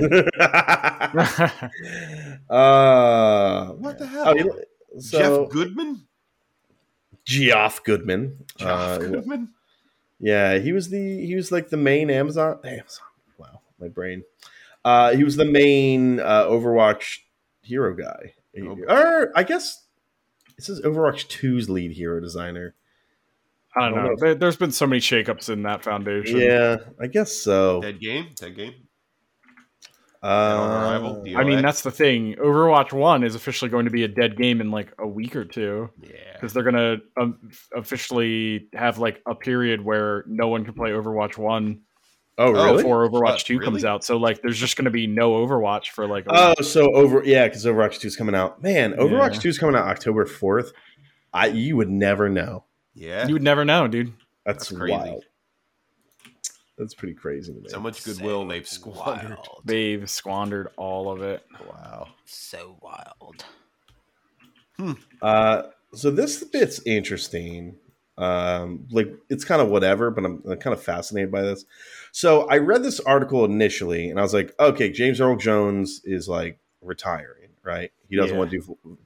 uh,
What the
oh,
hell?
you- so
Jeff Goodman?
Geoff Goodman.
Jeff
uh,
Goodman?
Yeah, he was the he was like the main Amazon. Amazon. Wow, my brain. Uh, he was the main uh, Overwatch hero guy,
Oh, boy.
or I guess this is Overwatch 2's lead hero designer.
I don't know. There, there's been so many shakeups in that foundation.
Yeah, I guess so.
Dead game, dead game.
Uh,
Arrival, DLX.
I mean, that's the thing. Overwatch 1 is officially going to be a dead game in like a week or two
yeah.
because they're going to um, officially have like a period where no one can play Overwatch 1
oh, really?
before Overwatch
Uh,
2 comes
really?
out. So, like, there's just going to be no Overwatch for like a week.
Oh, so over yeah, because Overwatch two is coming out. Man, Overwatch
Yeah.
two is coming out October fourth. I you would never know.
Yeah.
You would never know, dude.
That's,
That's crazy.
wild. That's pretty crazy to me.
So much goodwill they've squandered.
Wild.
They've squandered all of it.
Wow.
So wild.
Uh, so this bit's interesting. Um, like it's kind of whatever, but I'm, I'm kind of fascinated by this. So I read this article initially, and I was like, okay, James Earl Jones is like retiring, right? He doesn't
Yeah.
want to do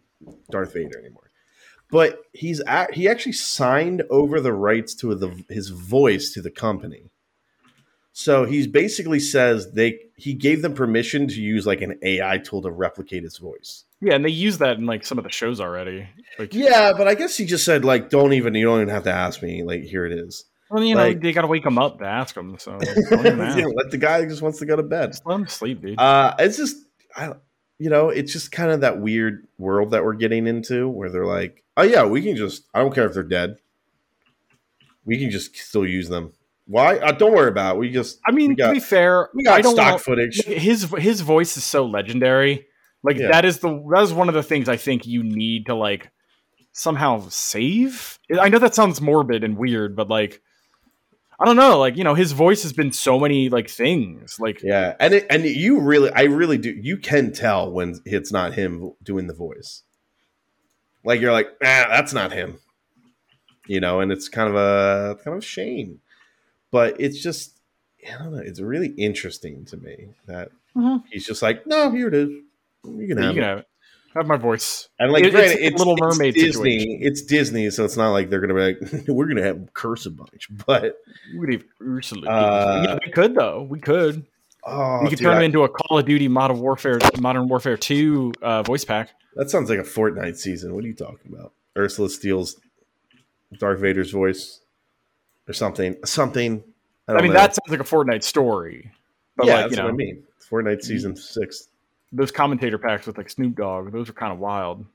Darth Vader anymore. But he's at, he actually signed over the rights to the his voice to the company. So he's basically says they he gave them permission to use like an AI tool to replicate his voice.
Yeah, and they use that in like some of the shows already. Like,
Yeah, but I guess he just said like, "Don't even. You don't even have to ask me. Like, here it is.
well, you know,
like-
they got to wake them up to ask them. So, like, don't even ask.
Yeah, let the guy who just wants to go to bed.
Just let them sleep, dude.
Uh, it's just, I, you know, it's just kind of that weird world that we're getting into where they're like, "Oh yeah, we can just. I don't care if they're dead. We can just still use them. Why? Uh, don't worry about. it. We just.
I mean,
we
to
got,
be fair,
we
I
got
don't
stock
want-
footage.
his his voice is so legendary. Like
Yeah.
that is the that is one of the things I think you need to like somehow save. I know that sounds morbid and weird, but like I don't know, like you know, his voice has been so many like things. Like
Yeah, and it, and you really, I really do. You can tell when it's not him doing the voice. Like you're like, ah, that's not him. You know, and it's kind of a kind of a shame, but it's just, I don't know. It's really interesting to me that
Mhm.
he's just like, no, here it is. You can have,
you
it."
know, have my voice.
and like,
it- it's
granted,
like a
it's,
Little
it's
Mermaid
Disney.
situation.
It's Disney, so it's not like they're gonna be like, we're gonna have him curse a bunch. But
We could have Ursula.
Uh,
yeah, we could though. We could.
oh,
we could
dude,
turn
I-
him into a Call of Duty Modern Warfare Modern Warfare Two uh, voice pack.
That sounds like a Fortnite season. What are you talking about? Ursula steals Darth Vader's voice or something. Something.
I,
don't
mean,
know.
that sounds like a Fortnite story. But
yeah,
like,
that's
you know,
what I mean. Fortnite season
Mm-hmm.
six.
those commentator packs with like Snoop Dogg, those were kind of wild.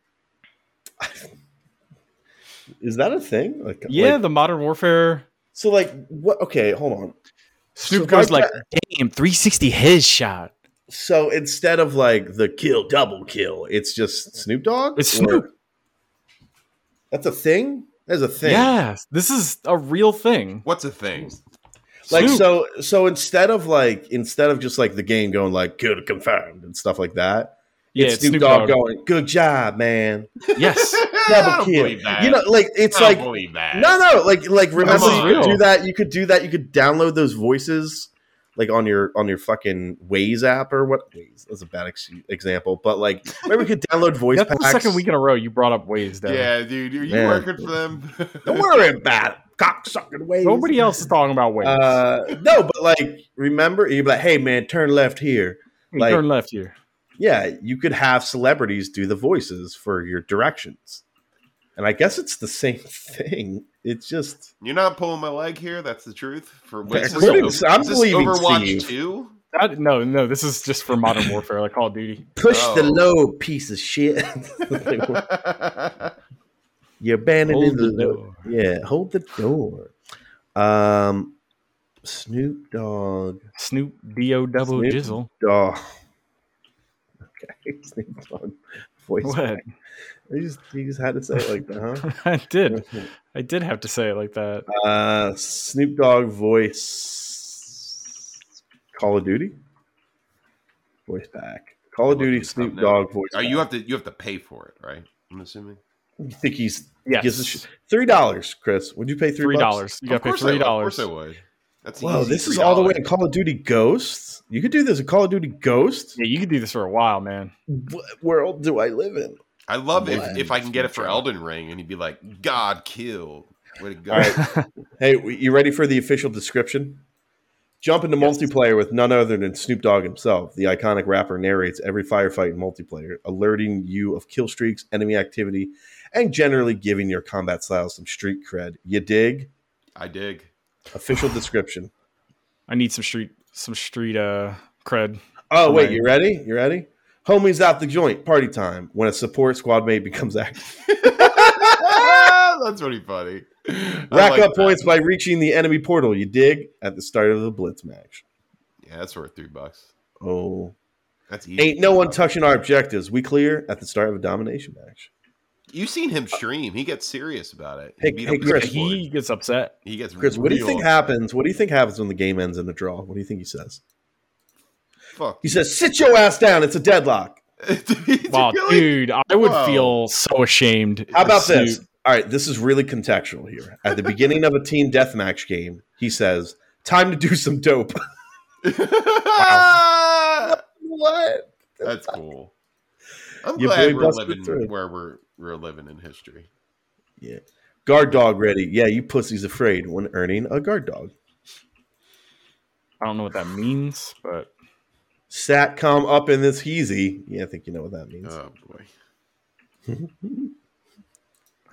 Is that a thing? Like,
Yeah,
like-
the Modern Warfare
so like, what? Okay, hold on.
Snoop
So
goes
like
like, damn, 360 his shot.
So instead of like the kill, double kill, it's just Snoop Dogg.
It's
Or-
Snoop.
That's a thing. That's a thing.
Yes, this is a real thing.
What's a thing?
Like
Snoop.
so. So instead of like, instead of just like the game going like kill confirmed and stuff like that.
Yeah,
it's Snoop, Dogg going, good job, man.
yes,
I
double
don't
kill.
believe that.
You know, like it's
I don't
like
believe that.
no, no, like like remember
on.
you could do
Real.
that. You could do that. You could download those voices like on your on your fucking Waze app or what? Waze that's a bad ex- example, but like remember you could download voice
that's the
packs.
second week in a row you brought up Waze. Devin.
Yeah, dude, are you
Man.
working for them?
Don't worry about it, cocksucking Waze.
nobody else is talking about Waze.
Uh, no, but like remember you'd be like, hey man, turn left here.
You
like-
turn left here.
Yeah, you could have celebrities do the voices for your directions, and I guess it's the same thing. It's just.
You're not pulling my leg here. That's the truth. For
Yeah,
what's this,
according
is
to- I'm
this
believing
Overwatch
Steve.
Two.
That, no, no, this is just for Modern Warfare, like Call of Duty.
Push the
Oh.
low, piece of shit. You're abandoning
Hold the
the, low.
door.
Yeah, hold the door. Um, Snoop Dogg.
Snoop D O double
Snoop.
jizzle.
Dogg. Okay, Snoop Dogg. Voice.
What?
He just, he just had to say it like that,
I did.
huh?
I did have to say it like that.
Uh, Snoop Dogg voice. Call of Duty? Voice pack. Call of
Look
Duty,
this up
Snoop
now.
Dogg voice.
Oh, you
pack.
have to you have to pay for it, right? I'm assuming.
You think he's gives a
Yes,
shit. three dollars, Chris? Would you pay three
three
bucks?
dollars. You got
Of
to pay
course I
three
would. Of course
dollars.
I would. That's an
Wow,
easy
this is
$3.
all the way to Call of Duty Ghosts. You could do this in Call of Duty Ghosts.
Yeah, you could do this for a while, man.
What world do I live in?
I love it
Wow.
if, if I can get it for Elden Ring, and he'd be like, "God kill." Way to go.
All right. Hey, w- you ready for the official description? Jump into multiplayer with none other than Snoop Dogg himself. The iconic rapper narrates every firefight in multiplayer, alerting you of kill streaks, enemy activity, and generally giving your combat style some street cred. You dig?
I dig.
Official description.
I need some street some street uh cred.
Oh wait,
Right.
you ready? You ready? Homies out the joint. Party time. When a support squad mate becomes active,
That's pretty funny. I
rack
like
up
that.
points by reaching the enemy portal. You dig at the start of the blitz match.
Yeah, that's worth three bucks.
Oh,
That's easy.
ain't no one
touching.
touching our objectives. We clear at the start of a domination match.
You've seen him stream. He gets serious about it.
Hey-
beat
hey,
up his
Chris,
keyboard.
He gets upset.
he gets
Chris, what do you
real
think
upset.
happens? What do you think happens when the game ends in a draw? What do you think he says?
Fuck.
He says, "Sit your ass down. It's a deadlock."
He's
Wow,
really-
dude, I would
Whoa.
feel so ashamed.
How about
if
this?
Snoop-
All right, this is really contextual here. At the beginning of a team deathmatch game, he says, "Time to do some dope." what?
That's cool. I'm
Your
glad
boy
we're
busted
living
through.
where we're we're living in history.
Guard dog ready. Yeah, you pussy's afraid when earning a guard dog.
I don't know what that means, but
Satcom up in this heezy. Yeah, I think you know what that means.
Oh boy.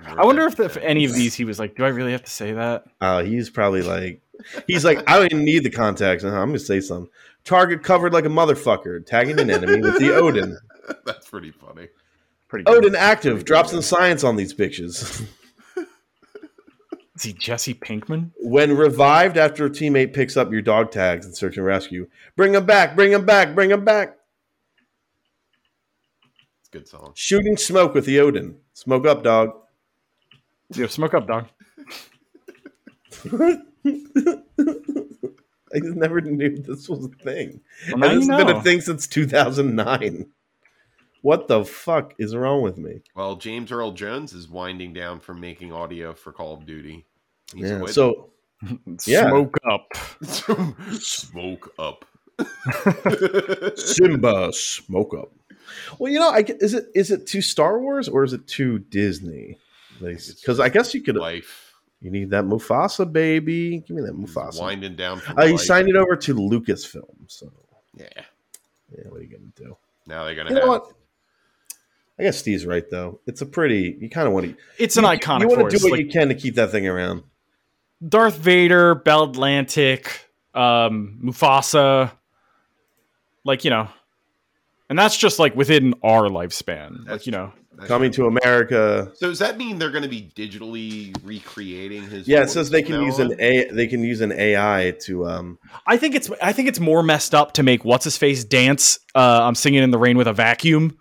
I wonder if, if any of these he was like, "Do I really have to say that?"
Uh, he's probably like, he's like, I don't even need the contacts. Uh-huh, I'm gonna say something. Target covered like a motherfucker, tagging an enemy with the Odin.
That's pretty funny.
Pretty good.
Odin active, drops some science on these bitches.
Is he Jesse Pinkman?
when revived after a teammate picks up your dog tags and search and rescue, bring them back, bring them back, bring them back.
It's a good song.
Shooting smoke with the Odin. Smoke up, dog.
Yo, smoke up, dog.
I never knew this was a thing.
Well,
And
now
this
you
has been
know.
a thing since 2009. What the fuck is wrong with me?
Well, James Earl Jones is winding down from making audio for Call of Duty. He's
Yeah,
quit.
so Yeah.
Smoke up.
smoke up.
Simba smoke up. Well, you know, I, g- is it is it to Star Wars or is it to Disney? Because I guess you could
life.
you need that Mufasa baby. Give me that
He's
Mufasa.
Winding down. From
Uh, he
life.
signed it over to Lucasfilm. So
Yeah.
yeah, what are you gonna do?
Now they're gonna
You know
have.
what? I guess Steve's right though. It's a pretty. You kind of want to.
It's an iconic
You want to
force.
do what
like
you can to keep that thing around.
Darth Vader, Bell Atlantic, um, Mufasa. Like you know, and that's just like within our lifespan.
That's
Like you know,
That's
Coming to America.
So does that mean they're going to be digitally recreating his?
Yeah, it
voice
says they
from
can
now
use
on?
an a. They can use an AI to. Um,
I think it's I think it's more messed up to make what's his face dance. Uh, I'm singing in the rain with a vacuum.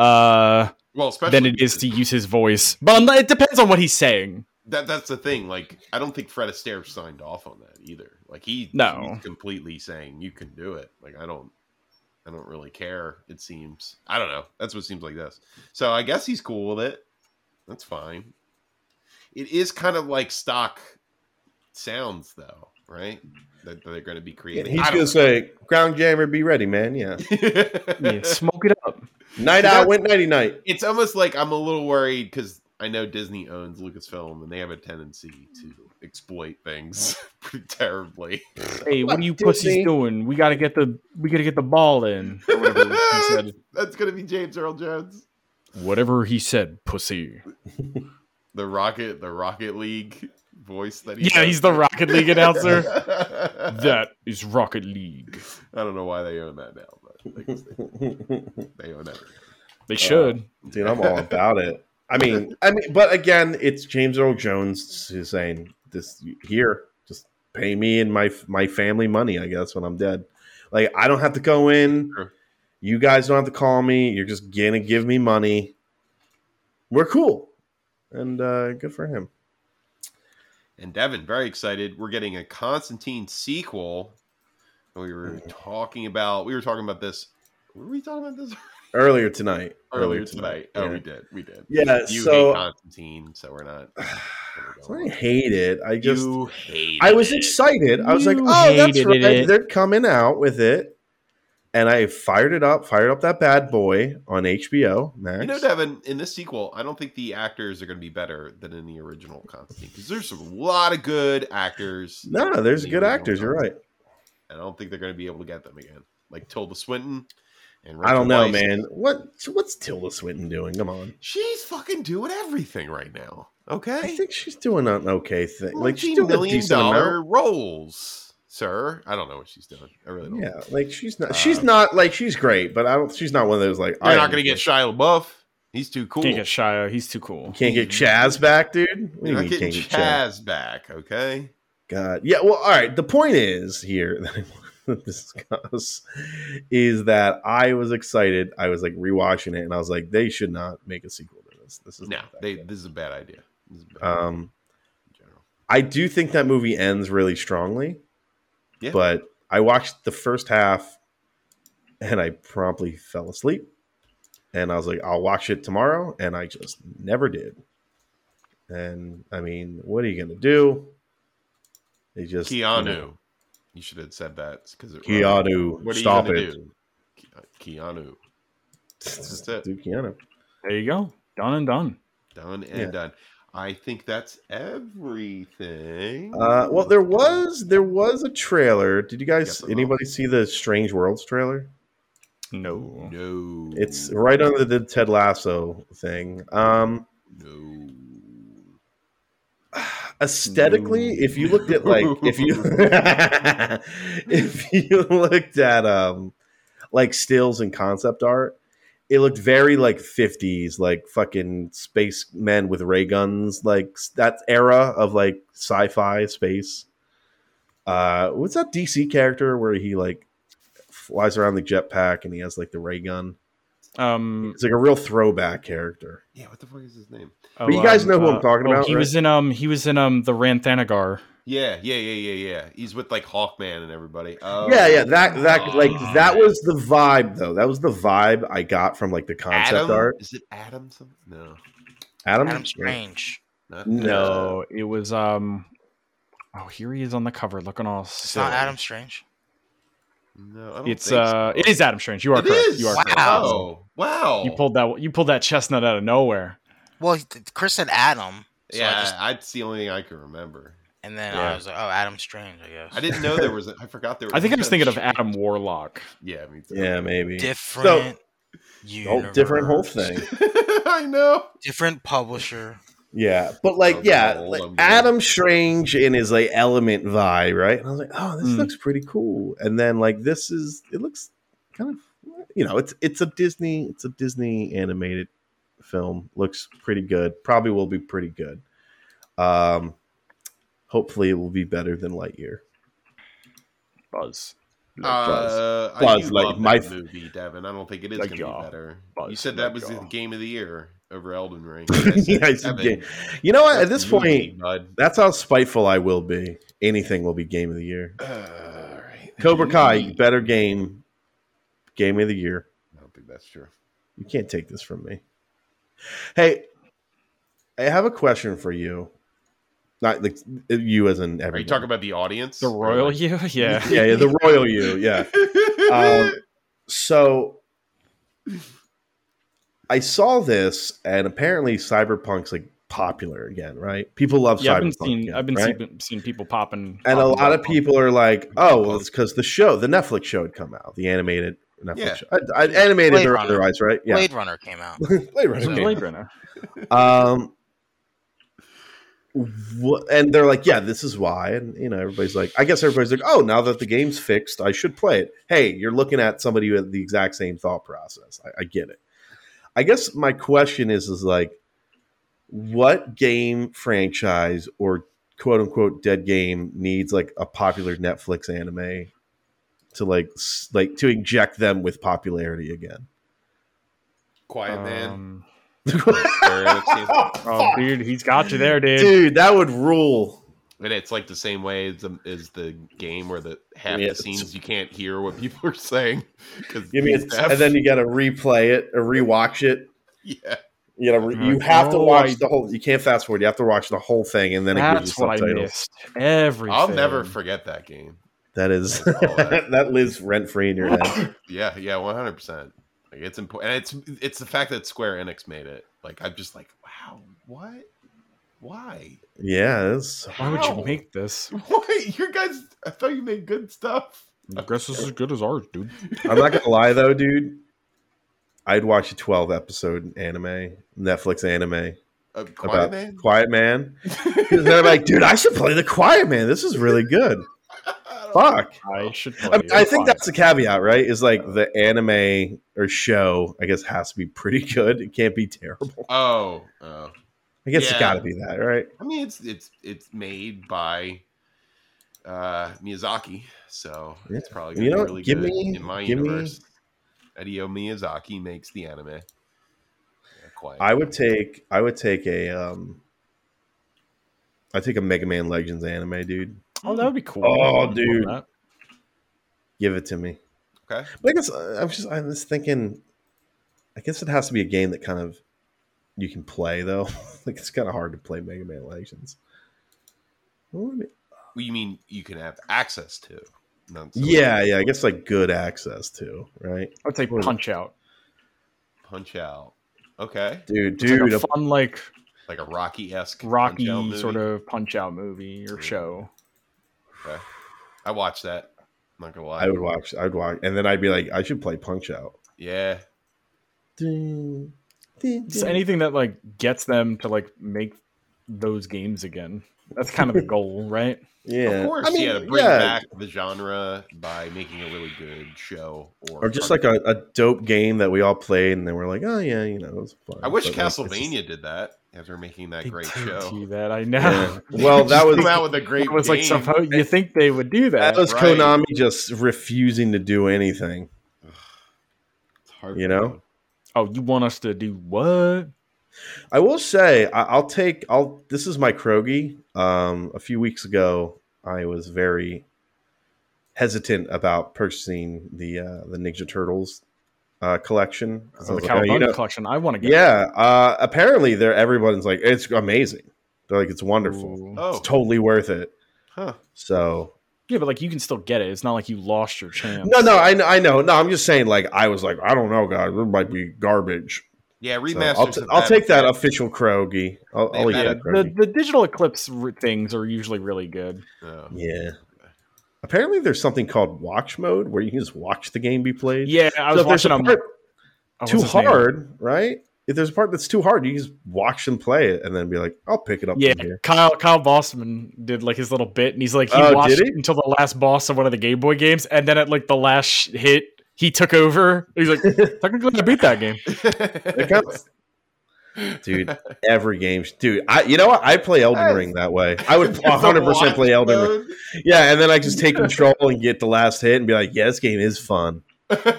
Uh,
well, especially
than it is to use his voice, but I'm not- it depends on what he's saying.
that. That's the thing. Like, I don't think Fred Astaire signed off on that either. Like, he
No.
he's completely saying you can do it. Like, I don't, I don't really care. It seems. I don't know. That's what it seems like this. So I guess he's cool with it. That's fine. It is kind of like stock sounds, though, right? That that they're going to be creating.
he's
I
gonna
don't
say, "Ground jammer, be ready, man." Yeah,
know.
Yeah, smoke it up.
night
That's-
out, went nighty night.
it's almost like I'm a little worried because I know Disney owns Lucasfilm and they have a tendency to exploit things pretty terribly.
Hey, what are you
Disney.
pussies doing? We gotta get the we gotta get the ball in. Or whatever he said.
That's gonna be James Earl Jones.
Whatever he said, pussy.
The Rocket, the Rocket League voice that he
Yeah,
does.
he's the Rocket League announcer. that is Rocket League.
I don't know why they own that now, but I guess
Dude,
they, they own everything.
They should.
I'm all about it. I mean, I mean, but again, it's James Earl Jones who's saying this here. Just pay me and my my family money, I guess, when I'm dead. Like I don't have to go in.
Sure.
You guys don't have to call me. You're just gonna give me money. We're cool, and uh, good for him.
And Devin, very excited. We're getting a Constantine sequel. We were talking about we were talking about this. Were we talking about this
Earlier tonight.
earlier tonight? Oh,
yeah.
we did. We did.
Yeah,
you hate
so
Constantine, so we're not.
so I hate it. I just
you hate.
I was
it.
excited. I was like,
You
oh, that's
hated
right.
it.
They're coming out with it. And I fired it up, fired up that bad boy on HBO Max.
You know, Devin, in this sequel, I don't think the actors are going to be better than in the original Constantine because there's a lot of good actors,
no, there's
The
good
original
actors. You're right.
and I don't think they're going to be able to get them again. Like Tilda Swinton and
I
Rachel
don't know,
Weisz.
man. What what's Tilda Swinton doing? Come on.
She's fucking doing everything right now. Okay.
I think she's doing an okay thing. Like she's
Multi-million
doing a decent
dollar
amount.
roles, sir. I don't know what she's doing. I really don't.
Yeah, like she's not. she's
Um,
not like she's great, but I don't. She's not one of those like.
You're
I
not
am-
going to get Shia LaBeouf. He's too cool.
Can't get Shia. He's too cool.
Can't get Chaz back, dude. What do
You're
you
not
mean
getting
can't get Chaz?
Chaz back, okay?
God. Yeah. Well, all right. The point is here that I want to discuss is that I was excited. I was like rewatching it, and I was like, they should not make a sequel to this. This is
No,
not that
they,
good.
this is a bad idea. This is a bad idea
Um,
in general.
I do think that movie ends really strongly.
Yeah.
But I watched the first half and I promptly fell asleep. And I was like, I'll watch it tomorrow. And I just never did. And I mean, what are you going to do? They just.
Keanu. You should have said that because it
Keanu.
What are
stop
you gonna
it.
do? Keanu.
Just
it.
do Keanu.
There you go. Done and done.
Done and
Yeah.
done. I think that's everything.
Uh, well, there was there was a trailer. Did you guys
Yes, I know.
anybody see the Strange Worlds trailer?
No.
no.
It's right under the Ted Lasso thing. Um,
no.
aesthetically
No.
if you looked at like if you if you looked at um like stills and concept art it looked very like 50s like fucking space men with ray guns like s- that era of like sci-fi space uh what's that dc character where he like flies around the jetpack and he has like the ray gun
Um.
it's like a real throwback character
Yeah, what the fuck is his name?
but you guys
um,
know who i'm
uh,
talking
oh,
about
He
right?
was in um. He was in um the Ranthanagar.
Yeah, yeah, yeah, yeah, yeah. He's with like Hawkman and everybody. Oh,
yeah, yeah, that that like
God.
that was the vibe though. That was the vibe I got from like the concept
Adam?
art.
Is it Adam something? No.
Adam,
Adam Strange.
Not
No.
No, it was um. Oh, here he is on the cover, looking all.
It's
Silly.
not Adam Strange.
No, I don't
It's
think
uh,
so.
it is Adam Strange. You are
It
correct.
is!
You are
wow.
correct.
Wow.
You pulled that. You pulled that chestnut out of nowhere.
Well, he- Chris said Adam. so I
yeah,
just-
that's the only thing I can remember.
and then
Yeah.
I was like, oh, Adam Strange, I guess.
I didn't know there was. A, I forgot there. Was
I think
a
I was thinking of
Strange.
Adam Warlock.
Yeah, me too.
Yeah, maybe.
different.
Whole- oh, different whole
universe,
thing.
I know.
Different publisher.
Yeah, but like
Oh,
yeah,
no,
like
I'm good.
Adam Strange in his like element vibe, right? And I was like, oh, this
Mm.
looks pretty cool. And then like this is it looks kind of you know it's it's a Disney it's a Disney animated film. Looks pretty good. Probably will be pretty good. Um, hopefully it will be better than Lightyear.
Buzz.
Uh, I
Buzz,
do
like,
love
my-
that movie, Devin. I don't think it is
Like
going to
jaw.
be better. you
Buzz,
said that
like
was the
jaw.
game of the year over Elden Ring.
Yeah, I said game- You know what? At this point,
bud.
That's how spiteful I will be. Anything will be game of the year.
All right.
Cobra Kai, better game, game of the year.
I don't think that's true.
You can't take this from me. Hey, I have a question for you. Not like you as in
Are you
everybody.
talking about the audience?
The royal you, yeah.
yeah, yeah, the royal you, yeah. Um, so I saw this, and apparently Cyberpunk's like popular again, right? People love
Yeah, I've been
Cyberpunk.
seeing.
again,
I've been
right?
seeing, seeing people popping.
and a
popping
lot of
Cyberpunk.
people are like, "Oh, well, it's because the show, the Netflix show, had come out, the animated Netflix
Yeah.
show, I, I, animated
Blade
or
Runner.
otherwise, right? Yeah,
Blade Runner came out.
Blade Runner.
It's
came
Blade Runner.
um, wha- and they're like, yeah, this is why, and you know, everybody's like, I guess everybody's like, oh, now that the game's fixed, I should play it. Hey, you're looking at somebody with the exact same thought process. I, I get it. I guess my question is, is like, what game franchise or quote unquote dead game needs like a popular Netflix anime to like s- like to inject them with popularity again?
Quiet man.
Um,
Alexander.
oh, dude, he's got you there, dude.
dude, that would rule.
And it's like the same way as the, as the game where the half
Yeah,
the
it's-
scenes you can't hear what people are saying. 'cause
Give me a,
it's deaf.
and then you got to replay it or rewatch it.
yeah.
You got
You're
to re- you
like,
have to
"Oh,
watch
I-
the whole. You can't fast forward. You have to watch the whole thing, and then it gives you
That's what I
subtitles.
missed. Everything.
I'll never forget that game.
That is
That's all
that.
that-
lives rent free in your head.
Yeah, yeah, one hundred percent. Like it's important, and it's it's the fact that Square Enix made it. Like I'm just like, wow, what? Why?
Yeah, it's,
Why would
How?
you make this?
Why you guys? I thought you made good stuff.
I guess this is as good as ours, dude.
I'm not gonna lie though, dude. I'd watch a 12 episode anime, Netflix anime,
Uh, Quiet
about
Man?
Quiet Man. 'Cause then I'm like, dude, I should play the Quiet Man. This is really good. Fuck.
I should.
I, mean, I think that's the caveat, right? Is like the anime or show, I guess, has to be pretty good. It can't be terrible.
Oh, oh.
I guess
Yeah.
it's got to be that, right?
I mean, it's it's it's made by uh Miyazaki, so it's probably gonna
You know,
be really
give
good
me-
in my
give me-
universe. Hideo Miyazaki makes the anime. Yeah, quiet.
I would take, I would take a, um, I take a Mega Man Legends anime, dude.
Oh, that would be cool.
Oh,
I would love
dude.
that.
Give it to me.
Okay.
But I guess uh, I was just, I was thinking, I guess it has to be a game that kind of you can play though. like it's kind of hard to play Mega Man Legends. What would it-
Well, you mean you can have access to? Not so
yeah, yeah. I guess like good access too, right?
I would say
What-
Punch Out.
Punch out. Okay,
Dude,
It's like
dude,
a fun like
like a Rocky esque
Rocky sort of Punch Out movie or show.
I watched that. I'm not gonna lie.
I would watch. I'd watch, and then I'd be like, I should play Punch Out.
Yeah,
Ding, ding,
Just
ding.
anything that like gets them to like make those games again. That's kind of the goal, right?
yeah,
of course.
I mean,
yeah, to bring
yeah.
back the genre by making a really good show, or
or just like a, a dope game that we all played, and then we're like, oh yeah, you know, it was fun.
I wish
But, like, it's just-
Castlevania did that after making that
They
great
did
show.
do that. I know.
Yeah. Well, that was
Come out with a great
It was like
game.
supposed you think they would do that.
that was
right.
Konami just refusing to do anything.
It's hard
you
for
know?
them.
oh, you want us to do what?
I will say, I, I'll take. I'll. This is my Krogi. Um, a few weeks ago, I was very hesitant about purchasing the uh, the Ninja Turtles uh, collection. 'Cause I
So the
was like, oh,
Cowabunga
you know-
collection. I want to get.
yeah. Uh, apparently, they're everyone's like, it's amazing. They're like, it's wonderful.
Ooh.
Oh,
It's totally worth it.
huh.
So
Yeah, but like you can still get it. It's not like you lost your chance.
no, no, I know, I know. No, I'm just saying. Like, I was like, I don't know, guys. It might be garbage.
Yeah,
So
remasters.
I'll, t-
of
I'll take that
Battlefield.
official Krogi. I'll,
They
I'll eat
Yeah,
that
abandoned
the,
Krogi.
the digital eclipse r- things are usually really good.
Oh.
Yeah. Apparently, there's something called watch mode where you can just watch the game be played.
Yeah, I
So
was
if there's
watching um, oh,
a
them.
part too hard, right? If there's a part that's too hard, you just watch them play it and then be like, "I'll pick it up
Yeah,
from here."
Kyle Kyle Bossman did like his little bit, and he's like he
Oh, did
watched
he?
until the last boss of one of the Game Boy games, and then at like the last sh- hit, he took over. He's like, technically, I beat that game.
It counts. Dude, every game, dude. I, you know what? I play Elden Ring that way. I would 100 percent play Elden Ring. Yeah, and then I just take control and get the last hit and be like, "Yeah, this game is fun."
Chris,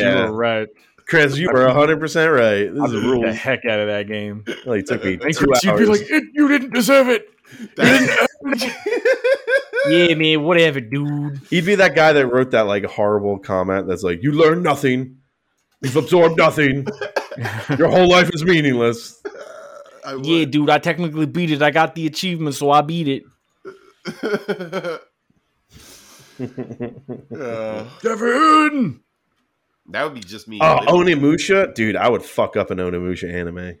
Yeah.
you were right.
Chris, you were 100 percent
I
right. This is
beat
the
the
rules.
heck out of that game.
Like, it took me
And
two
Chris, you'd be
hours.
like, it, you didn't deserve it. Yeah, man, whatever, dude.
He'd be that guy that wrote that like horrible comment that's like, "You learn nothing, you've absorbed nothing, your whole life is meaningless."
I would.
Yeah, dude, I technically beat it. I got the achievement, so I beat it.
Uh,
Devin!
that would be just me.
Oh,
living-
Onimusha, dude, I would fuck up an Onimusha anime.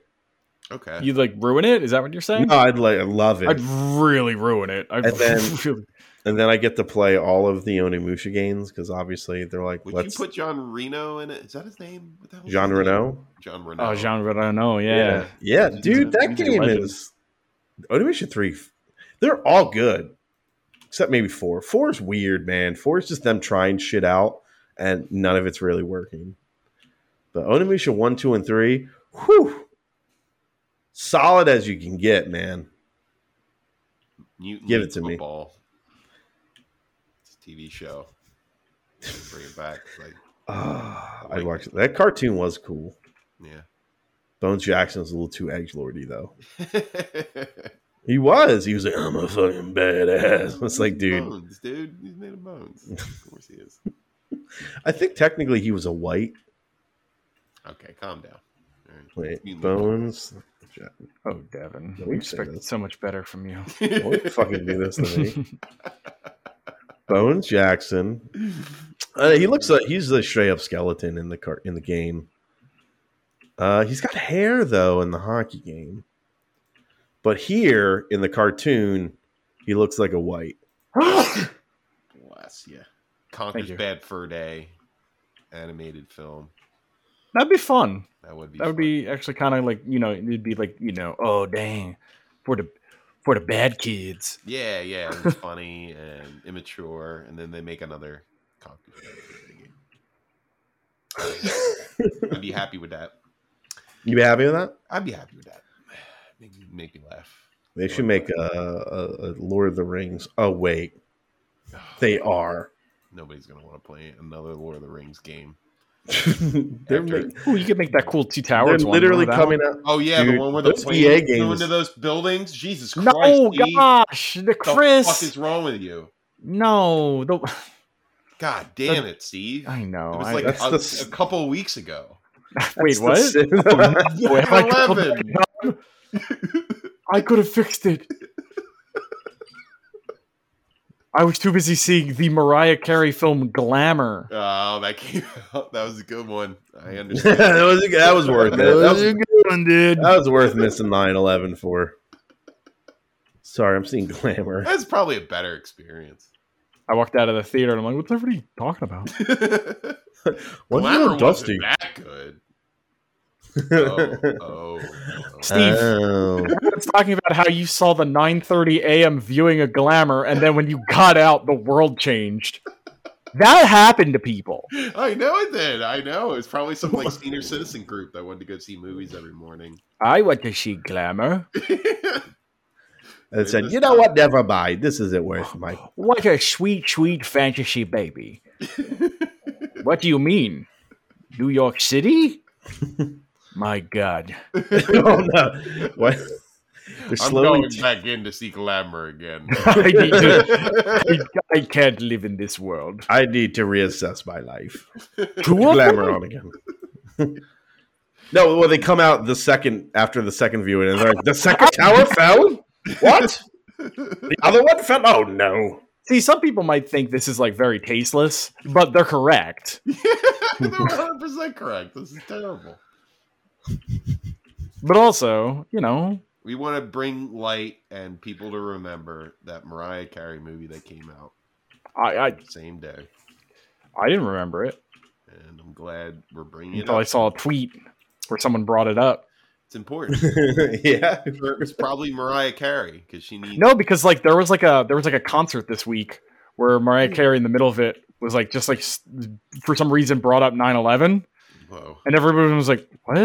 okay.
You'd like ruin it? Is that what you're saying?
No, I'd like, I'd love
I'd
it,
really ruin it. I'd
And then-
really-
and then I get to play all of the Onimusha games because obviously they're like,
Would
let's
you put John Reno in it? Is that his name? What the hell is
Jean
his name?
Reno.
John Reno.
oh, Jean Reno, yeah.
yeah,
He's
dude,
a-
that
he's a
game
legend.
is Onimusha three. They're all good, except maybe four. Four is weird, man. Four is just them trying shit out, and none of it's really working. But Onimusha one, two, and three, whew, solid as you can get, man.
Mutant
Give
League
it to me.
Football. It's a TV show. Bring it back. Like,
Ah, I
Like-
watched it. that cartoon was cool.
yeah.
Bones Jackson was a little too edge lordy though. He was. He was like, I'm a fucking badass. It's like, dude,
Bones, dude. He's made of bones. Of course he is.
I think technically he was a white.
Okay, calm down. All right.
Wait,
You-
Bones.
Oh, Devin,
Yeah, we
we
can say
expected
this.
so much better from you.
Don't fucking do this to me. Bones Jackson. Uh, he looks like he's the straight up skeleton in the car in the game. Uh, he's got hair though in the hockey game, but here in the cartoon, he looks like a white.
Bless you. Conquers
you.
Bad Fur Day, animated film.
That'd be fun.
That would be.
That would
fun.
be actually kind of like you know it'd be like you know oh dang for the for the bad kids.
Yeah, yeah. It was funny and immature, and then they make another Conquer. I'd be happy with that.
You be happy with that?
I'd be happy with that. Make, make me laugh.
They
Oh,
should make a, a, a Lord of the Rings. Oh wait, they are.
Nobody's gonna want to play another Lord of the Rings game.
they're
After-
ma-
Oh, you could make that cool two
they're
towers. one,
literally
remember that
coming out.
Oh yeah, the
Dude,
one where the
those
planes
EA
go
games-
into those buildings. Jesus
one?
Christ!
No,
Steve.
gosh, the
What
Chris.
the fuck is wrong with you?
no, the,
God damn it, Steve! It
I know.
was
I-
like
that's
a,
the-
a couple weeks ago.
wait, what?
what?
Oh, if I could-
11.
I could have fixed it. I was too busy seeing the Mariah Carey film Glamour.
Oh, that came out. That was a good one. I understand.
that was that was worth it. That was,
good one, dude.
that was worth missing 9-11 for. Sorry, I'm seeing glamour.
That's probably a better experience.
I walked out of the theater and I'm like, what's everybody talking about?
What's
Glamour wasn't
so dusty?
that good. Oh, oh, oh.
Steve.
Oh.
It's talking about how you saw the 9:30 a.m. viewing of Glamour, and then when you got out, the world changed. That happened to people.
I know it did. I know. It's probably some like senior citizen group that wanted to go see movies every morning.
I went to see Glamour.
and said, "You know what? Never mind. This isn't worth my."
What a sweet, sweet fantasy baby. what do you mean? New York City? My God.
oh no! What? They're
I'm
slowly.
going back in to see Glamour again.
I, need to, I, I can't live in this world.
I need to reassess my life.
Two of them?
Glamour on again. no, well, they come out the second after the second viewing, and they're like, "The second tower fell. What? The other one fell? Oh no!"
See, some people might think this is like very tasteless, but they're correct.
They're 100% correct. This is terrible.
But also, you know,
We want to bring light and people to remember that Mariah Carey movie that came out
I I,
same day.
I didn't remember it
And I'm glad we're bringing it
until I
up.
saw a tweet where someone brought it up.
It's important.
yeah.
It's probably Mariah Carey because she needs.
No, because like there was like a there was like a concert this week where Mariah Carey in the middle of it was like just like s- for some reason brought up 9/11
Whoa.
and everyone was like, "What?"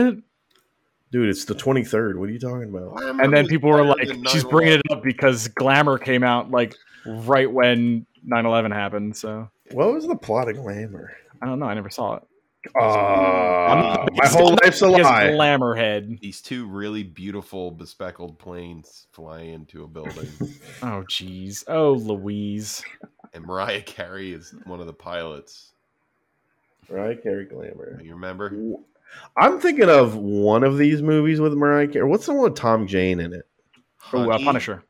Dude, it's the 23rd. What are you talking about?
Glamour
And then
was
people were
better
like,
than
"She's
9/11.
bringing it up because Glamour came out like right when 9/11 happened." So,
What was the plot of Glamour?
I don't know, I never saw it.
Ah, my whole life's a
He has
lie.
glamour head.
These two really beautiful bespeckled planes fly into a building,
Oh jeez. Oh Louise.
and Mariah Carey is one of the pilots.
Right, Carrie Glamour.
You remember?
I'm thinking of one of these movies with Mariah Carey. What's the one with Tom Jane in it?
Oh, uh,
Honey.
Punisher.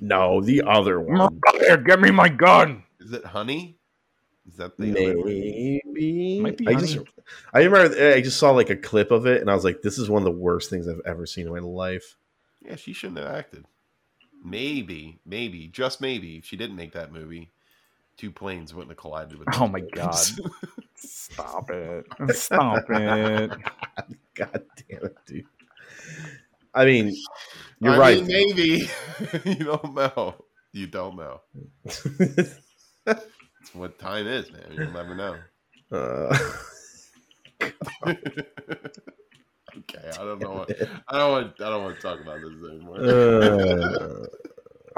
No, the other one.
Mariah, get me my gun.
is it Honey? Is that the other one?
Maybe.
Might be
I just,
Honey.
I remember. eh, I just saw like a clip of it, and I was like, "This is one of the worst things I've ever seen in my life."
Yeah, she shouldn't have acted. Maybe, maybe, just maybe, if she didn't make that movie, two planes wouldn't have collided with.
Oh my god. Stop it. Stop it.
God damn it, dude. I mean, you're
I mean,
right.
maybe you don't know. You don't know. It's what time is, man. You'll never know.
uh,
okay, I don't know. What, I don't want. I don't want to talk about this anymore.
uh,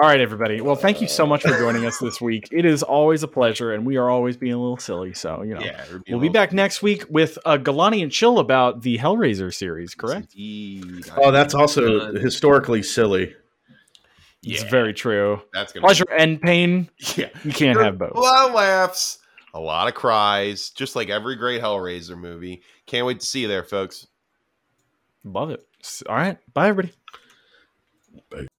All right, everybody. Well, thank you so much for joining us this week. It is always a pleasure, and we are always being a little silly. So, you know,
yeah, it'd a
we'll be
little-
back next week with uh, Galani and Chill about the Hellraiser series, correct?
Indeed.
oh, that's also historically silly.
It's
Yeah.
very true.
that's gonna.
Pleasure and pain.
Yeah,
You can't have both.
A lot of laughs, a lot of cries, just like every great Hellraiser movie. Can't wait to see you there, folks.
Love it. S- All right. Bye, everybody.